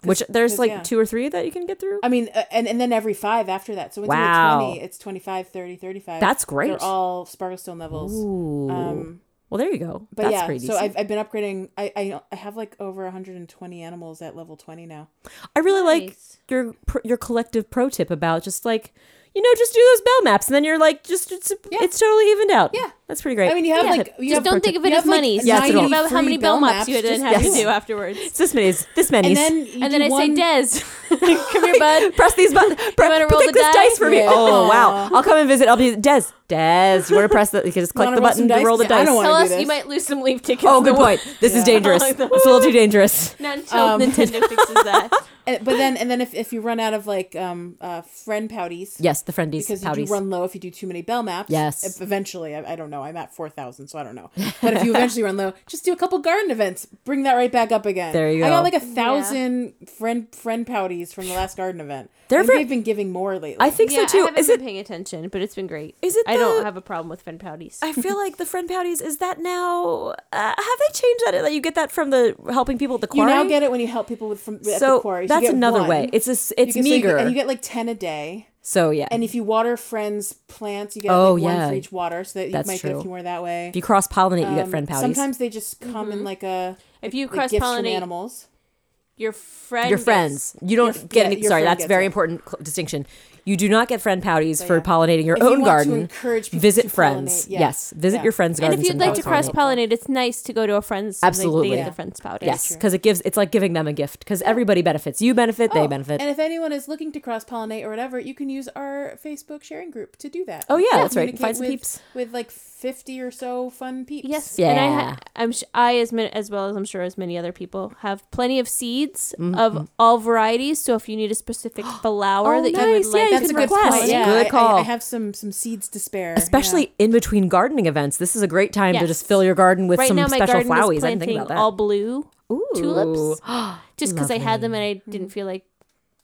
Speaker 1: which there's
Speaker 3: 'cause,
Speaker 1: like
Speaker 3: yeah.
Speaker 1: two or three that you can get through.
Speaker 3: I mean, uh, and, and then every five after that. So once
Speaker 1: Wow.
Speaker 3: you get 20, it's 25, 30, 35.
Speaker 1: That's great.
Speaker 3: They're all sparkle stone levels.
Speaker 1: Ooh.
Speaker 3: Um,
Speaker 1: well, there you go.
Speaker 3: but
Speaker 1: That's
Speaker 3: yeah,
Speaker 1: pretty
Speaker 3: so
Speaker 1: decent.
Speaker 3: I've, I've been upgrading. I, I I have like over 120 animals at level 20 now.
Speaker 1: I really like
Speaker 2: Nice.
Speaker 1: your pr- your collective pro tip about just like you know just do those bell maps and then you're like just it's, it's totally evened out.
Speaker 3: Yeah.
Speaker 1: that's pretty great.
Speaker 3: I mean, you have
Speaker 1: Yeah.
Speaker 3: like you
Speaker 2: Just
Speaker 3: have
Speaker 2: don't think of it
Speaker 3: you
Speaker 2: as
Speaker 3: have, like,
Speaker 2: money.
Speaker 1: Yes,
Speaker 2: Just
Speaker 1: at all.
Speaker 2: think about how
Speaker 3: 93
Speaker 2: many bell maps you
Speaker 3: just
Speaker 2: didn't have to
Speaker 3: do
Speaker 2: do
Speaker 3: it.
Speaker 2: afterwards.
Speaker 1: it's this many, this many.
Speaker 3: And then you
Speaker 2: And then
Speaker 3: do
Speaker 2: I say,
Speaker 3: one-
Speaker 2: Des, [LAUGHS]
Speaker 3: [LAUGHS]
Speaker 2: come here,
Speaker 1: [LAUGHS]
Speaker 2: bud.
Speaker 1: press these buttons.
Speaker 2: wanna
Speaker 1: Press,
Speaker 2: roll
Speaker 1: pick
Speaker 2: the
Speaker 1: this dice,
Speaker 2: die?
Speaker 1: for me.
Speaker 3: Yeah.
Speaker 1: Oh wow!
Speaker 3: Aw.
Speaker 1: I'll come and visit. I'll be Des. Des, you want to press the? You can
Speaker 3: [LAUGHS]
Speaker 1: just click
Speaker 3: Wanna
Speaker 1: the
Speaker 3: roll
Speaker 1: button
Speaker 3: some
Speaker 1: to
Speaker 3: dice?
Speaker 1: roll the
Speaker 3: Yeah, I
Speaker 1: dice.
Speaker 3: don't wanna
Speaker 2: Tell
Speaker 3: do
Speaker 2: us
Speaker 3: this.
Speaker 2: you might lose some leaf tickets.
Speaker 1: Oh, good [LAUGHS]
Speaker 2: in the
Speaker 1: point. This
Speaker 3: [LAUGHS]
Speaker 1: is
Speaker 3: Yeah.
Speaker 1: dangerous.
Speaker 2: Like
Speaker 1: it's a
Speaker 2: the-
Speaker 1: little too dangerous.
Speaker 2: Not until
Speaker 1: Um, [LAUGHS]
Speaker 2: Nintendo fixes that.
Speaker 3: And, uh, but then and then if, if you run out of like um uh friend pouties,
Speaker 1: Yes, the friendies,
Speaker 3: because
Speaker 1: pouties.
Speaker 3: you do run low if you do too many bell maps.
Speaker 1: Yes.
Speaker 3: If eventually, I, I don't know. I'm at four thousand, so I don't know.
Speaker 1: [LAUGHS]
Speaker 3: But if you eventually run low, just do a couple garden events. Bring that right back up again.
Speaker 1: There you
Speaker 3: I
Speaker 1: go.
Speaker 3: got like a thousand friend friend pouties from the last garden event.
Speaker 1: They're
Speaker 3: They're
Speaker 1: very-
Speaker 3: they've been giving more lately.
Speaker 1: I think
Speaker 2: Yeah,
Speaker 1: so
Speaker 2: I
Speaker 1: too.
Speaker 2: haven't
Speaker 1: Is
Speaker 2: been
Speaker 1: it?
Speaker 2: paying attention, but it's been great.
Speaker 1: Is it
Speaker 2: I
Speaker 1: the-
Speaker 2: don't have a problem with Fen Pouties. [LAUGHS]
Speaker 1: I feel like the friend pouties is that now? Uh, have they changed that? That you get that from the helping people at the
Speaker 3: you
Speaker 1: quarry.
Speaker 3: now get it when you help people with from at
Speaker 1: so
Speaker 3: the quarry. So you
Speaker 1: that's
Speaker 3: get
Speaker 1: another
Speaker 3: one.
Speaker 1: way. It's a, s- it's
Speaker 3: You get- so you get-
Speaker 1: meager.
Speaker 3: and you get like ten a day.
Speaker 1: so yeah,
Speaker 3: And if you water friends' plants, you get
Speaker 1: Oh,
Speaker 3: like,
Speaker 1: yeah.
Speaker 3: one for each water, so that you
Speaker 1: That's
Speaker 3: might get
Speaker 1: true.
Speaker 3: a few more that way.
Speaker 1: if you cross pollinate, you get
Speaker 3: Um,
Speaker 1: friend pouties.
Speaker 3: Sometimes they just come in like a
Speaker 2: If Mm-hmm. you
Speaker 3: like gifts from
Speaker 2: cross-pollinate
Speaker 3: animals.
Speaker 2: your friend,
Speaker 1: your
Speaker 2: gets-
Speaker 1: friends. You don't
Speaker 3: Your-
Speaker 1: get
Speaker 3: yeah,
Speaker 1: any.
Speaker 3: your
Speaker 1: Sorry,
Speaker 3: friend
Speaker 1: that's
Speaker 3: gets
Speaker 1: very
Speaker 3: it.
Speaker 1: important cl- distinction. You do not get friend pouties for
Speaker 3: yeah.
Speaker 1: pollinating your
Speaker 3: If you
Speaker 1: own
Speaker 3: want to
Speaker 1: garden.
Speaker 3: encourage people
Speaker 1: visit
Speaker 3: to
Speaker 1: friends.
Speaker 3: pollinate, yeah.
Speaker 1: Yes, visit
Speaker 3: Yeah.
Speaker 1: your friends'
Speaker 2: And
Speaker 1: gardens.
Speaker 2: if you'd like to cross
Speaker 1: cross-pollinate.
Speaker 2: pollinate, it's nice to go to a friend's. so they-
Speaker 1: Absolutely.
Speaker 2: they get
Speaker 1: Yeah.
Speaker 2: the friend's pouties.
Speaker 1: Yes, because it gives. It's like giving them a gift because everybody benefits. You benefit. They
Speaker 3: Oh,
Speaker 1: benefit.
Speaker 3: And if anyone is looking to cross pollinate or whatever, you can use our Facebook sharing group to do that.
Speaker 1: Oh, yeah,
Speaker 3: You
Speaker 1: that's right.
Speaker 3: communicate
Speaker 1: Find some
Speaker 3: with,
Speaker 1: peeps.
Speaker 3: with like fifty or so fun peeps.
Speaker 2: Yes,
Speaker 1: Yeah.
Speaker 2: and I, ha- I'm sh- I as min- as well as I'm sure as many other people have plenty of seeds
Speaker 1: Mm-hmm.
Speaker 2: of all varieties. So if you need
Speaker 1: [GASPS]
Speaker 2: a specific flower
Speaker 1: Oh,
Speaker 2: that you
Speaker 1: nice.
Speaker 2: would
Speaker 1: Yeah,
Speaker 2: like,
Speaker 1: you
Speaker 3: that's
Speaker 1: can
Speaker 3: a good
Speaker 1: request.
Speaker 3: point. Yeah,
Speaker 1: Good
Speaker 3: I- I-
Speaker 1: call.
Speaker 3: I, have some some seeds to spare,
Speaker 1: Especially in between gardening events, this is a great time to
Speaker 2: Yes.
Speaker 1: just fill your garden with
Speaker 2: right
Speaker 1: some
Speaker 2: now my
Speaker 1: special
Speaker 2: garden
Speaker 1: flowies.
Speaker 2: is
Speaker 1: I didn't think
Speaker 2: planting
Speaker 1: about that.
Speaker 2: all blue.
Speaker 1: Ooh. [GASPS]
Speaker 2: tulips just because I had them and I didn't feel like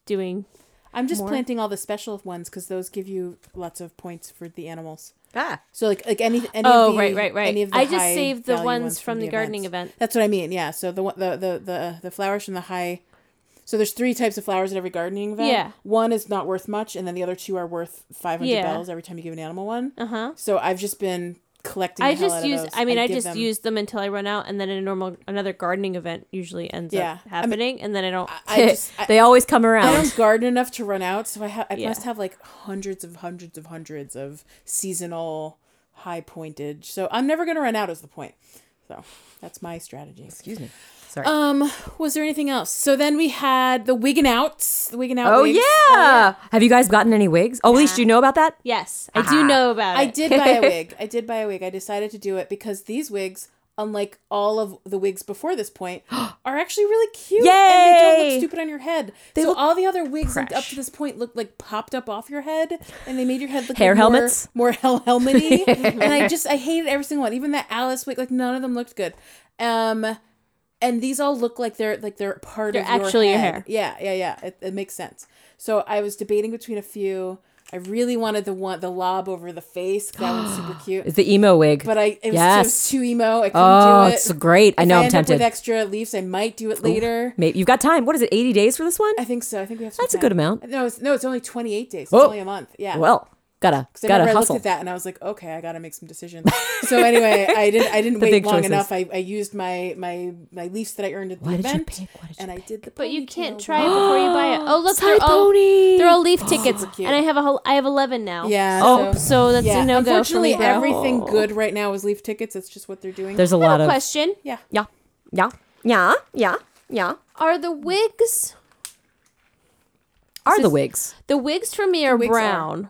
Speaker 2: doing.
Speaker 3: I'm just
Speaker 2: More?
Speaker 3: planting all the special ones because those give you lots of points for the animals.
Speaker 1: Ah.
Speaker 3: So like like any any
Speaker 2: Oh,
Speaker 3: of the,
Speaker 2: right, right, right.
Speaker 3: Any of the
Speaker 2: I just
Speaker 3: high
Speaker 2: saved the
Speaker 3: value
Speaker 2: ones from the gardening
Speaker 3: events.
Speaker 2: event.
Speaker 3: That's what I mean. Yeah. So the one- the the the, the flowers from the high. So there's three types of flowers at every gardening event.
Speaker 2: Yeah.
Speaker 3: One is not worth much, and then the other two are worth 500
Speaker 2: Yeah.
Speaker 3: bells every time you give an animal one.
Speaker 2: Uh huh.
Speaker 3: So I've just been collecting.
Speaker 2: I
Speaker 3: the hell
Speaker 2: just
Speaker 3: out of
Speaker 2: use.
Speaker 3: those.
Speaker 2: I mean, I,
Speaker 3: give
Speaker 2: just
Speaker 3: them-
Speaker 2: use them until I run out, and then a normal another gardening event usually ends
Speaker 3: Yeah.
Speaker 2: up
Speaker 3: I mean,
Speaker 2: happening, and then I don't.
Speaker 3: I just I, Um,
Speaker 1: they always come
Speaker 3: I
Speaker 1: around.
Speaker 3: don't garden enough to run out, so I ha- I
Speaker 2: Yeah.
Speaker 3: must have like hundreds of hundreds of hundreds of seasonal high pointage. So I'm never gonna run out. Is the point? So that's my strategy.
Speaker 1: Excuse me. Sorry.
Speaker 3: Um, was there anything else? So then we had the Wiggin Outs. The Wiggin Out.
Speaker 1: oh,
Speaker 3: wigs.
Speaker 1: yeah. Have you guys gotten any wigs? Oh, at least you know about that?
Speaker 2: yes, I do know about it.
Speaker 3: Ah. I did buy
Speaker 1: [LAUGHS]
Speaker 3: a wig. I did buy a wig. I decided to do it because these wigs, unlike all of the wigs before
Speaker 1: [GASPS]
Speaker 3: this point, are actually really cute. And they don't
Speaker 1: Yay!
Speaker 3: look stupid on your head. so
Speaker 1: look
Speaker 3: all the other wigs up- up
Speaker 1: fresh.
Speaker 3: to this point looked like popped up off your head and they made your head look
Speaker 1: Hair
Speaker 3: like more-
Speaker 1: helmets?
Speaker 3: more, hel-
Speaker 1: [LAUGHS]
Speaker 3: helmety. and I just I hated every single one. Even that Alice wig, like none of them looked good. Um and these all look like they're like they're part
Speaker 2: They're
Speaker 3: of
Speaker 2: actually your
Speaker 3: head.
Speaker 2: hair.
Speaker 3: Yeah, yeah, yeah. It, it makes sense. So I was debating between a few. I really wanted the one the lob over the face. 'cause That
Speaker 1: [GASPS]
Speaker 3: one's super cute.
Speaker 1: It's the emo wig.
Speaker 3: But I it was, it was
Speaker 1: Yes.
Speaker 3: too emo. I couldn't
Speaker 1: oh,
Speaker 3: do it.
Speaker 1: it's great. I
Speaker 3: If
Speaker 1: know
Speaker 3: I
Speaker 1: I'm
Speaker 3: end Up with
Speaker 1: tempted. Oh.
Speaker 3: extra leaves, I might do it later.
Speaker 1: Maybe you've got time. What is it? 80 days for this one?
Speaker 3: I think so. I think we have. Some
Speaker 1: That's a
Speaker 3: time.
Speaker 1: good amount.
Speaker 3: No, it's, no, it's only twenty eight days. It's
Speaker 1: Oh.
Speaker 3: only a month. Yeah.
Speaker 1: Well, gotta
Speaker 3: So I
Speaker 1: gotta
Speaker 3: remember I looked
Speaker 1: hustle.
Speaker 3: at that and I was like, okay, I gotta make some
Speaker 1: [LAUGHS]
Speaker 3: decisions. so anyway, I didn't. I didn't wait
Speaker 1: big
Speaker 3: long
Speaker 1: choices.
Speaker 3: enough. I, I used my my my leaves that I earned at the
Speaker 1: What did you
Speaker 3: event,
Speaker 1: pick? What did you
Speaker 3: and I did the.
Speaker 2: But you can't
Speaker 3: ponytail
Speaker 2: try it
Speaker 3: one.
Speaker 2: before you
Speaker 3: [GASPS]
Speaker 2: buy it. Oh look,
Speaker 1: Side
Speaker 2: they're all
Speaker 1: pony.
Speaker 2: they're all leaf tickets,
Speaker 3: cute.
Speaker 2: and I have a whole I have eleven now.
Speaker 3: Yeah.
Speaker 2: Oh,
Speaker 3: so-
Speaker 2: so that's
Speaker 3: yeah.
Speaker 2: a no go for
Speaker 3: Unfortunately,
Speaker 2: me, bro.
Speaker 3: everything good right now is leaf tickets. That's just what they're doing.
Speaker 1: There's a
Speaker 2: I
Speaker 1: lot
Speaker 2: have a
Speaker 1: of
Speaker 2: question.
Speaker 3: yeah.
Speaker 1: yeah, yeah, yeah, yeah, yeah.
Speaker 2: Are the wigs
Speaker 1: Are
Speaker 2: This
Speaker 1: the
Speaker 2: is-
Speaker 1: wigs?
Speaker 2: the wigs for me are
Speaker 3: wigs are.
Speaker 2: brown?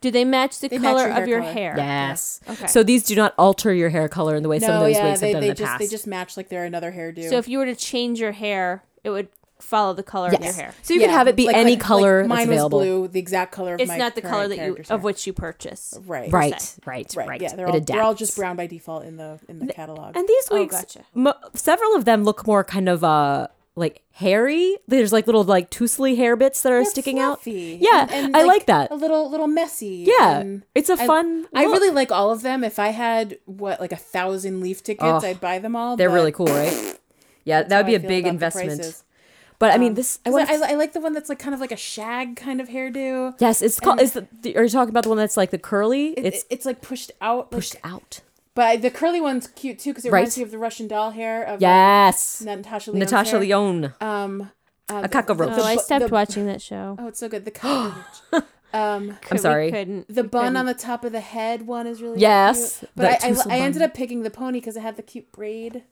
Speaker 2: Do they match the
Speaker 3: They match
Speaker 2: color
Speaker 3: your hair
Speaker 2: of your
Speaker 3: color.
Speaker 2: hair?
Speaker 1: Yes.
Speaker 2: Okay.
Speaker 1: So these do not alter your hair color in the way some of
Speaker 3: No,
Speaker 1: those
Speaker 3: yeah,
Speaker 1: wigs have
Speaker 3: they,
Speaker 1: done
Speaker 3: they
Speaker 1: in the
Speaker 3: just
Speaker 1: past.
Speaker 3: they just match like they're another hairdo.
Speaker 2: So if you were to change your hair, it would follow the color of your
Speaker 1: Yes.
Speaker 2: hair.
Speaker 1: So you
Speaker 3: Yeah,
Speaker 1: can have it be
Speaker 3: like-
Speaker 1: any
Speaker 3: like- like
Speaker 1: color that's
Speaker 3: mine
Speaker 1: available.
Speaker 3: was blue, the exact color of
Speaker 2: It's
Speaker 3: my
Speaker 2: not the
Speaker 3: current
Speaker 2: color that you
Speaker 3: character's
Speaker 2: of
Speaker 3: hair.
Speaker 2: which you purchase.
Speaker 3: right,
Speaker 1: Right, right, right,
Speaker 3: Yeah, they're
Speaker 1: it
Speaker 3: all,
Speaker 1: adapts.
Speaker 3: they're all just brown by default in the in the catalog.
Speaker 1: And these
Speaker 2: Oh,
Speaker 1: wigs,
Speaker 2: gotcha.
Speaker 1: mo- several of them look more kind of uh like hairy. There's like little like tously hair bits that are
Speaker 3: They're
Speaker 1: sticking
Speaker 3: fluffy
Speaker 1: out. Yeah,
Speaker 3: and- and,
Speaker 1: I like, that.
Speaker 3: A little little messy.
Speaker 1: Yeah,
Speaker 3: and
Speaker 1: it's a
Speaker 3: I-
Speaker 1: fun
Speaker 3: I,
Speaker 1: look.
Speaker 3: really like all of them. If I had what like a thousand leaf tickets,
Speaker 1: Oh,
Speaker 3: I'd buy them all.
Speaker 1: They're
Speaker 3: but
Speaker 1: really cool, right? Yeah, that
Speaker 3: how
Speaker 1: would be
Speaker 3: I
Speaker 1: a
Speaker 3: feel
Speaker 1: big
Speaker 3: about the
Speaker 1: investment.
Speaker 3: prices. Um,
Speaker 1: But I mean, this I
Speaker 3: 'Cause
Speaker 1: want.
Speaker 3: I, I, I like the one that's like kind of like a shag kind of hairdo.
Speaker 1: yes, it's called. Is the, the- are you talking about the one that's like the curly?
Speaker 3: It-
Speaker 1: it's
Speaker 3: it- it's like pushed out. Like,
Speaker 1: pushed out.
Speaker 3: But the curly one's cute too because it
Speaker 1: Right.
Speaker 3: reminds me of the Russian doll hair of yeah.
Speaker 1: Yes,
Speaker 3: Natasha Leon's
Speaker 1: Natasha
Speaker 3: hair.
Speaker 1: Leone,
Speaker 3: Um, uh,
Speaker 1: a cockroach.
Speaker 2: Oh, I
Speaker 3: bu-
Speaker 2: stopped
Speaker 3: the-
Speaker 2: watching that show.
Speaker 3: oh, it's so
Speaker 1: [GASPS]
Speaker 3: good. The cockroach. um,
Speaker 1: I'm sorry.
Speaker 2: Couldn't.
Speaker 3: the bun on the top of the head one is really
Speaker 1: Yes,
Speaker 3: cute.
Speaker 1: that
Speaker 3: But I,
Speaker 1: tousle
Speaker 3: I, I
Speaker 1: bun.
Speaker 3: ended up picking the pony because it had the cute braid.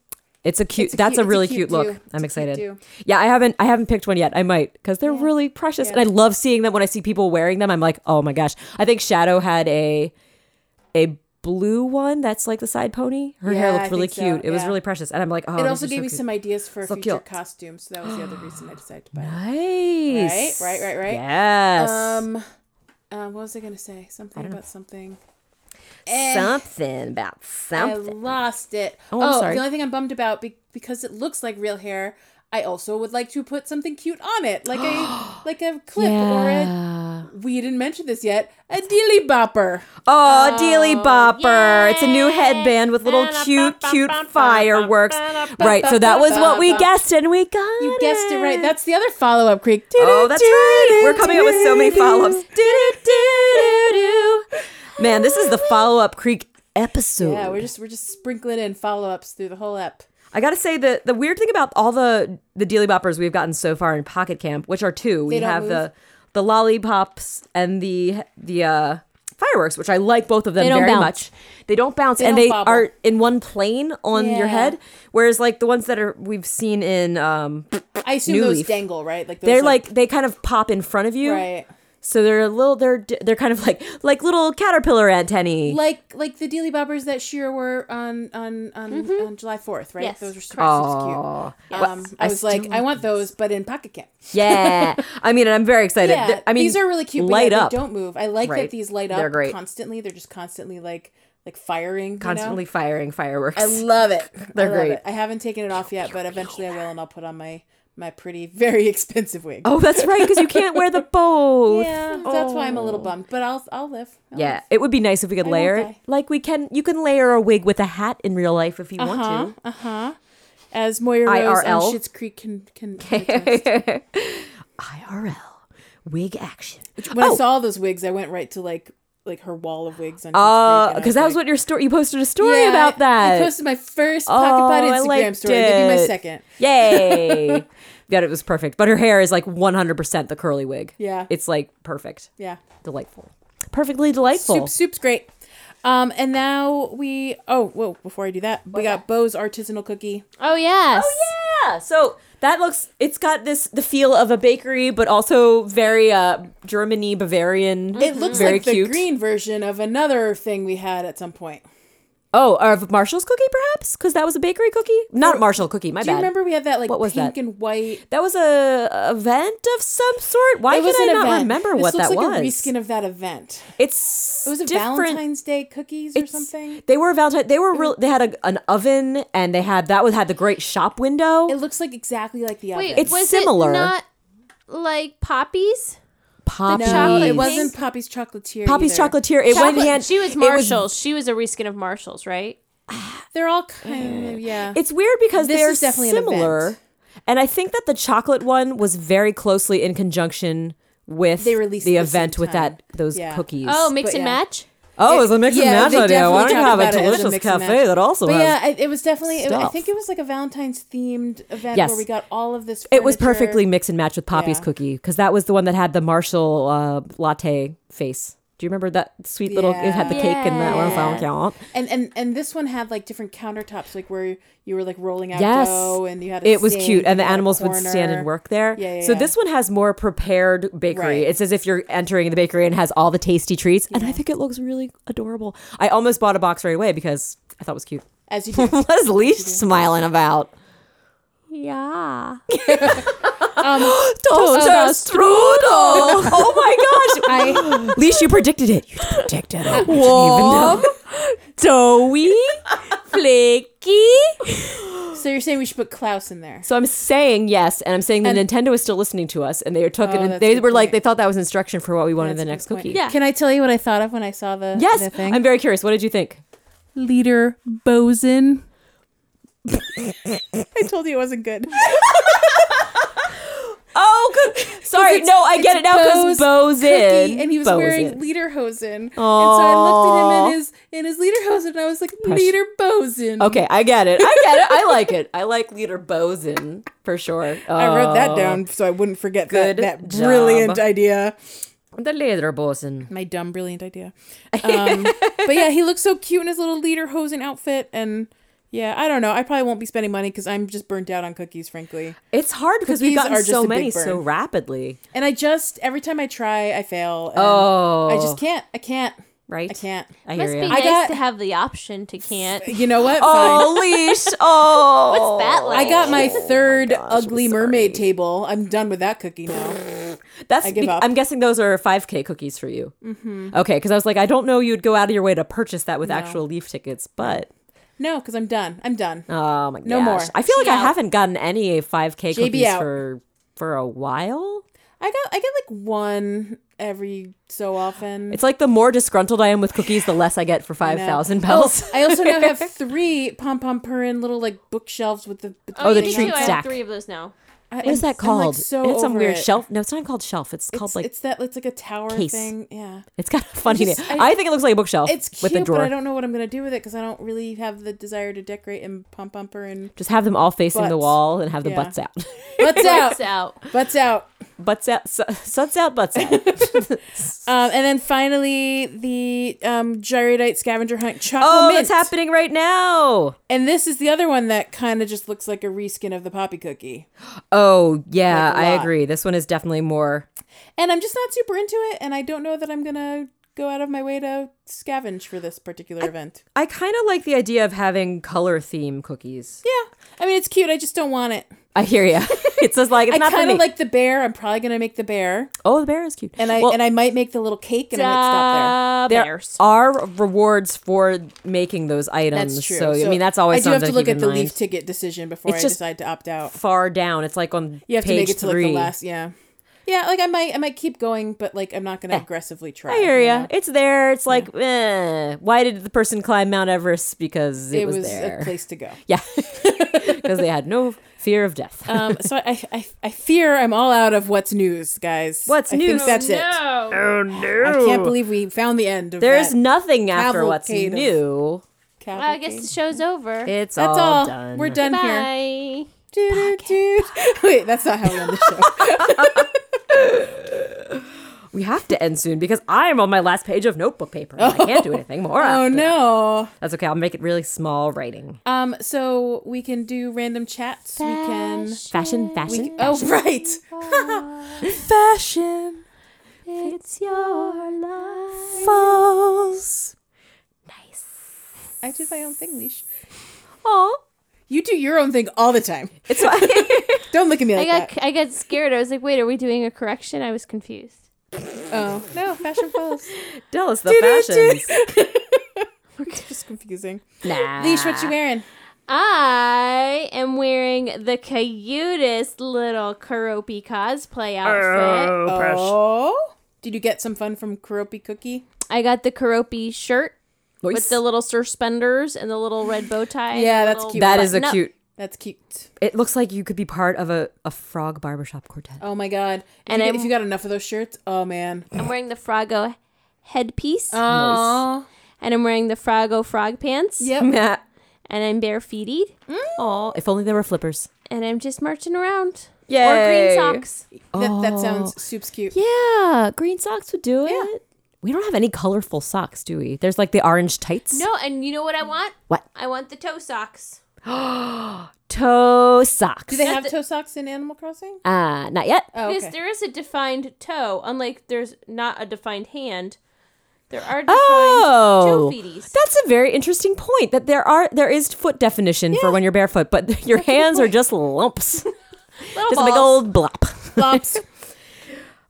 Speaker 1: It's a cute.
Speaker 3: It's a
Speaker 1: that's
Speaker 3: cute-
Speaker 1: a really
Speaker 3: it's a
Speaker 1: cute,
Speaker 3: cute
Speaker 1: look.
Speaker 3: do. It's a
Speaker 1: I'm
Speaker 3: cute
Speaker 1: excited.
Speaker 3: do.
Speaker 1: yeah, I haven't. I haven't picked one yet. I might because they're really precious, and I love seeing them. When I see people wearing them, I'm like, oh my gosh. I think Shadow had a a blue one that's like the side pony. Her
Speaker 3: Yeah,
Speaker 1: hair
Speaker 3: I
Speaker 1: looked really
Speaker 3: think so,
Speaker 1: cute. It was
Speaker 3: yeah.
Speaker 1: really precious, and I'm like, oh.
Speaker 3: it
Speaker 1: these
Speaker 3: also
Speaker 1: are
Speaker 3: gave
Speaker 1: so
Speaker 3: me
Speaker 1: cute.
Speaker 3: some ideas for
Speaker 1: So
Speaker 3: future
Speaker 1: cute.
Speaker 3: costumes, so that was the other reason
Speaker 1: [GASPS]
Speaker 3: I decided to buy it.
Speaker 1: Nice.
Speaker 3: Right, right, right, right.
Speaker 1: Yes.
Speaker 3: Um, uh, what was I gonna say? Something about something. Eh.
Speaker 1: something about
Speaker 3: I
Speaker 1: something.
Speaker 3: lost it.
Speaker 1: Oh, I'm sorry.
Speaker 3: the only thing I'm bummed about be- because it looks like real hair. I also would like to put something cute on it,
Speaker 1: [GASPS]
Speaker 3: like a like a clip or a. We didn't mention this yet. A dealy bopper.
Speaker 1: Oh, Dealey Bopper. It's a new headband with little cute, cute fireworks. Right, so that was what we guessed, and we got
Speaker 3: You guessed it right. That's the other follow up creek.
Speaker 1: Oh, that's right. We're coming up with so many follow ups. [LAUGHS] Man, this is the follow up Creek episode.
Speaker 3: Yeah, we're just we're just sprinkling in follow ups through the whole app.
Speaker 1: I gotta say the the weird thing about all the the Dealey Boppers we've gotten so far in Pocket Camp, which are two, we
Speaker 3: don't
Speaker 1: have
Speaker 3: move.
Speaker 1: the the lollipops and the the uh, fireworks, which I like both of them
Speaker 2: They don't
Speaker 1: very
Speaker 2: bounce.
Speaker 1: much. They don't bounce, and
Speaker 3: don't
Speaker 1: they
Speaker 3: bobble.
Speaker 1: are in one plane on
Speaker 3: Yeah.
Speaker 1: your head, whereas like the ones that are we've seen in um,
Speaker 3: I assume
Speaker 1: New
Speaker 3: those
Speaker 1: leaf.
Speaker 3: dangle, right? Like those
Speaker 1: they're like, they kind of pop in front of you,
Speaker 3: right,
Speaker 1: so they're a little they're di- they're kind of like like little caterpillar antennae.
Speaker 3: like like the dealy boppers that Sheer were on on on, on July Fourth, right?
Speaker 2: Yes.
Speaker 3: Those were super
Speaker 1: Aw.
Speaker 3: cute. Um, I was like, I want those, but in pocket camp.
Speaker 1: yeah, I mean, and I'm very excited.
Speaker 3: Yeah,
Speaker 1: Th- I mean,
Speaker 3: these are really cute. but
Speaker 1: Light
Speaker 3: yeah,
Speaker 1: up.
Speaker 3: They don't move. I like that
Speaker 1: Right.
Speaker 3: these light up
Speaker 1: They're great.
Speaker 3: constantly. They're just constantly like like firing you know?
Speaker 1: Constantly firing fireworks. [LAUGHS]
Speaker 3: I love it.
Speaker 1: They're
Speaker 3: I love
Speaker 1: great.
Speaker 3: it. I haven't taken it off yet, but eventually I will, and I'll put on my my pretty, [LAUGHS] very expensive wig.
Speaker 1: oh, that's right, because you can't
Speaker 3: [LAUGHS]
Speaker 1: wear the bow.
Speaker 3: yeah, that's why I'm a little bummed, but I'll I'll live. I'll
Speaker 1: oh. Yeah, it would be nice if we could
Speaker 3: won't
Speaker 1: layer it.
Speaker 3: die.
Speaker 1: Like we can, you can layer a wig with a hat in real life if you
Speaker 3: Uh
Speaker 1: want
Speaker 3: huh. Uh-huh. As Moira Rose
Speaker 1: IRL.
Speaker 3: on Schitt's Creek can can.
Speaker 1: [LAUGHS]
Speaker 3: attest.
Speaker 1: to. IRL wig action.
Speaker 3: when
Speaker 1: Oh.
Speaker 3: I saw those wigs, I went right to like like her wall of wigs on. Schitt's Creek,
Speaker 1: Uh,
Speaker 3: and I
Speaker 1: because that was
Speaker 3: like,
Speaker 1: what your story. You posted a story
Speaker 3: Yeah,
Speaker 1: about
Speaker 3: I-
Speaker 1: that.
Speaker 3: I posted my first
Speaker 1: Oh,
Speaker 3: pocket pot
Speaker 1: I
Speaker 3: Instagram
Speaker 1: liked
Speaker 3: story. Maybe my
Speaker 1: it.
Speaker 3: second.
Speaker 1: Yay! [LAUGHS] yeah, it was perfect. But her hair is like 100% the curly wig.
Speaker 3: Yeah.
Speaker 1: it's like perfect,
Speaker 3: Yeah.
Speaker 1: delightful, perfectly delightful.
Speaker 3: Soup, soup's great. Um, and now we oh whoa! Before I do that, we got Bo's artisanal cookie.
Speaker 2: Oh yes.
Speaker 1: Yeah, so that looks. It's got this the feel of a bakery, but also very uh Germany Bavarian.
Speaker 3: It looks
Speaker 1: Mm-hmm. very
Speaker 3: like the
Speaker 1: cute.
Speaker 3: green version of another thing we had at some point.
Speaker 1: Oh, or of Marshall's cookie, perhaps, because that was a bakery cookie, not Marshall cookie. My
Speaker 3: Do
Speaker 1: bad.
Speaker 3: you remember we had that like
Speaker 1: What was
Speaker 3: pink
Speaker 1: that?
Speaker 3: and white?
Speaker 1: That was a event of some sort. Why
Speaker 3: it was
Speaker 1: can I
Speaker 3: an
Speaker 1: not
Speaker 3: event.
Speaker 1: remember
Speaker 3: This
Speaker 1: what
Speaker 3: looks
Speaker 1: that
Speaker 3: like
Speaker 1: was?
Speaker 3: A reskin of that event.
Speaker 1: it's
Speaker 3: It was a
Speaker 1: different.
Speaker 3: Valentine's Day cookies or something.
Speaker 1: They were Valentine. They were real. They had a, an oven, and they had that was had the great shop window.
Speaker 3: It looks like exactly like the
Speaker 2: Wait,
Speaker 3: oven.
Speaker 1: It's
Speaker 2: was
Speaker 1: similar.
Speaker 2: It not like poppies.
Speaker 1: Poppy's.
Speaker 3: no,
Speaker 2: chocolate
Speaker 3: it wasn't Poppy's chocolatier.
Speaker 1: Poppy's
Speaker 3: either.
Speaker 1: chocolatier. It went
Speaker 2: Chocolate-
Speaker 1: hand.
Speaker 2: she was
Speaker 1: it
Speaker 2: Marshalls. she was a reskin of Marshalls, right?
Speaker 3: They're all kind of yeah.
Speaker 1: It's weird because
Speaker 3: This
Speaker 1: they're
Speaker 3: is definitely an
Speaker 1: similar,
Speaker 3: event.
Speaker 1: and I think that the chocolate one was very closely in conjunction with
Speaker 3: They released
Speaker 1: the
Speaker 3: at the same
Speaker 1: event with
Speaker 3: time.
Speaker 1: that those
Speaker 3: Yeah.
Speaker 1: cookies.
Speaker 2: Oh, mix
Speaker 3: But
Speaker 2: and
Speaker 3: yeah.
Speaker 2: match.
Speaker 1: Oh, it was a mix
Speaker 3: yeah,
Speaker 1: and
Speaker 3: they
Speaker 1: match idea. Why don't
Speaker 3: definitely
Speaker 1: you have a
Speaker 3: talked about it as a
Speaker 1: delicious
Speaker 3: mix and
Speaker 1: cafe
Speaker 3: match.
Speaker 1: that also
Speaker 3: But
Speaker 1: has?
Speaker 3: yeah, I- it was definitely. I
Speaker 1: stuff.
Speaker 3: think it was like a Valentine's themed event
Speaker 1: Yes.
Speaker 3: where we got all of this.
Speaker 1: it was
Speaker 3: furniture.
Speaker 1: perfectly mix and match with Poppy's
Speaker 3: Yeah.
Speaker 1: cookie because that was the one that had the Marshall uh, latte face. Do you remember that sweet little? It had the cake and that one.
Speaker 2: Yeah.
Speaker 1: Yeah.
Speaker 3: And and and this one had like different countertops, like where you were like rolling out
Speaker 1: Yes.
Speaker 3: dough, and you had. A
Speaker 1: It was
Speaker 3: sink,
Speaker 1: cute, and the
Speaker 3: you had a
Speaker 1: animals would stand
Speaker 3: corner.
Speaker 1: and work there.
Speaker 3: Yeah, yeah,
Speaker 1: so
Speaker 3: yeah.
Speaker 1: this one has more prepared bakery.
Speaker 3: Right.
Speaker 1: It's as if you're entering the bakery and has all the tasty treats, and I think it looks really adorable. I almost bought a box right away because I thought it was cute. [LAUGHS]
Speaker 3: As you do.
Speaker 1: What is Leash smiling about?
Speaker 2: Yeah.
Speaker 1: Toaster strudel. [LAUGHS] Oh my gosh!
Speaker 3: [LAUGHS] I,
Speaker 1: Leash, you predicted it. You predicted it. Warm, doughy, flaky.
Speaker 3: so you're saying we should put Klaus in there?
Speaker 1: So I'm saying yes, and I'm saying that
Speaker 3: And-
Speaker 1: Nintendo is still listening to us, and they took it.
Speaker 3: Oh, that's
Speaker 1: And
Speaker 3: a
Speaker 1: they
Speaker 3: good
Speaker 1: were like,
Speaker 3: point.
Speaker 1: they thought that was instruction for what we wanted in
Speaker 3: That's
Speaker 1: the
Speaker 3: a
Speaker 1: next
Speaker 3: good
Speaker 1: cookie.
Speaker 3: point.
Speaker 2: Yeah.
Speaker 3: Can I tell you what I thought of when I saw the
Speaker 1: Yes,
Speaker 3: the thing?
Speaker 1: I'm very curious. What did you think?
Speaker 3: leader Bosun. [LAUGHS] I told you it wasn't good.
Speaker 1: Oh, good. [LAUGHS] Sorry,
Speaker 3: It's-
Speaker 1: no, I get
Speaker 3: it's
Speaker 1: it now because Bo's in,
Speaker 3: cookie, and he was
Speaker 1: Bo's
Speaker 3: wearing
Speaker 1: in.
Speaker 3: lederhosen. And so I looked at him in
Speaker 1: Aw.
Speaker 3: his in his lederhosen, and I was like, leader Bosun.
Speaker 1: Okay, I get it. I get it. I like it. I like leader Bo's in for sure.
Speaker 3: I wrote
Speaker 1: Oh,
Speaker 3: that down so I wouldn't forget that,
Speaker 1: Good
Speaker 3: that
Speaker 1: job.
Speaker 3: brilliant idea.
Speaker 1: The leader Bo's in.
Speaker 3: My dumb,
Speaker 1: [LAUGHS]
Speaker 3: brilliant idea. Um, but yeah, he looks so cute in his little lederhosen outfit. And yeah, I don't know. I probably won't be spending money because I'm just burnt out on cookies, frankly.
Speaker 1: It's hard because we've
Speaker 3: Cookies are
Speaker 1: gotten
Speaker 3: just
Speaker 1: so
Speaker 3: a big
Speaker 1: many so
Speaker 3: burn.
Speaker 1: rapidly.
Speaker 3: And I just, every time I try, I fail. and
Speaker 1: Oh.
Speaker 3: I just can't. I can't.
Speaker 1: Right?
Speaker 3: I can't.
Speaker 1: I
Speaker 2: Must
Speaker 1: hear
Speaker 2: be
Speaker 1: you.
Speaker 2: nice
Speaker 3: got-
Speaker 2: to have the option to can't.
Speaker 3: You know what? Fine.
Speaker 1: Oh,
Speaker 3: [LAUGHS]
Speaker 1: leash. [LAUGHS] Oh.
Speaker 2: What's that
Speaker 3: I
Speaker 2: like?
Speaker 3: got my third ugly mermaid table. I'm done with that cookie now.
Speaker 1: That's.
Speaker 3: give
Speaker 1: be-
Speaker 3: up.
Speaker 1: I'm guessing those are 5K cookies for you. Mm-hmm. Okay, because I was like, I don't know you'd go out of your way to purchase that with actual leaf tickets, but
Speaker 3: No, because I'm done. I'm done.
Speaker 1: oh my gosh,
Speaker 3: No more.
Speaker 1: I feel like I
Speaker 2: out.
Speaker 1: haven't gotten any 5K
Speaker 3: JB
Speaker 1: cookies
Speaker 3: out.
Speaker 1: for for a while.
Speaker 3: I got I get like one every so often.
Speaker 1: It's like the more disgruntled I am with cookies, the less I get
Speaker 3: [LAUGHS]
Speaker 1: for five
Speaker 3: Oh,
Speaker 1: thousand bells.
Speaker 3: I also now have three pom pom purin little like bookshelves with the with
Speaker 1: Oh, the
Speaker 3: things
Speaker 1: treat
Speaker 3: on
Speaker 2: I
Speaker 3: it.
Speaker 1: stack.
Speaker 2: have three of those now.
Speaker 1: [LAUGHS]
Speaker 3: I-
Speaker 1: what is
Speaker 3: I'm-
Speaker 1: that
Speaker 3: I'm, like,
Speaker 1: called?
Speaker 3: so
Speaker 1: it's some
Speaker 3: over
Speaker 1: weird
Speaker 3: it.
Speaker 1: shelf. No, it's not called shelf. It's called
Speaker 3: It's,
Speaker 1: like
Speaker 3: it's that it's like a tower
Speaker 1: case.
Speaker 3: thing. Yeah,
Speaker 1: it's got a funny
Speaker 3: just-
Speaker 1: name. I,
Speaker 3: I-
Speaker 1: think it looks like a bookshelf
Speaker 3: it's
Speaker 1: with a
Speaker 3: cute,
Speaker 1: drawer.
Speaker 3: but I don't know what I'm gonna do with it because I don't really have the desire to decorate in pom
Speaker 1: [LAUGHS]
Speaker 3: pom purin.
Speaker 1: Just have them all facing the
Speaker 3: Butts.
Speaker 1: wall and have the
Speaker 3: Yeah.
Speaker 1: butts out. [LAUGHS]
Speaker 3: Butts out,
Speaker 2: It's out.
Speaker 3: butts out.
Speaker 1: butts out. su- Suds out.
Speaker 3: [LAUGHS]
Speaker 1: Butts out.
Speaker 3: Um, and then finally the um, gyrodite scavenger hunt chocolate
Speaker 1: oh,
Speaker 3: mint.
Speaker 1: it's happening right now.
Speaker 3: And this is the other one that kind of just looks like a reskin of the poppy cookie.
Speaker 1: Oh yeah,
Speaker 3: Like a
Speaker 1: I
Speaker 3: lot.
Speaker 1: agree. This one is definitely more.
Speaker 3: And I'm just not super into it, and I don't know that I'm gonna go out of my way to scavenge for this particular event.
Speaker 1: I kind of like the idea of having color theme cookies.
Speaker 3: Yeah, I mean it's cute. I just don't want it.
Speaker 1: I hear
Speaker 3: [LAUGHS]
Speaker 1: you. [LAUGHS] It's just like it's
Speaker 3: I
Speaker 1: not for
Speaker 3: kind
Speaker 1: me.
Speaker 3: of like the bear. I'm probably gonna make the bear,
Speaker 1: oh, the bear is cute.
Speaker 3: and I
Speaker 1: Well,
Speaker 3: and I might make the little cake, and I might stop
Speaker 2: Uh,
Speaker 1: there
Speaker 2: bears.
Speaker 1: are rewards for making those
Speaker 3: there.
Speaker 1: items.
Speaker 3: That's true.
Speaker 1: Um, So, I mean, that's always
Speaker 3: I do have to
Speaker 1: something
Speaker 3: look
Speaker 1: keep
Speaker 3: at
Speaker 1: in
Speaker 3: the
Speaker 1: mind.
Speaker 3: leaf ticket decision before
Speaker 1: It's
Speaker 3: I
Speaker 1: just-
Speaker 3: decide to opt out.
Speaker 1: Far down, it's like on
Speaker 3: You have to
Speaker 1: page
Speaker 3: make it to like
Speaker 1: three.
Speaker 3: the last, yeah, yeah. Like I might, I might keep going, but like I'm not gonna aggressively try.
Speaker 1: I hear
Speaker 3: you
Speaker 1: ya.
Speaker 3: know?
Speaker 1: It's there. It's like, eh, why did the person climb Mount Everest? Because it,
Speaker 3: It was,
Speaker 1: there.
Speaker 3: a place to go.
Speaker 1: yeah, [LAUGHS] because they had no fear of death.
Speaker 3: Um, so I, I, I fear I'm all out of what's news, guys.
Speaker 1: What's
Speaker 3: I
Speaker 1: news?
Speaker 3: Think that's it.
Speaker 2: No.
Speaker 3: I can't believe we found the end. Of
Speaker 1: There's
Speaker 3: that
Speaker 1: nothing after what's
Speaker 3: cavalcade of-
Speaker 1: new.
Speaker 3: cavalcade.
Speaker 2: Well, I guess the show's over.
Speaker 1: It's
Speaker 3: that's
Speaker 1: all,
Speaker 3: all.
Speaker 1: done.
Speaker 3: We're done here.
Speaker 2: Bye.
Speaker 3: Doo, doo, doo. [LAUGHS] Wait, that's not how we
Speaker 1: [LAUGHS]
Speaker 3: end the show.
Speaker 1: We have to end soon because I'm on my last page of notebook paper. and I can't do anything more.
Speaker 3: oh
Speaker 1: after that.
Speaker 3: no.
Speaker 1: That's okay. I'll make it really small writing.
Speaker 3: Um, so we can do random chats. We can.
Speaker 1: Fashion, fashion.
Speaker 3: We, oh [LAUGHS] right. Fashion
Speaker 2: It's your life.
Speaker 1: falls.
Speaker 3: I did my own thing, Leash.
Speaker 1: Oh,
Speaker 3: You do your own thing all the time.
Speaker 1: it's fine. [LAUGHS]
Speaker 3: Don't look at me
Speaker 2: I
Speaker 3: like
Speaker 2: got
Speaker 3: that.
Speaker 2: I got scared. I was like, wait, are we doing a correction? I was confused.
Speaker 3: Oh no, fashion [LAUGHS] falls.
Speaker 1: Tell us the fashions.
Speaker 3: It's just confusing.
Speaker 1: nah.
Speaker 3: Leash, what you wearing?
Speaker 2: I am wearing the cutest little Karopi cosplay outfit.
Speaker 3: Oh, did you get some fun from Karopi Cookie?
Speaker 2: I got the Karopi shirt with
Speaker 1: Voice.
Speaker 2: the little suspenders and the little red
Speaker 3: [LAUGHS]
Speaker 2: bow tie. and
Speaker 3: Yeah,
Speaker 2: the
Speaker 3: that's
Speaker 2: little
Speaker 3: cute.
Speaker 1: that is a
Speaker 2: button up.
Speaker 1: cute.
Speaker 3: That's cute.
Speaker 1: It looks like you could be part of a, a frog barbershop quartet. [LAUGHS]
Speaker 3: Oh my god! If
Speaker 2: And
Speaker 3: you,
Speaker 2: I'm-
Speaker 3: get- if you got enough of those shirts, oh man.
Speaker 2: I'm wearing the Froggo headpiece
Speaker 3: Oh,
Speaker 2: and I'm wearing the Froggo frog pants.
Speaker 3: yep.
Speaker 1: Nah.
Speaker 2: And I'm barefeeted
Speaker 1: Oh, if only they were flippers.
Speaker 2: and I'm just marching around.
Speaker 1: Yay.
Speaker 2: Or green socks.
Speaker 3: That, that sounds soups cute.
Speaker 1: Yeah, green socks would do it.
Speaker 3: Yeah.
Speaker 1: We don't have any colorful socks, do we? There's like the orange tights.
Speaker 2: No, and you know what I want?
Speaker 1: What?
Speaker 2: I want the toe socks.
Speaker 1: Toe socks.
Speaker 3: Do they have toe socks in Animal Crossing?
Speaker 1: uh, not yet.
Speaker 3: Oh,
Speaker 2: Because
Speaker 3: okay.
Speaker 2: there is a defined toe, unlike there's not a defined hand. There are defined
Speaker 1: Oh.
Speaker 2: toe feeties.
Speaker 1: That's a very interesting point that there are there is foot definition for when you're barefoot, but [LAUGHS] your hands are just
Speaker 3: [LAUGHS]
Speaker 1: lumps.
Speaker 2: Little
Speaker 1: just a big
Speaker 2: balls.
Speaker 1: old blop.
Speaker 3: Flops.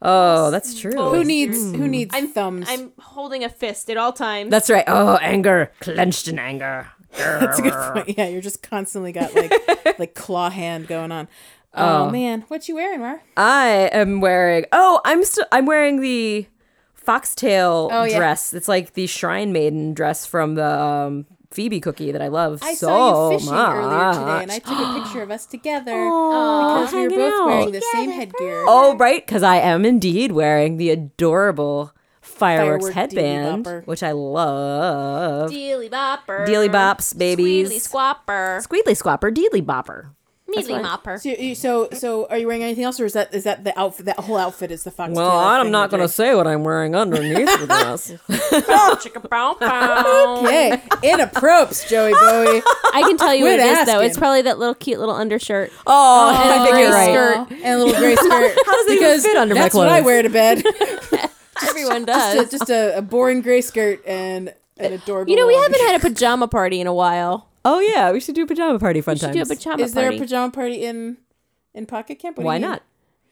Speaker 1: Oh, that's
Speaker 3: [LAUGHS] who
Speaker 1: true.
Speaker 3: needs who needs thumbs?
Speaker 2: I'm holding a fist at all times.
Speaker 1: That's right. Oh, anger, clenched in anger.
Speaker 3: [LAUGHS] That's a good point. Yeah, you're just constantly got like like claw hand going on. Oh, man, what you wearing, Mar?
Speaker 1: I am wearing. Oh, I'm still. I'm wearing the foxtail
Speaker 3: Oh, yeah.
Speaker 1: dress. It's like the shrine maiden dress from the um, Phoebe cookie that I love
Speaker 3: I
Speaker 1: so
Speaker 3: saw you fishing
Speaker 1: much.
Speaker 3: earlier today, and I took a picture of
Speaker 1: [GASPS]
Speaker 3: us together because we were
Speaker 1: hanging
Speaker 3: both wearing
Speaker 1: out.
Speaker 3: the same headgear.
Speaker 1: oh, right, because I am indeed wearing the adorable fireworks
Speaker 3: Firework
Speaker 1: headband,
Speaker 3: dealy bopper.
Speaker 1: which I love.
Speaker 2: Dealy bopper.
Speaker 1: Dealy bops, babies.
Speaker 2: Squealy squapper.
Speaker 1: Squeedly squapper, deedly bopper.
Speaker 2: Mealy mopper.
Speaker 3: So, you- so, so, are you wearing anything else, or is that is that the outfit? That whole outfit is the fox.
Speaker 1: Well, I'm not going to say what I'm wearing underneath [LAUGHS] the dress.
Speaker 2: [LAUGHS] Chicka bow bow.
Speaker 3: [LAUGHS] Hey, inappropriate, Joey
Speaker 1: [LAUGHS]
Speaker 3: Bowie.
Speaker 2: I can tell you what
Speaker 3: Quit
Speaker 2: it is though.
Speaker 3: asking.
Speaker 2: It's probably that little cute little undershirt.
Speaker 1: Oh, I think
Speaker 3: gray
Speaker 1: you're right.
Speaker 3: skirt and a
Speaker 1: [LAUGHS]
Speaker 3: little gray skirt. How
Speaker 1: does it even fit under my
Speaker 3: that's what I
Speaker 1: clothes?
Speaker 3: wear to bed.
Speaker 1: [LAUGHS]
Speaker 2: Everyone
Speaker 3: just
Speaker 2: does.
Speaker 3: a, just a, a boring gray skirt and an adorable.
Speaker 2: You know, we
Speaker 3: orange-
Speaker 2: haven't had a pajama party in a while.
Speaker 1: Oh yeah, we should do a pajama party fun
Speaker 2: We should
Speaker 1: times.
Speaker 2: do a pajama
Speaker 3: Is there
Speaker 2: party.
Speaker 3: a pajama party in in Pocket Camp? What do
Speaker 1: Why
Speaker 3: you mean?
Speaker 1: not?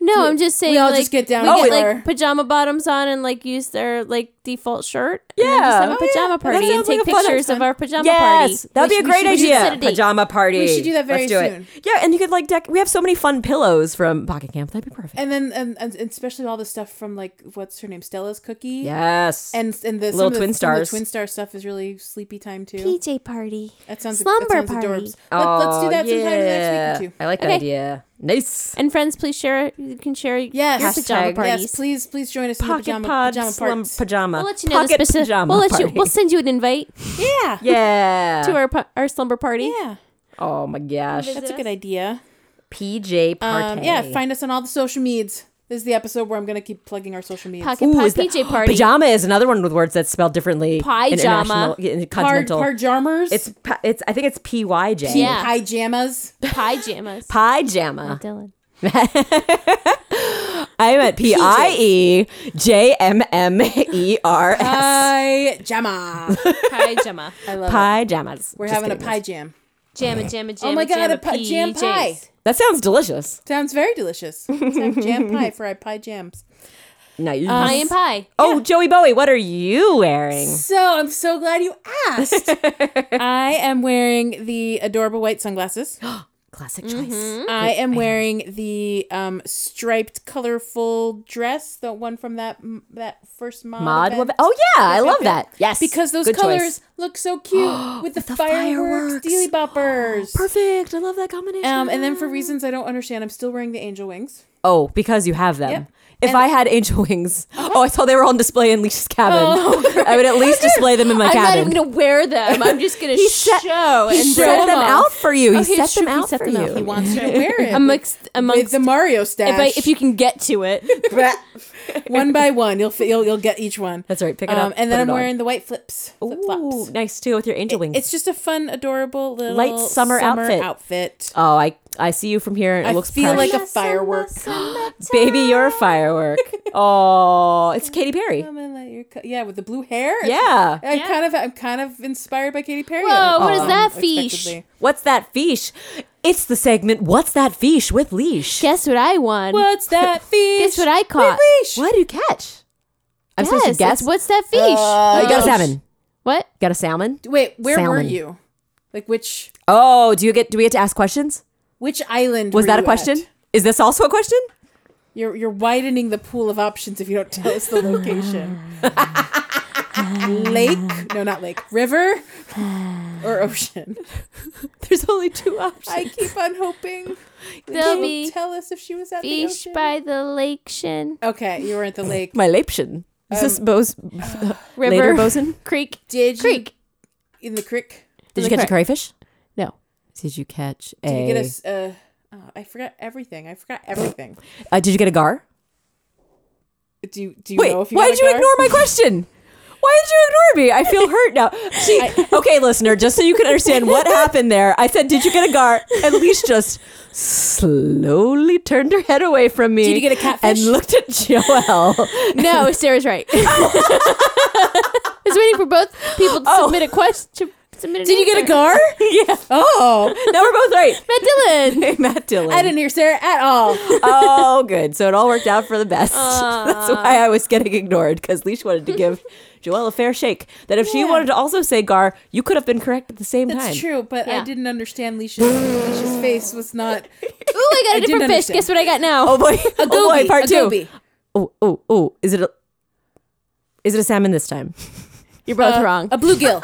Speaker 2: no, I'm just saying.
Speaker 3: We all
Speaker 2: like,
Speaker 3: just get down.
Speaker 2: we
Speaker 3: Oh,
Speaker 2: get
Speaker 3: wait.
Speaker 2: like pajama bottoms on and like use their like default shirt. Yeah, and then just
Speaker 1: Yeah.
Speaker 2: have a
Speaker 1: Oh, yeah.
Speaker 2: pajama
Speaker 1: That
Speaker 2: party and
Speaker 1: sounds like
Speaker 2: take
Speaker 1: a fun
Speaker 2: pictures of
Speaker 3: time.
Speaker 2: our pajama
Speaker 1: Yes,
Speaker 2: party.
Speaker 1: that'd
Speaker 2: We
Speaker 1: be a
Speaker 2: should- we
Speaker 1: great
Speaker 2: should- we should
Speaker 1: idea.
Speaker 2: set a date.
Speaker 1: Pajama party.
Speaker 3: We should do that very
Speaker 1: Let's do
Speaker 3: soon.
Speaker 1: It. Yeah, and you could like deck. We have so many fun pillows from Pocket Camp. That'd be perfect.
Speaker 3: And then and, and especially all the stuff from like what's her name, Stella's Cookie.
Speaker 1: yes.
Speaker 3: And and the some
Speaker 1: Little
Speaker 3: of the-
Speaker 1: Twin
Speaker 3: some of the
Speaker 1: Stars.
Speaker 3: twin star stuff is really sleepy time too.
Speaker 2: PJ party.
Speaker 3: That sounds
Speaker 2: Slumber
Speaker 3: that sounds
Speaker 2: party.
Speaker 3: adorbs. Let, let's do
Speaker 1: Oh,
Speaker 3: that sometime next week or two.
Speaker 1: I like that
Speaker 2: Okay.
Speaker 1: idea. Nice.
Speaker 2: And friends, please share. You can share
Speaker 3: Yes,
Speaker 2: your pajama
Speaker 1: Hashtag.
Speaker 2: parties.
Speaker 3: yes. Please, please join us in the
Speaker 1: Pocket
Speaker 3: pajama
Speaker 1: pod
Speaker 3: pajama
Speaker 1: slum
Speaker 3: parts.
Speaker 1: pajama.
Speaker 2: We'll let you know the
Speaker 1: Pocket
Speaker 2: specific.
Speaker 1: pajama
Speaker 2: We'll let
Speaker 1: [LAUGHS]
Speaker 2: you.
Speaker 1: party.
Speaker 2: We'll send you an
Speaker 3: [LAUGHS]
Speaker 2: invite
Speaker 3: yeah,
Speaker 1: yeah.
Speaker 2: to our pa- our slumber party.
Speaker 3: yeah.
Speaker 1: oh my gosh.
Speaker 3: That's a good idea.
Speaker 1: PJ party.
Speaker 3: Um, yeah, find us on all the social medias. This is the episode where I'm going to keep plugging our social medias.
Speaker 2: Pocket pod
Speaker 3: [GASPS]
Speaker 2: PJ
Speaker 1: [GASPS]
Speaker 2: party.
Speaker 1: Pajama is another one with words that's spelled differently.
Speaker 2: Pajama.
Speaker 1: In international, in
Speaker 3: Hard,
Speaker 1: continental.
Speaker 3: hard jarmers.
Speaker 1: It's pa- it's. I think it's P Y J.
Speaker 2: Yeah.
Speaker 3: pajamas.
Speaker 2: Pajamas.
Speaker 1: Pajama.
Speaker 2: Dylan.
Speaker 1: I'm
Speaker 3: [LAUGHS]
Speaker 1: at P I E J M M E R S.
Speaker 3: Pajama.
Speaker 2: Pajama. [LAUGHS]
Speaker 3: I love it.
Speaker 1: Pajamas.
Speaker 3: Uh, We're
Speaker 1: Just
Speaker 3: having a
Speaker 1: kidding.
Speaker 3: pie jam.
Speaker 2: Jam it, jam it, jam
Speaker 3: Oh my
Speaker 2: it,
Speaker 3: God,
Speaker 2: jam
Speaker 3: a
Speaker 2: it,
Speaker 3: pi- jam
Speaker 2: PJs.
Speaker 3: pie.
Speaker 1: That sounds delicious.
Speaker 3: Sounds very
Speaker 2: [LAUGHS]
Speaker 3: delicious. It's like jam pie for I pie jams.
Speaker 1: Nice.
Speaker 3: Uh,
Speaker 2: Pie and pie.
Speaker 1: oh, Joey Bowie, what are you wearing?
Speaker 3: So I'm so glad you asked. I am wearing the adorable
Speaker 1: [GASPS]
Speaker 3: white sunglasses.
Speaker 1: [LAUGHS] Classic
Speaker 3: Mm-hmm.
Speaker 1: choice.
Speaker 3: I am wearing the um, striped, colorful dress, the one from that that first mod.
Speaker 1: Mod.
Speaker 3: event.
Speaker 1: Web- oh yeah, I love
Speaker 3: event.
Speaker 1: that. Yes,
Speaker 3: because those
Speaker 1: Good
Speaker 3: colors
Speaker 1: choice.
Speaker 3: look
Speaker 1: [GASPS]
Speaker 3: so cute with the,
Speaker 1: fireworks. [GASPS]
Speaker 3: fireworks, dealy boppers.
Speaker 1: Perfect. I love that combination.
Speaker 3: Um, and then for reasons I don't understand, I'm still wearing the angel wings.
Speaker 1: oh, because you have them.
Speaker 3: Yep.
Speaker 1: If I had angel
Speaker 3: [LAUGHS]
Speaker 1: wings, oh, I saw they were on display in Leash's cabin.
Speaker 3: Oh,
Speaker 1: I would at
Speaker 3: [LAUGHS]
Speaker 1: least display them in my
Speaker 2: I'm not
Speaker 1: cabin.
Speaker 2: even gonna wear them. I'm just gonna
Speaker 1: set-
Speaker 2: show
Speaker 1: he
Speaker 2: and
Speaker 1: set
Speaker 2: show
Speaker 1: them
Speaker 2: off.
Speaker 1: out for you. He
Speaker 2: Okay,
Speaker 1: set
Speaker 2: it's true,
Speaker 1: them
Speaker 2: he
Speaker 1: out
Speaker 2: set
Speaker 1: for
Speaker 2: them out.
Speaker 1: you.
Speaker 3: He [LAUGHS] wants you to wear it
Speaker 2: amongst amongst
Speaker 3: with the
Speaker 1: [LAUGHS]
Speaker 3: Mario stash.
Speaker 2: if, I, if you can get to it.
Speaker 3: [LAUGHS] one by one, you'll fi- you'll you'll get each one.
Speaker 1: That's right. Pick it up.
Speaker 3: Um, and then
Speaker 1: put
Speaker 3: I'm
Speaker 1: it on.
Speaker 3: wearing the white flips, flip
Speaker 1: Ooh,
Speaker 3: flops.
Speaker 1: nice too with your angel wings.
Speaker 3: It's just a fun, adorable little
Speaker 1: Light summer outfit.
Speaker 3: outfit.
Speaker 1: oh, I I see you from here. and It
Speaker 3: I
Speaker 1: looks
Speaker 3: feel
Speaker 1: precious.
Speaker 3: like a firework.
Speaker 2: [GASPS]
Speaker 1: [LAUGHS] baby. You're a firework. oh, it's Katy Perry.
Speaker 3: I'm gonna let your co- yeah, with the blue hair.
Speaker 1: Yeah.
Speaker 3: I'm kind of I'm kind of inspired by Katy Perry. Um,
Speaker 2: Whoa, what is that
Speaker 3: unexpectedly.
Speaker 2: fish?
Speaker 1: What's that fish? It's the segment. What's that fish with leash?
Speaker 2: Guess what I won?
Speaker 3: What's
Speaker 1: [LAUGHS]
Speaker 3: that fish?
Speaker 2: Guess what I caught?
Speaker 3: Fish.
Speaker 1: What do you catch? I'm supposed to
Speaker 2: Yes,
Speaker 1: guess.
Speaker 2: it's What's that fish?
Speaker 1: Oh, you got a salmon.
Speaker 2: what?
Speaker 1: Got a salmon.
Speaker 3: Wait, where were
Speaker 1: Salmon.
Speaker 3: you? Like which
Speaker 1: Oh, do you get? Do we get to ask questions?
Speaker 3: which island
Speaker 1: Was
Speaker 3: were
Speaker 1: that
Speaker 3: you
Speaker 1: a question?
Speaker 3: at?
Speaker 1: Is this also a question?
Speaker 3: You're you're widening the pool of options if you don't tell us the
Speaker 1: [LAUGHS]
Speaker 3: location. lake? No, not lake. River
Speaker 1: [LAUGHS]
Speaker 3: or ocean?
Speaker 1: There's only two options.
Speaker 3: I keep on hoping they
Speaker 2: There'll
Speaker 3: don't
Speaker 2: be
Speaker 3: tell us if she was at the
Speaker 2: Fish
Speaker 3: ocean.
Speaker 2: by the lake, Shin
Speaker 3: okay, you
Speaker 1: [COUGHS]
Speaker 3: were at the lake.
Speaker 1: [LAUGHS] My Leipchen. Is this [LAUGHS] Bose
Speaker 2: River
Speaker 1: later Bosun?
Speaker 2: [LAUGHS] Creek.
Speaker 3: Did you
Speaker 2: Creek.
Speaker 3: in the creek?
Speaker 1: Did you
Speaker 2: the
Speaker 1: catch a
Speaker 2: cray-
Speaker 1: crayfish?
Speaker 2: No.
Speaker 1: Did you catch a?
Speaker 3: Did you get us? Uh, oh, I forgot everything. I forgot everything.
Speaker 1: uh, did you get a gar?
Speaker 3: Do you do you
Speaker 1: Wait,
Speaker 3: know if you?
Speaker 1: why
Speaker 3: got
Speaker 1: did
Speaker 3: a
Speaker 1: you
Speaker 3: car?
Speaker 1: ignore my question? Why did you ignore me? I feel hurt
Speaker 3: [LAUGHS]
Speaker 1: now. See, okay, listener, just so you can understand what happened there, I said, "Did you get a gar?" And Leash just slowly turned her head away from me.
Speaker 3: Did you get a catfish?
Speaker 1: And looked at Joelle.
Speaker 2: No, Sarah's right. [LAUGHS] I was waiting for both people to
Speaker 1: Oh.
Speaker 2: submit a question. Submit an
Speaker 3: Did
Speaker 1: [LAUGHS]
Speaker 3: you get a
Speaker 2: answer.
Speaker 3: gar?
Speaker 1: [LAUGHS] yeah.
Speaker 3: Oh,
Speaker 1: Now we're both right. [LAUGHS]
Speaker 2: Matt Dillon?
Speaker 1: Hey, Matt Dillon.
Speaker 3: I didn't hear Sarah
Speaker 1: [LAUGHS]
Speaker 3: at all.
Speaker 1: oh, good. So it all worked out for the best. [LAUGHS] That's why I was getting ignored because Leash wanted to
Speaker 3: [LAUGHS]
Speaker 1: give Joelle a fair shake. That if she
Speaker 3: Yeah.
Speaker 1: wanted to also say Gar, you could have been correct at the same
Speaker 3: That's
Speaker 1: time.
Speaker 3: true, but I
Speaker 2: Yeah.
Speaker 3: didn't understand Leisha's,
Speaker 1: [GASPS]
Speaker 3: Leisha's face was not.
Speaker 2: Ooh, I got a
Speaker 3: I didn't
Speaker 2: different fish.
Speaker 3: understand.
Speaker 2: Guess what I got now?
Speaker 1: Oh boy. A oh boy,
Speaker 3: Goby,
Speaker 1: part
Speaker 3: [LAUGHS] a
Speaker 1: two.
Speaker 3: goby.
Speaker 1: Oh, oh, oh. Is it a is it a salmon this [LAUGHS] time?
Speaker 2: You're both
Speaker 3: Uh,
Speaker 2: wrong.
Speaker 1: [LAUGHS]
Speaker 3: A bluegill,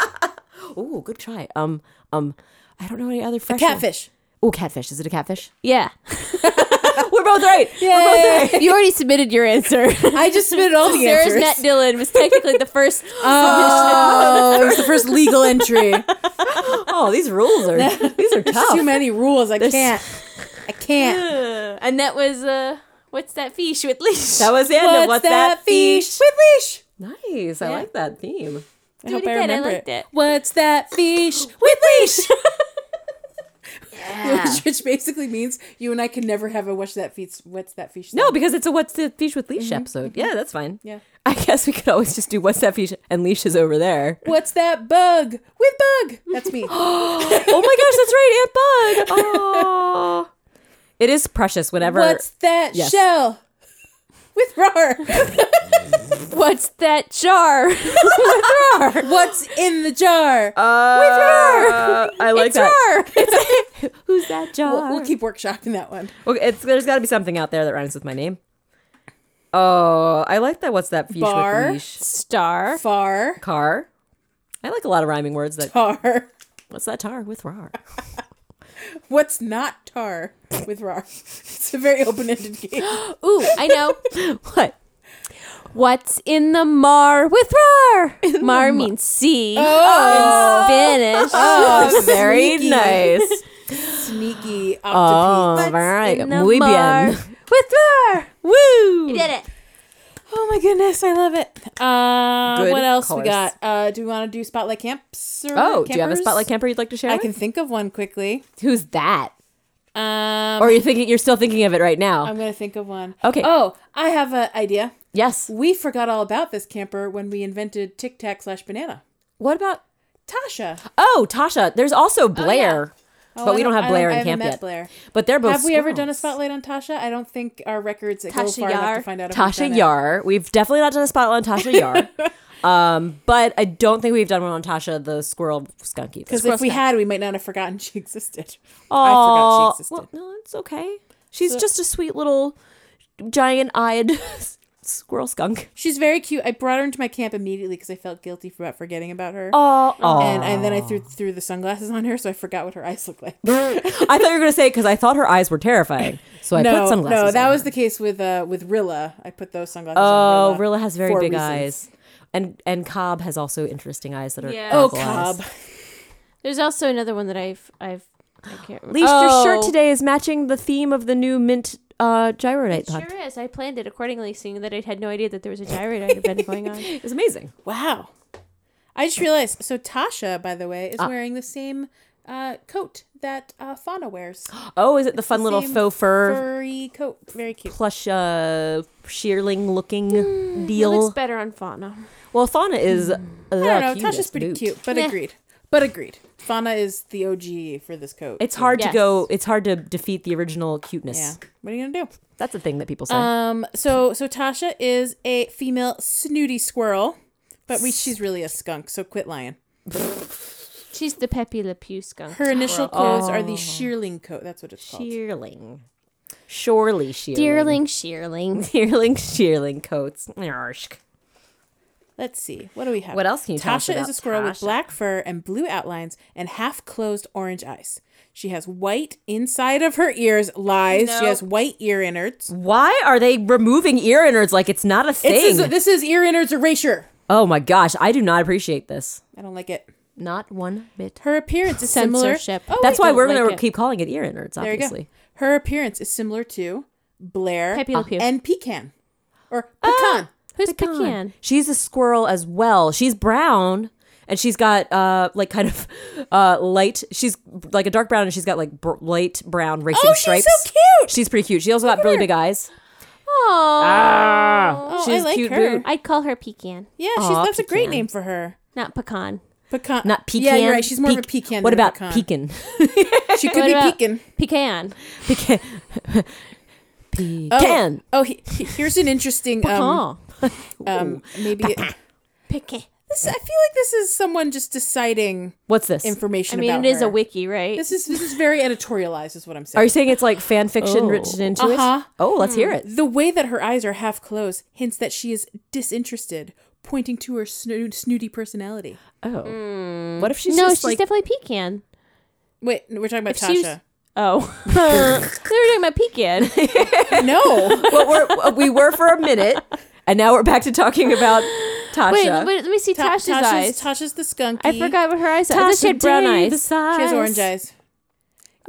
Speaker 1: Oh, good try. Um, um, I don't know any other fresh
Speaker 3: catfish.
Speaker 1: Oh, catfish. Is it a catfish?
Speaker 2: yeah.
Speaker 1: [LAUGHS] We're both [LAUGHS] right.
Speaker 3: Yay.
Speaker 2: you already submitted your [LAUGHS] answer.
Speaker 3: I just submitted all the
Speaker 2: Sarah's
Speaker 3: answers.
Speaker 2: Matt Dillon was technically the first. [LAUGHS]
Speaker 3: oh, it was the first legal
Speaker 1: [LAUGHS]
Speaker 3: entry.
Speaker 1: Oh, these rules [LAUGHS] are these are
Speaker 3: Too
Speaker 1: tough.
Speaker 3: many rules. I can't. I can't.
Speaker 2: and that was uh, what's that fish with leash?
Speaker 1: That was the end of what's that, fish?
Speaker 3: With leash.
Speaker 1: Nice. I like that theme.
Speaker 3: I
Speaker 2: Do it
Speaker 3: hope I
Speaker 2: again. I
Speaker 3: remember
Speaker 2: liked it.
Speaker 3: What's that fish with
Speaker 1: [LAUGHS]
Speaker 3: leash? [LAUGHS] Which, which basically means you and I can never have a what's that fish? What's that fish?
Speaker 1: No,
Speaker 3: song.
Speaker 1: because it's a what's the fish with leash episode. Mm-hmm. Yeah, that's fine.
Speaker 3: Yeah.
Speaker 1: I guess we could always just do what's that fish and leash is over there.
Speaker 3: What's that bug with bug?
Speaker 1: [GASPS]
Speaker 3: That's me.
Speaker 1: [LAUGHS] oh my gosh, that's right, Aunt Bug. [LAUGHS] Oh. It is precious whenever
Speaker 3: What's that
Speaker 1: Yes.
Speaker 3: shell [LAUGHS]
Speaker 1: [LAUGHS]
Speaker 3: with roar?
Speaker 2: What's that jar?
Speaker 3: What's in the jar?
Speaker 1: Uh, I like
Speaker 2: It's
Speaker 1: that. [LAUGHS]
Speaker 2: jar.
Speaker 1: Who's that jar?
Speaker 3: we'll, we'll keep workshopping that one.
Speaker 1: okay, it's, there's got to be something out there that rhymes with my name. Oh, I like that. What's that? Fish
Speaker 3: Bar.
Speaker 1: with leash.
Speaker 2: Star.
Speaker 3: Far
Speaker 1: Car. I like a lot of rhyming words. That
Speaker 3: tar. [LAUGHS]
Speaker 1: what's that tar with rar? [LAUGHS]
Speaker 3: What's not tar with roar? [LAUGHS] It's a very open-ended
Speaker 1: [GASPS]
Speaker 3: game.
Speaker 2: Ooh, I know.
Speaker 1: what?
Speaker 2: What's in the mar with [LAUGHS] rar? Mar Oh. means sea in Spanish.
Speaker 1: [LAUGHS] Oh, very nice.
Speaker 3: Sneaky
Speaker 1: Oh,
Speaker 3: octopus.
Speaker 1: all right,
Speaker 2: in the
Speaker 1: muy
Speaker 2: mar
Speaker 1: bien.
Speaker 2: with rar.
Speaker 1: Woo!
Speaker 2: Oh. You did it.
Speaker 3: Oh my goodness, I love it. Uh,
Speaker 1: Good
Speaker 3: what else we
Speaker 1: course.
Speaker 3: got? Uh, do we want to do spotlight camps? Or
Speaker 1: Oh, do you have a
Speaker 3: campers?
Speaker 1: spotlight camper you'd like to share?
Speaker 3: I
Speaker 1: with?
Speaker 3: can think of one quickly.
Speaker 1: Who's that?
Speaker 3: Um,
Speaker 1: Or you're thinking you're still thinking of it right now?
Speaker 3: I'm gonna think of one.
Speaker 1: Okay.
Speaker 3: Oh, I have an idea.
Speaker 1: yes.
Speaker 3: We forgot all about this camper when we invented Tic Tac slash Banana.
Speaker 1: What about?
Speaker 3: Tasha.
Speaker 1: Oh, Tasha. There's also Blair.
Speaker 3: Oh,
Speaker 1: but
Speaker 3: I
Speaker 1: we don't have
Speaker 3: I
Speaker 1: Blair
Speaker 3: I
Speaker 1: in
Speaker 3: haven't
Speaker 1: camp
Speaker 3: met
Speaker 1: yet.
Speaker 3: Blair.
Speaker 1: But they're both.
Speaker 3: Have we ever done a
Speaker 1: squirrels.
Speaker 3: spotlight on Tasha? I don't think our records go
Speaker 2: Tasha
Speaker 3: far enough
Speaker 2: Yar.
Speaker 3: to find out. If we've
Speaker 1: Tasha
Speaker 3: done it.
Speaker 1: Yar. We've definitely not done a spotlight on Tasha Yar.
Speaker 3: [LAUGHS]
Speaker 1: um, but I don't think we've done one on Tasha the squirrel skunk either.
Speaker 3: Because if we had, we might not have forgotten she existed. I
Speaker 1: Aw,
Speaker 3: forgot she existed.
Speaker 1: Well, no, it's okay. She's just a sweet little giant eyed [LAUGHS] squirrel skunk. [LAUGHS]
Speaker 3: She's very cute. I brought her into my camp immediately because I felt guilty for- about forgetting about her.
Speaker 1: Oh,
Speaker 3: And, and then I threw threw the sunglasses on her, so I forgot what her eyes looked like.
Speaker 1: I thought you were going to say because I thought her eyes were terrifying. So I put
Speaker 3: no,
Speaker 1: sunglasses
Speaker 3: no, that
Speaker 1: on
Speaker 3: was
Speaker 1: her.
Speaker 3: the case with uh with Rilla. I put those sunglasses.
Speaker 1: Oh,
Speaker 3: on
Speaker 1: Rilla has very
Speaker 3: for
Speaker 1: big
Speaker 3: reasons.
Speaker 1: eyes. And and Cobb has also interesting eyes that are.
Speaker 2: Yeah.
Speaker 3: Oh,
Speaker 1: awful eyes.
Speaker 3: Cobb.
Speaker 2: There's also another one that I've I've I can't remember.
Speaker 1: Leash, your shirt
Speaker 2: Oh.
Speaker 1: today is matching the theme of the new mint uh, gyrodite hunt.
Speaker 2: Sure is. I planned it accordingly, seeing that I had no idea that there was a gyrodite event going on.
Speaker 1: It's amazing.
Speaker 3: Wow. I just realized. So Tasha, by the way, is
Speaker 1: Ah.
Speaker 3: wearing the same uh, coat that uh, Fauna
Speaker 1: [GASPS]
Speaker 3: wears.
Speaker 1: Oh, is it the fun little
Speaker 3: Same
Speaker 1: faux fur,
Speaker 3: furry coat. Very cute.
Speaker 1: plush uh, shearling looking
Speaker 2: It
Speaker 1: deal?
Speaker 2: looks better on Fauna.
Speaker 1: well, Fauna is. I
Speaker 3: I don't know. Tasha's pretty cute, but
Speaker 2: Yeah.
Speaker 3: agreed. But agreed. Fauna is the OG for this coat.
Speaker 1: It's hard
Speaker 2: Yes.
Speaker 1: to go. It's hard to defeat the original cuteness.
Speaker 3: yeah. What are you gonna do?
Speaker 1: That's a thing that people say.
Speaker 3: Um. So so Tasha is a female snooty squirrel, but we she's really a skunk. So quit lying.
Speaker 2: She's the Pepe Le Pew skunk.
Speaker 3: Her initial coats are the
Speaker 1: Oh.
Speaker 3: shearling coat. That's what it's called.
Speaker 1: shearling, surely shearling,
Speaker 2: Dearling Shearling.
Speaker 1: dearling, [LAUGHS] shearling coats. Yarshk.
Speaker 3: Let's see. What do we have?
Speaker 1: What else can you tell us
Speaker 3: Tasha is
Speaker 1: about
Speaker 3: a squirrel with
Speaker 1: Tasha?
Speaker 3: black fur and blue outlines and half closed orange eyes. She has white inside of her ears. Lies. She has white ear innards.
Speaker 1: Why are they removing ear innards like it's not a thing?
Speaker 3: This is, this is ear innards erasure.
Speaker 1: oh my gosh, I do not appreciate this.
Speaker 3: I don't like it.
Speaker 1: Not one bit.
Speaker 3: Her appearance is similar.
Speaker 2: Censorship.
Speaker 3: Oh,
Speaker 1: That's
Speaker 3: wait,
Speaker 1: why
Speaker 3: don't
Speaker 1: we're
Speaker 3: like
Speaker 1: going
Speaker 3: it.
Speaker 1: to keep calling it ear innards.
Speaker 3: There you
Speaker 1: Obviously.
Speaker 3: go. Her appearance is similar to Blair
Speaker 2: Pepe Le Pew.
Speaker 3: and Pecan, or Pecan.
Speaker 2: Who's pecan?
Speaker 1: pecan. She's a squirrel as well. She's brown and she's got uh like kind of uh light. She's like a dark brown and she's got like br- light brown racing
Speaker 3: Oh, she's
Speaker 1: stripes.
Speaker 3: so cute.
Speaker 1: She's pretty cute. She also got really big eyes.
Speaker 2: Oh.
Speaker 3: oh,
Speaker 1: she's
Speaker 3: I like
Speaker 1: cute
Speaker 3: her.
Speaker 1: boob.
Speaker 2: I call her pecan,
Speaker 3: Yeah, she's,
Speaker 1: Aw,
Speaker 3: that's a great
Speaker 1: Pecan.
Speaker 3: name for her.
Speaker 2: not pecan.
Speaker 3: Pecan.
Speaker 1: Not pecan.
Speaker 3: Yeah, you're right. She's more of a
Speaker 1: Peak-
Speaker 3: pecan.
Speaker 1: What
Speaker 3: than a
Speaker 1: about
Speaker 3: pecan.
Speaker 1: pecan?
Speaker 3: She could
Speaker 2: What
Speaker 3: be
Speaker 2: about-
Speaker 3: pecan.
Speaker 2: Pecan.
Speaker 1: Pecan.
Speaker 3: Oh,
Speaker 1: pecan.
Speaker 3: Oh, he, he- here's an interesting. Um,
Speaker 2: oh.
Speaker 3: um, maybe
Speaker 2: Pecan.
Speaker 3: this. I feel like this is someone just deciding
Speaker 1: [LAUGHS] What's this?
Speaker 2: I
Speaker 3: information.
Speaker 2: mean,
Speaker 3: about
Speaker 2: it is a
Speaker 3: her.
Speaker 2: wiki, right?
Speaker 3: This is this is very editorialized, is what I'm
Speaker 1: Are
Speaker 3: saying.
Speaker 1: you saying it's like fan fiction
Speaker 2: Oh.
Speaker 1: written into
Speaker 3: Uh-huh.
Speaker 1: it? Oh, let's hear it.
Speaker 3: the way that her eyes are half closed hints that she is disinterested, pointing to her snoo- snooty personality.
Speaker 1: Oh.
Speaker 3: Hmm.
Speaker 1: What if she's
Speaker 2: no,
Speaker 1: just
Speaker 2: she's
Speaker 1: like
Speaker 2: definitely pecan.
Speaker 3: Wait, no, we're talking about
Speaker 2: she was-
Speaker 3: Tasha. [LAUGHS]
Speaker 2: Oh, [LAUGHS] they were talking about pecan.
Speaker 3: no,
Speaker 1: but we're, we were for a minute and now we're back to talking
Speaker 3: [LAUGHS]
Speaker 1: about Tasha.
Speaker 2: [LAUGHS] Wait, wait, let me see
Speaker 3: Ta-
Speaker 2: Tasha's, eyes.
Speaker 3: Tasha's the skunky.
Speaker 2: I forgot what her eyes are. I thought she had brown eyes.
Speaker 3: She has orange eyes.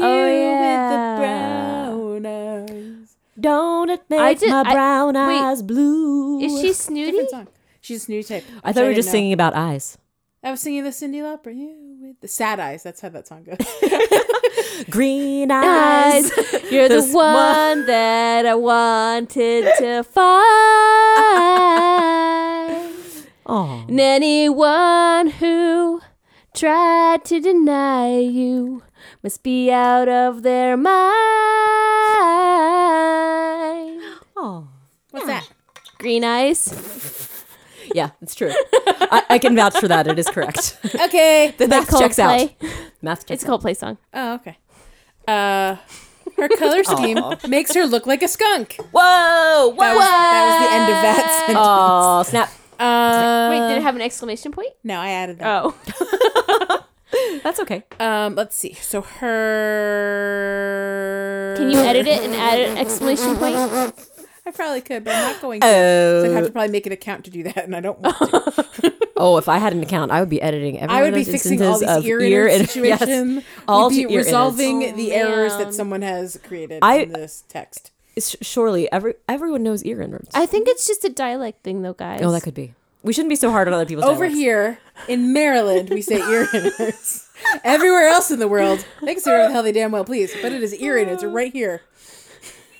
Speaker 2: Oh,
Speaker 3: you
Speaker 2: yeah.
Speaker 3: with the brown eyes.
Speaker 1: Don't it make
Speaker 2: I did-
Speaker 1: my
Speaker 2: I-
Speaker 1: brown
Speaker 2: wait.
Speaker 1: eyes blue?
Speaker 2: Is she snooty?
Speaker 3: Different song. She's a snooty type.
Speaker 1: I
Speaker 3: which
Speaker 1: thought we were
Speaker 3: didn't
Speaker 1: just
Speaker 3: know.
Speaker 1: singing about eyes.
Speaker 3: I was singing the Cindy Lauper. You with the sad eyes. That's how that song
Speaker 2: [LAUGHS]
Speaker 3: goes.
Speaker 1: Green eyes.
Speaker 2: You're the
Speaker 1: This one-
Speaker 2: one that I wanted to find.
Speaker 1: Oh,
Speaker 2: And anyone who tried to deny you must be out of their mind.
Speaker 1: oh.
Speaker 3: What's that?
Speaker 2: Green eyes.
Speaker 1: Yeah, it's true. I, I can vouch for that. It is correct.
Speaker 2: [LAUGHS]
Speaker 3: Okay.
Speaker 1: The [LAUGHS] math checks out.
Speaker 2: Coldplay.
Speaker 1: Math checks
Speaker 2: It's a Coldplay song.
Speaker 3: Oh, okay. Uh, her
Speaker 2: [LAUGHS]
Speaker 3: color scheme makes her look like a skunk.
Speaker 1: out. Whoa! Whoa!
Speaker 3: That was, that was the end of that sentence.
Speaker 1: Oh, snap.
Speaker 3: Uh,
Speaker 2: Wait, did it have an exclamation point?
Speaker 3: no, I added that.
Speaker 2: [LAUGHS] Oh.
Speaker 1: That's okay.
Speaker 3: Um, let's see. So her.
Speaker 2: Can you edit it and add an exclamation point?
Speaker 3: I probably could, but I'm not going to. So I'd have to probably make an account to do that, and I don't want to.
Speaker 1: Oh, if I had an account, I would be editing every
Speaker 3: I would
Speaker 1: one
Speaker 3: be
Speaker 1: of those
Speaker 3: fixing all
Speaker 1: instances
Speaker 3: these
Speaker 1: of ear
Speaker 3: ear, inner
Speaker 1: and- [LAUGHS] yes.
Speaker 3: situation.
Speaker 1: All to
Speaker 3: We'd be
Speaker 1: ear innards.
Speaker 3: resolving
Speaker 2: Oh,
Speaker 3: the errors
Speaker 2: man.
Speaker 3: that someone has created
Speaker 1: I-
Speaker 3: in this text.
Speaker 1: S- Surely, every everyone knows ear innards.
Speaker 2: I think it's just a dialect thing, though, guys.
Speaker 1: oh, that could be. We shouldn't be so hard on other people's
Speaker 3: Over
Speaker 1: dialects.
Speaker 3: here in Maryland, we say
Speaker 1: [LAUGHS]
Speaker 3: ear innards. Everywhere else in the world, they can say whatever the hell they damn well please, but it is ear innards are right here.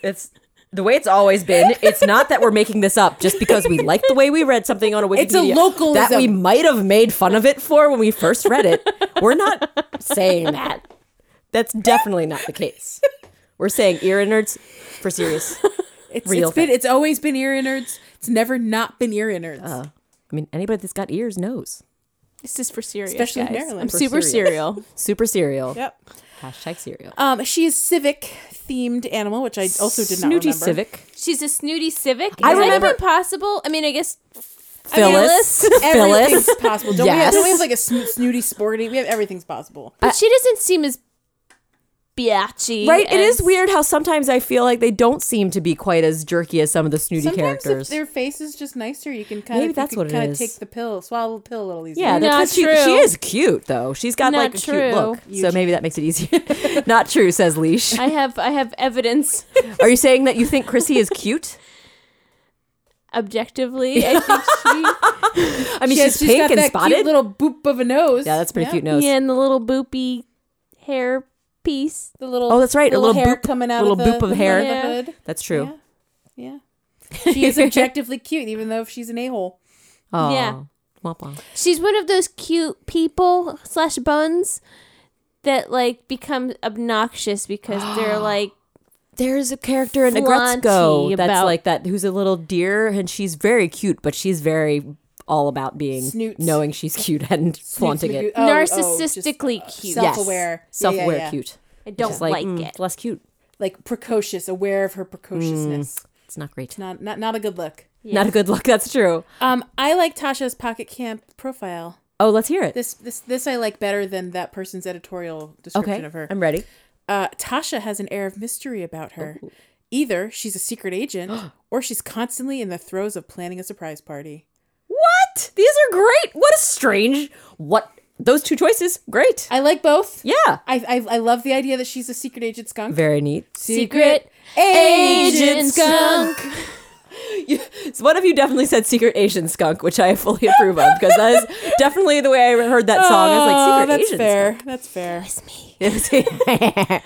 Speaker 1: It's the way it's always been. It's not that we're making this up just because we like the way we read something on a Wikipedia.
Speaker 3: It's a localism.
Speaker 1: that we might have made fun of it for when we first read it. We're not saying that. That's definitely not the case. We're saying ear innards for serious.
Speaker 3: It's,
Speaker 1: Real
Speaker 3: it's been
Speaker 1: thing.
Speaker 3: it's always been ear innards. It's never not been ear innards.
Speaker 1: Oh. I mean, anybody that's got ears knows.
Speaker 2: This is for serious,
Speaker 3: Especially
Speaker 2: guys.
Speaker 3: Maryland.
Speaker 2: I'm
Speaker 3: For
Speaker 2: super
Speaker 1: serial.
Speaker 2: serial.
Speaker 1: Super cereal.
Speaker 3: Yep.
Speaker 1: Hashtag cereal.
Speaker 3: Um, she is civic themed animal, which I also did not
Speaker 1: Snooty
Speaker 3: remember.
Speaker 1: Civic.
Speaker 2: She's a snooty civic. Is
Speaker 1: I remember-
Speaker 2: anything possible? I mean, I guess
Speaker 1: Phyllis.
Speaker 3: Everything's
Speaker 1: Phyllis.
Speaker 3: possible. Don't, we
Speaker 1: Yes.
Speaker 3: have, don't we have like a sno- snooty sporty? We have everything's possible.
Speaker 2: But she doesn't seem as biatchy.
Speaker 1: Right? It is
Speaker 2: as-
Speaker 1: weird how sometimes I feel like they don't seem to be quite as jerky as some of the snooty
Speaker 3: Sometimes if
Speaker 1: characters.
Speaker 3: their face is just nicer, you can kind
Speaker 1: Maybe
Speaker 3: of
Speaker 1: that's what it
Speaker 3: kind
Speaker 1: is.
Speaker 3: of take the pill, swallow the pill a little easier.
Speaker 1: yeah,
Speaker 2: Not
Speaker 1: that's what she,
Speaker 2: true.
Speaker 1: she is cute though. She's got like a
Speaker 2: Not
Speaker 1: cute look,
Speaker 2: true.
Speaker 1: so maybe that makes it easier. [LAUGHS] Not true, says Leash.
Speaker 2: I have I have
Speaker 1: [LAUGHS]
Speaker 2: evidence
Speaker 1: Are you saying that you think Chrissy is cute?
Speaker 2: objectively. I think
Speaker 1: I mean,
Speaker 3: She has-
Speaker 1: she's pink
Speaker 3: got
Speaker 1: and
Speaker 3: that
Speaker 1: spotted.
Speaker 3: cute little boop of a nose.
Speaker 1: yeah, that's pretty cute nose.
Speaker 2: she yeah, and the little boopy hair piece.
Speaker 3: The little
Speaker 1: Oh, that's right, a
Speaker 3: Little,
Speaker 1: little
Speaker 3: hair
Speaker 1: boop-
Speaker 3: coming out
Speaker 1: little
Speaker 3: of the,
Speaker 1: boop of
Speaker 3: the
Speaker 1: hair.
Speaker 2: Yeah.
Speaker 3: hood.
Speaker 1: That's true.
Speaker 3: Yeah, yeah. She is objectively cute, even though she's an a hole.
Speaker 1: Oh.
Speaker 2: Yeah.
Speaker 1: Womp womp.
Speaker 2: She's one of those cute people slash buns that like become obnoxious because
Speaker 1: [GASPS]
Speaker 2: they're like
Speaker 1: There's a character in
Speaker 2: Flaunty
Speaker 1: Agretzko that's
Speaker 2: about-
Speaker 1: like that, who's a little deer, and she's very cute, but she's very all about being
Speaker 3: Snoots.
Speaker 1: knowing she's cute and flaunting it.
Speaker 3: oh,
Speaker 2: narcissistically
Speaker 1: Yes.
Speaker 2: cute.
Speaker 3: Self-aware. Yeah, yeah,
Speaker 1: self-aware,
Speaker 3: yeah.
Speaker 1: cute.
Speaker 2: I don't
Speaker 1: uh, Just
Speaker 2: like,
Speaker 1: mm,
Speaker 2: it.
Speaker 1: Less cute.
Speaker 3: like precocious, aware of her precociousness.
Speaker 1: It's not great.
Speaker 3: Not not not a good look.
Speaker 1: Not a good look. That's true.
Speaker 3: Um, I like Tasha's pocket camp profile.
Speaker 1: Oh, let's hear it.
Speaker 3: This this this I like better than that person's editorial description
Speaker 1: Okay,
Speaker 3: of her.
Speaker 1: I'm ready.
Speaker 3: Uh, Tasha has an air of mystery about her.
Speaker 1: Oh.
Speaker 3: Either she's a
Speaker 1: [GASPS]
Speaker 3: secret agent, or she's constantly in the throes of planning a surprise party.
Speaker 1: What? These are great. What a strange. What those two choices? Great.
Speaker 3: I like both.
Speaker 1: Yeah.
Speaker 3: I I, I love the idea that she's a secret agent skunk.
Speaker 1: Very neat.
Speaker 2: Secret agent skunk.
Speaker 1: So one of you definitely said "Secret Asian Skunk," which I fully approve of because that
Speaker 3: [LAUGHS]
Speaker 1: is definitely the way I heard that song. I was like,
Speaker 3: Oh,
Speaker 1: "Secret
Speaker 3: that's
Speaker 1: Asian
Speaker 3: fair. That's fair.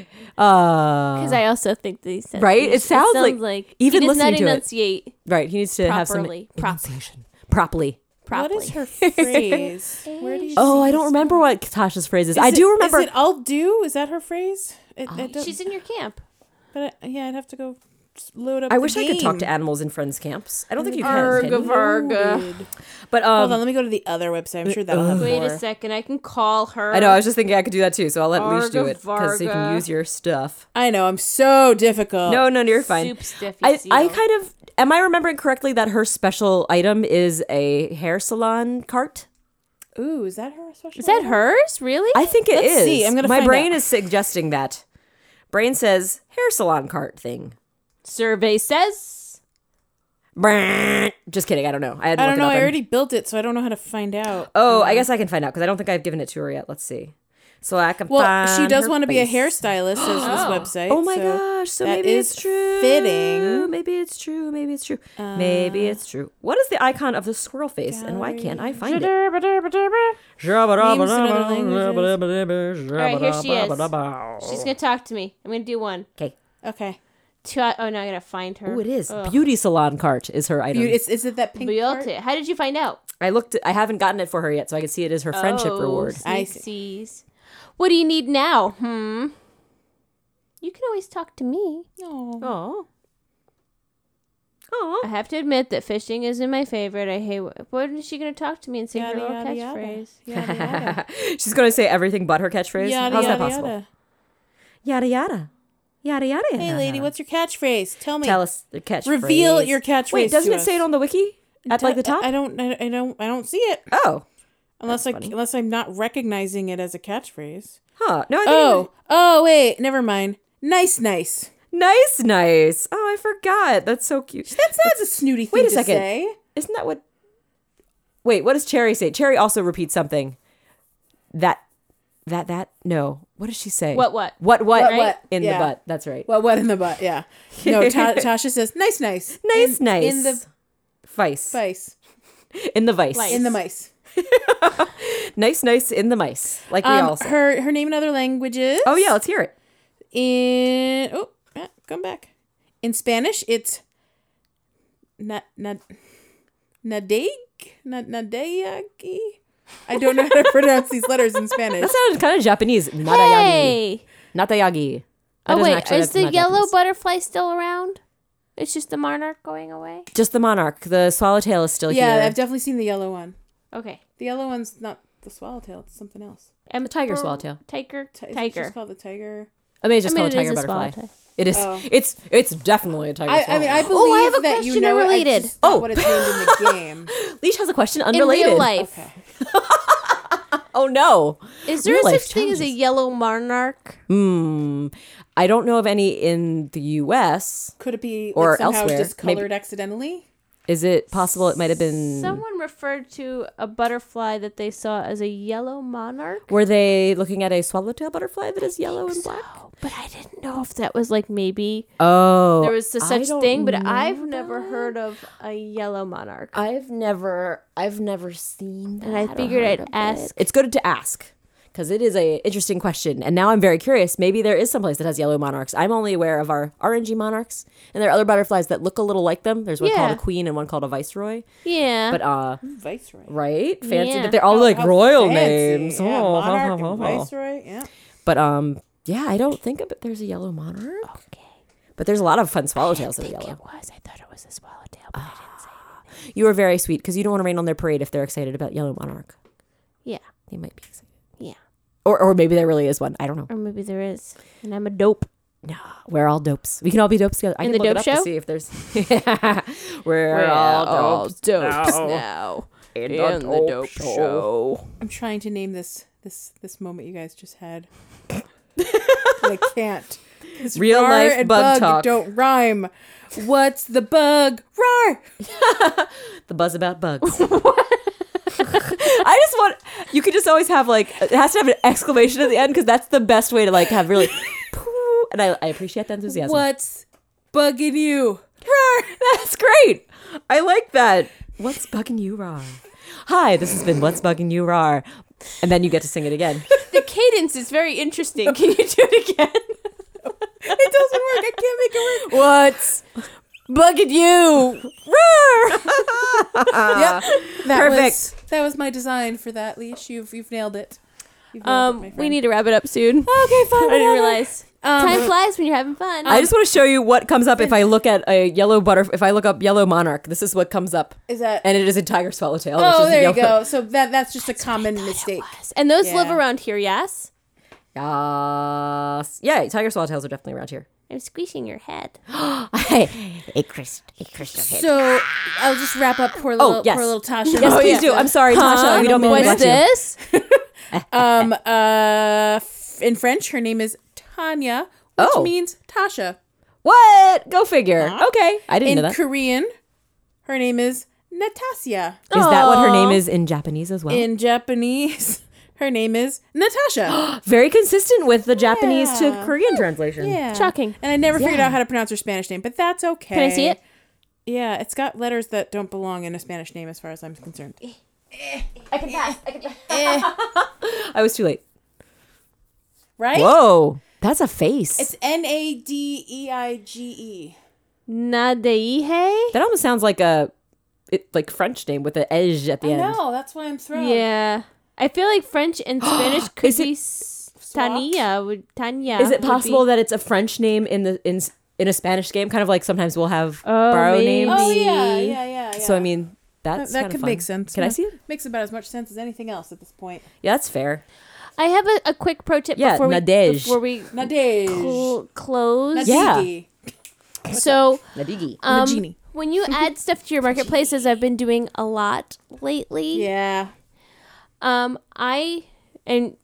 Speaker 1: Skunk." uh,
Speaker 2: Because I also think that he said
Speaker 1: Right?
Speaker 2: things-
Speaker 1: It sounds like- even
Speaker 2: he does
Speaker 1: listening
Speaker 2: not
Speaker 1: to it-
Speaker 2: enunciate
Speaker 1: [LAUGHS] right, he needs to have some
Speaker 2: Properly. Prop-
Speaker 1: enunciation. properly.
Speaker 2: properly.
Speaker 3: What is her phrase? Where do you
Speaker 1: [LAUGHS] Oh, I don't remember what Tasha's phrase is. I
Speaker 3: Is it-
Speaker 1: do remember.
Speaker 3: Is it "I'll do"? Is that her phrase? It, it doesn't-
Speaker 2: She's in your camp.
Speaker 3: But I, yeah, I'd have to go s- load up.
Speaker 1: I
Speaker 3: the
Speaker 1: wish I could talk to
Speaker 3: game.
Speaker 1: animals in friends camps. I don't think you
Speaker 2: Arg,
Speaker 1: can. can you?
Speaker 2: varg.
Speaker 3: Dude.
Speaker 1: But
Speaker 3: Hold on,
Speaker 1: um,
Speaker 3: let me go to the other website. I'm sure that'll have
Speaker 2: Wait
Speaker 3: more.
Speaker 2: a second, I can call her.
Speaker 1: I know. I was just thinking I could do that too. So I'll let Leash do
Speaker 2: Arga
Speaker 1: it because you can
Speaker 2: varga.
Speaker 1: use your stuff.
Speaker 3: I know I'm so difficult.
Speaker 1: No, no, no, you're fine.
Speaker 2: Soup stiffy
Speaker 1: I, I
Speaker 2: seal.
Speaker 1: kind of am I remembering correctly that her special item is a hair salon cart?
Speaker 3: Ooh, is that her special?
Speaker 2: Is that hers? Really?
Speaker 1: I think it is.
Speaker 3: Let's see, I'm gonna
Speaker 1: My
Speaker 3: find
Speaker 1: brain
Speaker 3: out.
Speaker 1: is suggesting that. Brain says hair salon cart thing.
Speaker 2: Survey says
Speaker 1: Brrrr. Just kidding. I don't know. I had. To
Speaker 3: I
Speaker 1: look it
Speaker 3: don't know.
Speaker 1: up.
Speaker 3: I
Speaker 1: I'm-
Speaker 3: already built it, so I don't know how to find out.
Speaker 1: Oh, I guess I can find out because I don't think I've given it to her yet. Let's see. So I can.
Speaker 3: well, she does
Speaker 1: want to
Speaker 3: be a hairstylist, says this website.
Speaker 1: Oh my
Speaker 3: so
Speaker 1: gosh! So
Speaker 3: that
Speaker 1: maybe
Speaker 3: is
Speaker 1: it's true.
Speaker 3: Fitting. Uh,
Speaker 1: Maybe it's true. Maybe it's true. maybe it's true. What is the icon of the squirrel face, and why can't I find it?
Speaker 2: Alright, here she is.
Speaker 1: Oh.
Speaker 2: she's gonna talk to me. I'm gonna do one.
Speaker 1: Okay.
Speaker 3: Okay.
Speaker 2: Two, oh no, I gotta find her.
Speaker 1: Oh, it is
Speaker 2: Ugh.
Speaker 1: beauty salon cart is her item.
Speaker 3: You, is, is it that pink part?
Speaker 2: Beauty. How did you find out?
Speaker 1: I looked. I haven't gotten it for her yet, so I can see it as her friendship
Speaker 2: oh,
Speaker 1: reward.
Speaker 3: I
Speaker 2: sneak sees. What do you need now? Hmm. You can always talk to me.
Speaker 3: No.
Speaker 1: Oh. Oh.
Speaker 2: I have to admit that fishing isn't my favorite. I hate. What is she gonna talk to me and say her
Speaker 3: Yada,
Speaker 2: little
Speaker 3: yada, yada.
Speaker 2: catchphrase?
Speaker 3: Yada,
Speaker 1: [LAUGHS]
Speaker 3: yada.
Speaker 1: [LAUGHS] She's gonna say everything but her catchphrase.
Speaker 3: Yada,
Speaker 1: How's that
Speaker 3: yada,
Speaker 1: possible?
Speaker 3: yada.
Speaker 1: Yada yada. Yada yada. yada. [LAUGHS]
Speaker 3: Hey, lady, what's your catchphrase? Tell me.
Speaker 1: Tell us the catchphrase.
Speaker 3: Reveal your catchphrase.
Speaker 1: Wait, doesn't
Speaker 3: to
Speaker 1: it say it
Speaker 3: us.
Speaker 1: on the wiki? At like the
Speaker 3: Tell-
Speaker 1: top?
Speaker 3: I don't. I I don't. I don't see it.
Speaker 1: oh.
Speaker 3: Unless I, unless I'm not recognizing it as a catchphrase.
Speaker 1: Huh. No, I think it was-
Speaker 3: Oh, oh wait, never mind. Nice, nice.
Speaker 1: nice, nice. Oh, I forgot. That's so cute.
Speaker 3: That's not a snooty thing
Speaker 1: Wait a
Speaker 3: to
Speaker 1: second.
Speaker 3: say.
Speaker 1: Isn't that what? Wait, what does Cherry say? Cherry also repeats something. That, that, that. No, what does she say?
Speaker 2: What, what?
Speaker 1: What what?
Speaker 3: What, what?
Speaker 1: In
Speaker 3: Yeah.
Speaker 1: the butt. That's right.
Speaker 3: Well, what in the butt? Yeah.
Speaker 1: [LAUGHS]
Speaker 3: No, Ta- Tasha says nice, nice.
Speaker 1: Nice,
Speaker 3: in,
Speaker 1: nice.
Speaker 3: In the
Speaker 1: Vice.
Speaker 3: vice.
Speaker 1: In the vice.
Speaker 2: Vice.
Speaker 1: [LAUGHS]
Speaker 3: In the mice.
Speaker 1: Nice, nice. In the mice. Like we all
Speaker 3: Um,
Speaker 1: say.
Speaker 3: her her name in other languages.
Speaker 1: oh yeah, let's hear it.
Speaker 3: In oh, ah, come back. In Spanish, it's na na nadeig na nadeagi. I don't know how to [LAUGHS] pronounce these letters in Spanish.
Speaker 1: That sounded kind of Japanese. Natayagi.
Speaker 2: Hey.
Speaker 1: Natayagi. That
Speaker 2: Oh
Speaker 1: doesn't
Speaker 2: wait,
Speaker 1: actually-
Speaker 2: is
Speaker 1: that's
Speaker 2: the
Speaker 1: not
Speaker 2: yellow
Speaker 1: Japanese.
Speaker 2: butterfly still around? It's just the monarch going away.
Speaker 1: Just the monarch. The swallowtail is still
Speaker 3: yeah,
Speaker 1: here.
Speaker 3: I've definitely seen the yellow one.
Speaker 2: Okay,
Speaker 3: The yellow one's not the swallowtail; it's something else.
Speaker 2: and the
Speaker 1: Tiger
Speaker 2: bur-
Speaker 1: swallowtail.
Speaker 2: Tiger,
Speaker 3: Ti- is it
Speaker 2: tiger.
Speaker 3: just called the tiger.
Speaker 1: I mean, it's just
Speaker 2: I mean,
Speaker 1: called
Speaker 2: it
Speaker 1: a tiger
Speaker 2: is a
Speaker 1: butterfly.
Speaker 2: swallowtail.
Speaker 1: It is.
Speaker 3: Oh.
Speaker 1: It's it's definitely a tiger
Speaker 3: I, I
Speaker 1: swallowtail.
Speaker 3: mean, I believe
Speaker 2: Oh, I have a
Speaker 3: that you
Speaker 2: question
Speaker 3: know it. I
Speaker 2: unrelated.
Speaker 3: just not
Speaker 1: Oh.
Speaker 3: what it's named
Speaker 1: [LAUGHS]
Speaker 3: in the game.
Speaker 1: Leash has a question
Speaker 2: In
Speaker 1: unrelated.
Speaker 2: real life,
Speaker 3: Okay.
Speaker 1: Oh no.
Speaker 2: is there
Speaker 1: Real
Speaker 2: such
Speaker 1: life
Speaker 2: thing as a
Speaker 1: challenges.
Speaker 2: yellow monarch?
Speaker 1: Hmm. I don't know of any in the U.S.
Speaker 3: Could it be
Speaker 1: Or
Speaker 3: like, somehow
Speaker 1: elsewhere,
Speaker 3: discolored
Speaker 1: maybe.
Speaker 3: accidentally?
Speaker 1: Is it possible it might have been?
Speaker 2: Someone referred to a butterfly that they saw as a yellow monarch,
Speaker 1: Were they looking at a swallowtail butterfly that is yellow and black?
Speaker 2: but I didn't know if that was like maybe
Speaker 1: Oh,
Speaker 2: there was a
Speaker 1: I
Speaker 2: such
Speaker 1: don't
Speaker 2: thing. But
Speaker 1: know
Speaker 2: I've
Speaker 1: about
Speaker 2: never
Speaker 1: that.
Speaker 2: heard of a yellow monarch,
Speaker 1: I've never, I've never seen.
Speaker 2: and I
Speaker 1: that or
Speaker 2: figured
Speaker 1: heard
Speaker 2: I'd
Speaker 1: of
Speaker 2: ask.
Speaker 1: it. It's good to ask because it is a interesting question, and now I'm very curious. Maybe there is someplace that has yellow monarchs. I'm only aware of our orangey monarchs, and there are other butterflies that look a little like them. There's one
Speaker 2: Yeah.
Speaker 1: called a queen and one called a viceroy.
Speaker 2: Yeah,
Speaker 1: But uh,
Speaker 3: Viceroy.
Speaker 1: right, fancy
Speaker 2: Yeah.
Speaker 1: that they're all
Speaker 3: Oh,
Speaker 1: like
Speaker 3: how
Speaker 1: royal
Speaker 3: fancy.
Speaker 1: names.
Speaker 3: Yeah,
Speaker 1: Oh, ha,
Speaker 3: monarch
Speaker 1: ha,
Speaker 3: and
Speaker 1: ha, ha.
Speaker 3: viceroy. Yeah.
Speaker 1: But um, yeah, I don't think of it. There's a yellow monarch.
Speaker 2: Oh.
Speaker 1: Okay. But there's a lot of fun swallowtails that are yellow.
Speaker 2: it was. I thought it was a swallowtail, but
Speaker 1: Ah.
Speaker 2: I didn't say.
Speaker 1: You are very sweet because you don't want to rain on their parade if they're excited about Yellow Monarch.
Speaker 2: Yeah.
Speaker 1: They might be excited.
Speaker 2: Yeah.
Speaker 1: Or, or maybe there really is one. I don't know.
Speaker 2: Or maybe there is. And I'm a dope.
Speaker 1: No, we're all dopes. We can all be dopes together. I
Speaker 2: In
Speaker 1: can
Speaker 2: the
Speaker 1: look
Speaker 2: dope
Speaker 1: it up
Speaker 2: show?
Speaker 1: to see if there's. [LAUGHS] we're, all dopes.
Speaker 2: now.
Speaker 1: In,
Speaker 2: the dope show.
Speaker 3: I'm trying to name this this this moment you guys just had. I can't. 'Cause
Speaker 1: Real
Speaker 3: rar
Speaker 1: life
Speaker 3: and
Speaker 1: bug talk.
Speaker 3: Don't rhyme. What's the bug? Rar.
Speaker 1: The buzz about [LAUGHS] bugs. I just want you could just always have like it has to have an exclamation at the end because that's the best way to like have [LAUGHS] really. and I, I appreciate the enthusiasm. [LAUGHS]
Speaker 3: What's bugging you? Rar.
Speaker 1: That's great. I like that. What's bugging you, Rar? Hi, this has been What's Bugging You, Rar. And then you get to sing it [LAUGHS] again.
Speaker 2: The cadence is very interesting. Can you do it again?
Speaker 3: It doesn't work. I can't make it work.
Speaker 1: What's bugging you, Rar?
Speaker 3: yep. Ah. That Was,
Speaker 1: perfect.
Speaker 3: that was my design for that leash. You've you've nailed it. You've nailed it, my
Speaker 2: Um, we
Speaker 3: friend.
Speaker 2: need to wrap it up [LAUGHS] soon.
Speaker 3: Okay,
Speaker 2: I
Speaker 3: fine.
Speaker 2: didn't
Speaker 3: whatever.
Speaker 2: realize.
Speaker 3: Um,
Speaker 2: Oh, Time flies when you're having fun. Um,
Speaker 1: I just want to show you what comes up if I look at a yellow butterfly. If I look up yellow monarch, this is what comes up,
Speaker 3: Is that?
Speaker 1: and it is a tiger swallowtail.
Speaker 3: oh,
Speaker 1: which is
Speaker 3: there you
Speaker 1: yellow.
Speaker 3: go. So that that's just a common mistake.
Speaker 2: and those live
Speaker 3: Yeah.
Speaker 2: around here, yes?
Speaker 1: Yes. Yeah, tiger swallowtails are definitely around here.
Speaker 2: I'm squeezing
Speaker 1: [GASPS]
Speaker 2: your head.
Speaker 5: A crystal, a crystal head.
Speaker 3: So I'll just wrap up poor little
Speaker 1: Oh, yes.
Speaker 3: poor little Tasha.
Speaker 2: Oh,
Speaker 1: Yes, please do. I'm sorry, Tasha. Oh, We don't mean to
Speaker 2: What's
Speaker 1: neglect you.
Speaker 2: this?
Speaker 3: Um, uh, f- in French, her name is Tanya, which
Speaker 1: Oh.
Speaker 3: means Tasha.
Speaker 1: What? Go figure. Okay, I didn't know
Speaker 3: In
Speaker 1: that. Is
Speaker 3: Korean, her name is Natasha.
Speaker 1: that what her name is in Japanese as well?
Speaker 3: In Japanese, [LAUGHS] her name is
Speaker 1: [GASPS]
Speaker 3: Natasha.
Speaker 1: Very consistent with the Japanese to Korean translation.
Speaker 3: yeah.
Speaker 2: Shocking.
Speaker 3: And I never figured out how to pronounce her Spanish name, but that's okay.
Speaker 2: Can I see it?
Speaker 3: Yeah, it's got letters that don't belong in a Spanish name, as far as I'm concerned.
Speaker 2: Eh.
Speaker 1: I was too late.
Speaker 3: Right?
Speaker 1: Whoa, that's a face.
Speaker 3: It's N A D E I G E.
Speaker 2: Nadeihe?
Speaker 1: that almost sounds like a it, like French name with an edge at the end.
Speaker 3: No, that's why I'm thrown.
Speaker 2: Yeah. I feel like French
Speaker 1: [GASPS]
Speaker 2: and Spanish could
Speaker 1: Oh. Is it
Speaker 2: be s- Tania. Would, Tania.
Speaker 1: Is
Speaker 2: would
Speaker 1: it
Speaker 2: be-
Speaker 1: possible that it's a French name in the in s- in a Spanish game? Kind of like sometimes we'll have
Speaker 2: Oh,
Speaker 1: borrow
Speaker 2: maybe.
Speaker 1: names.
Speaker 3: Oh yeah, yeah, yeah.
Speaker 1: So I
Speaker 3: yeah.
Speaker 1: mean, that's
Speaker 3: that
Speaker 1: kinda
Speaker 3: could
Speaker 1: fun.
Speaker 3: make sense.
Speaker 1: Can I
Speaker 3: Yeah.
Speaker 1: see it?
Speaker 3: Makes about as much sense as anything else at this point.
Speaker 1: Yeah, that's fair.
Speaker 2: I have a, a quick pro tip
Speaker 1: Yeah,
Speaker 2: before, we,
Speaker 1: Nadej.
Speaker 2: before we
Speaker 3: Nadej.
Speaker 2: cl- close.
Speaker 1: Yeah.
Speaker 2: So
Speaker 1: Nadigi.
Speaker 2: um,
Speaker 3: Nadjini.
Speaker 1: [LAUGHS]
Speaker 2: when you add stuff to your marketplace, as I've been doing a lot lately,
Speaker 3: Yeah.
Speaker 2: um, I and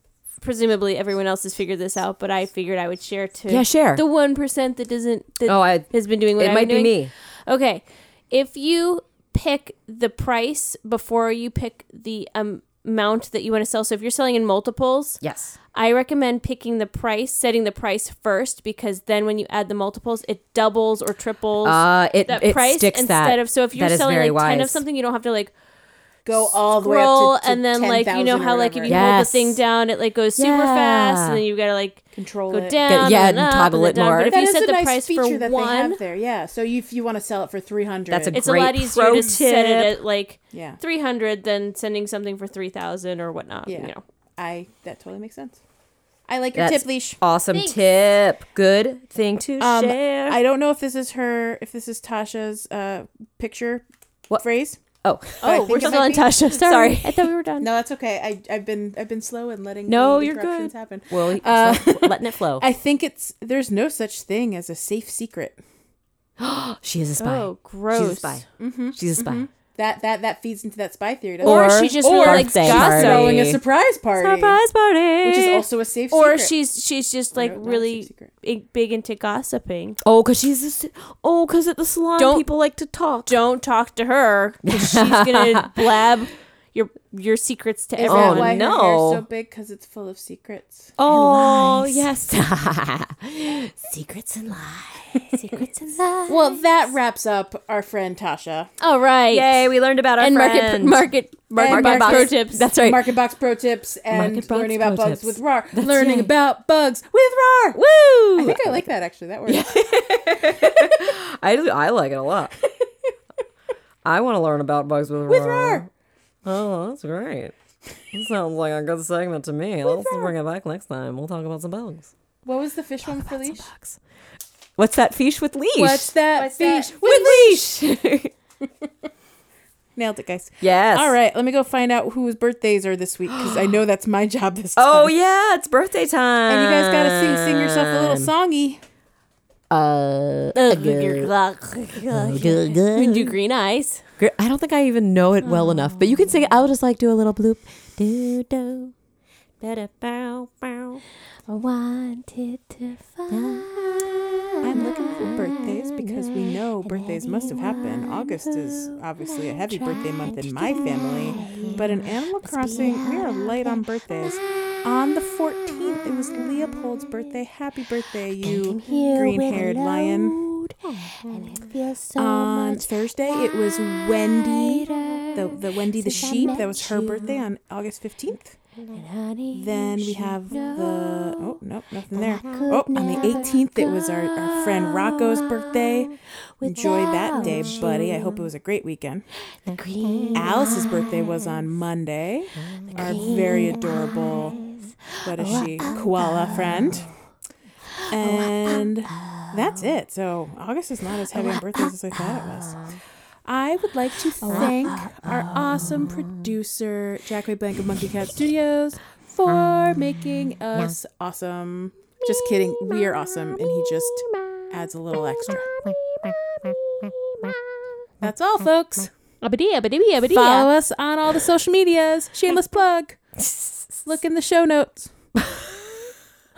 Speaker 2: presumably everyone else has figured this out, but I figured I would share to
Speaker 1: Yeah, share.
Speaker 2: the one percent that doesn't that
Speaker 1: Oh, I-
Speaker 2: has been doing what
Speaker 1: it
Speaker 2: I've
Speaker 1: might
Speaker 2: been
Speaker 1: be
Speaker 2: doing.
Speaker 1: me.
Speaker 2: Okay, if you pick the price before you pick the um, amount that you want to sell, so if you're selling in multiples,
Speaker 1: Yes.
Speaker 2: I recommend picking the price, setting the price first, because then when you add the multiples, it doubles or triples
Speaker 1: Uh, it
Speaker 2: that
Speaker 1: it
Speaker 2: price
Speaker 1: sticks
Speaker 2: instead
Speaker 1: that
Speaker 2: of. So if you're
Speaker 1: that is
Speaker 2: selling
Speaker 1: very
Speaker 2: like ten of
Speaker 1: wise.
Speaker 2: something, you don't have to like
Speaker 3: go all the way
Speaker 2: scroll
Speaker 3: up to, to
Speaker 2: and then like you
Speaker 3: 10,000
Speaker 2: know
Speaker 3: or
Speaker 2: how like if
Speaker 3: whatever.
Speaker 2: you hold the
Speaker 1: Yes.
Speaker 2: thing down it like goes super fast
Speaker 1: Yeah.
Speaker 2: and then you gotta like
Speaker 3: Control
Speaker 2: go
Speaker 3: it.
Speaker 2: down
Speaker 1: yeah,
Speaker 2: and,
Speaker 1: and
Speaker 2: then up
Speaker 1: toggle
Speaker 2: and
Speaker 1: it
Speaker 2: then down.
Speaker 1: more.
Speaker 2: But if
Speaker 3: That
Speaker 2: you
Speaker 3: is
Speaker 2: set
Speaker 3: a
Speaker 2: the
Speaker 3: nice
Speaker 2: price
Speaker 3: feature
Speaker 2: for
Speaker 3: that they
Speaker 2: one,
Speaker 3: have there. Yeah. So you, if you want to sell it for three hundred,
Speaker 1: That's a
Speaker 2: it's
Speaker 1: Great
Speaker 2: a lot easier
Speaker 1: pro
Speaker 2: to set
Speaker 1: tip.
Speaker 2: it at like
Speaker 3: Yeah.
Speaker 2: three hundred than sending something for three thousand or whatnot.
Speaker 3: yeah.
Speaker 2: You know.
Speaker 3: I that totally makes sense. I like your
Speaker 1: That's-
Speaker 3: tip leash.
Speaker 1: Awesome tip. Good thing to
Speaker 3: Um,
Speaker 1: share.
Speaker 3: I don't know if this is her, if this is Tasha's uh, picture
Speaker 1: What?
Speaker 3: phrase.
Speaker 1: oh,
Speaker 3: but I
Speaker 2: Oh,
Speaker 3: think
Speaker 2: we're
Speaker 3: it
Speaker 2: still
Speaker 3: might
Speaker 2: on
Speaker 3: be-
Speaker 2: Tasha. Sorry.
Speaker 3: [LAUGHS]
Speaker 1: Sorry.
Speaker 2: I thought we were done.
Speaker 3: No, that's okay. I, I've been I've been slow in letting
Speaker 1: No,
Speaker 3: the
Speaker 1: you're
Speaker 3: interruptions
Speaker 1: good.
Speaker 3: happen.
Speaker 1: well,
Speaker 2: [LAUGHS]
Speaker 3: Uh,
Speaker 1: so letting it flow.
Speaker 3: I think it's there's no such thing as a safe secret.
Speaker 1: she is a spy.
Speaker 2: Oh,
Speaker 1: She's
Speaker 2: gross. Mm-hmm,
Speaker 1: a spy. She's a spy.
Speaker 3: That that that feeds into that spy theory. doesn't
Speaker 2: Or,
Speaker 3: it?
Speaker 1: Or
Speaker 2: she just really
Speaker 1: birthday
Speaker 2: likes
Speaker 1: party.
Speaker 2: gossip.
Speaker 3: throwing a surprise party,
Speaker 1: Surprise party.
Speaker 3: which is also a safe secret.
Speaker 2: Or she's she's just like
Speaker 3: no, not a
Speaker 2: really
Speaker 3: secret.
Speaker 2: big, big into gossiping.
Speaker 1: oh, because she's a, s- oh, because at the salon
Speaker 2: Don't-
Speaker 1: people like to talk.
Speaker 2: Don't talk to her 'cause
Speaker 1: [LAUGHS]
Speaker 2: she's gonna blab your your secrets to
Speaker 3: Is
Speaker 1: Oh,
Speaker 3: that
Speaker 2: everyone.
Speaker 3: why her
Speaker 1: no.
Speaker 3: hair's so big? Because it's full of secrets.
Speaker 1: Oh,
Speaker 2: [LAUGHS]
Speaker 1: yes. [LAUGHS] Secrets and lies.
Speaker 2: Secrets and
Speaker 1: [LAUGHS]
Speaker 2: lies.
Speaker 3: Well, that wraps up our friend Tasha.
Speaker 2: All right.
Speaker 1: Yay, we learned about our
Speaker 2: [LAUGHS] and market
Speaker 1: friend.
Speaker 2: market market
Speaker 3: And
Speaker 2: box
Speaker 3: market-
Speaker 2: pro tips.
Speaker 1: That's right.
Speaker 3: Market box pro tips and
Speaker 1: Market box
Speaker 3: learning
Speaker 1: pro
Speaker 3: about bugs
Speaker 1: tips.
Speaker 3: with RAR. learning
Speaker 1: right.
Speaker 3: about bugs with RAR. I
Speaker 1: Woo!
Speaker 3: think I like that actually. That works.
Speaker 1: I, do- I like it a
Speaker 2: [LAUGHS]
Speaker 1: lot. I want to learn about bugs with,
Speaker 3: With RAR.
Speaker 1: Oh, that's great. That sounds like a good segment to me. Let's bring it back next time. We'll talk about some bugs.
Speaker 3: What was the fish one for leash?
Speaker 1: What's that fish with leash?
Speaker 3: What's that fish?
Speaker 1: with leash?
Speaker 3: [LAUGHS] Nailed it, guys.
Speaker 1: yes.
Speaker 3: All right, let me go find out whose birthdays are this week because I
Speaker 1: [GASPS]
Speaker 3: know that's my job this time.
Speaker 1: Oh yeah, it's birthday time.
Speaker 3: And you guys gotta sing, sing yourself a little songy.
Speaker 1: Uh,
Speaker 2: We do green eyes.
Speaker 1: gr- I don't think I even know it well enough, but you can sing it. I'll just like do a little bloop. Do do. Better bow bow.
Speaker 4: I wanted to find.
Speaker 3: I'm looking for birthdays because we know birthdays must have happened. August is obviously a heavy birthday month in my family, but in Animal Crossing, we are light on birthdays. On the 14th, it was Leopold's birthday. Happy birthday, you green haired lion.
Speaker 4: And it feels so
Speaker 3: On
Speaker 4: much
Speaker 3: Thursday, it was Wendy, the, the Wendy the sheep. That was her birthday on August 15th.
Speaker 4: honey.
Speaker 3: Then we have the oh nope nothing there. Oh, on the 18th it was our, our friend Rocco's birthday. Enjoy that day, buddy. I hope it was a great weekend.
Speaker 4: The green
Speaker 3: Alice's birthday was on Monday. Our very adorable what is she koala friend. And that's it. So August is not as heavy on birthdays as I thought it was. I would like to thank our awesome producer, Jackway Blank of Monkey Cat Studios, for making us awesome. Just kidding. We are awesome. And he just adds a little extra. That's all, folks.
Speaker 2: Abadee, abadee, abadee.
Speaker 3: Follow us on all the social medias. Shameless plug. Look in the show notes.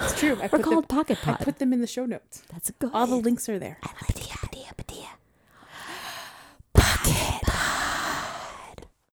Speaker 3: It's true. I
Speaker 1: We're
Speaker 3: put, them,
Speaker 1: called Pocket
Speaker 3: I
Speaker 1: Pod.
Speaker 3: put them in the show notes.
Speaker 1: That's a good.
Speaker 3: All the links are there.
Speaker 1: I like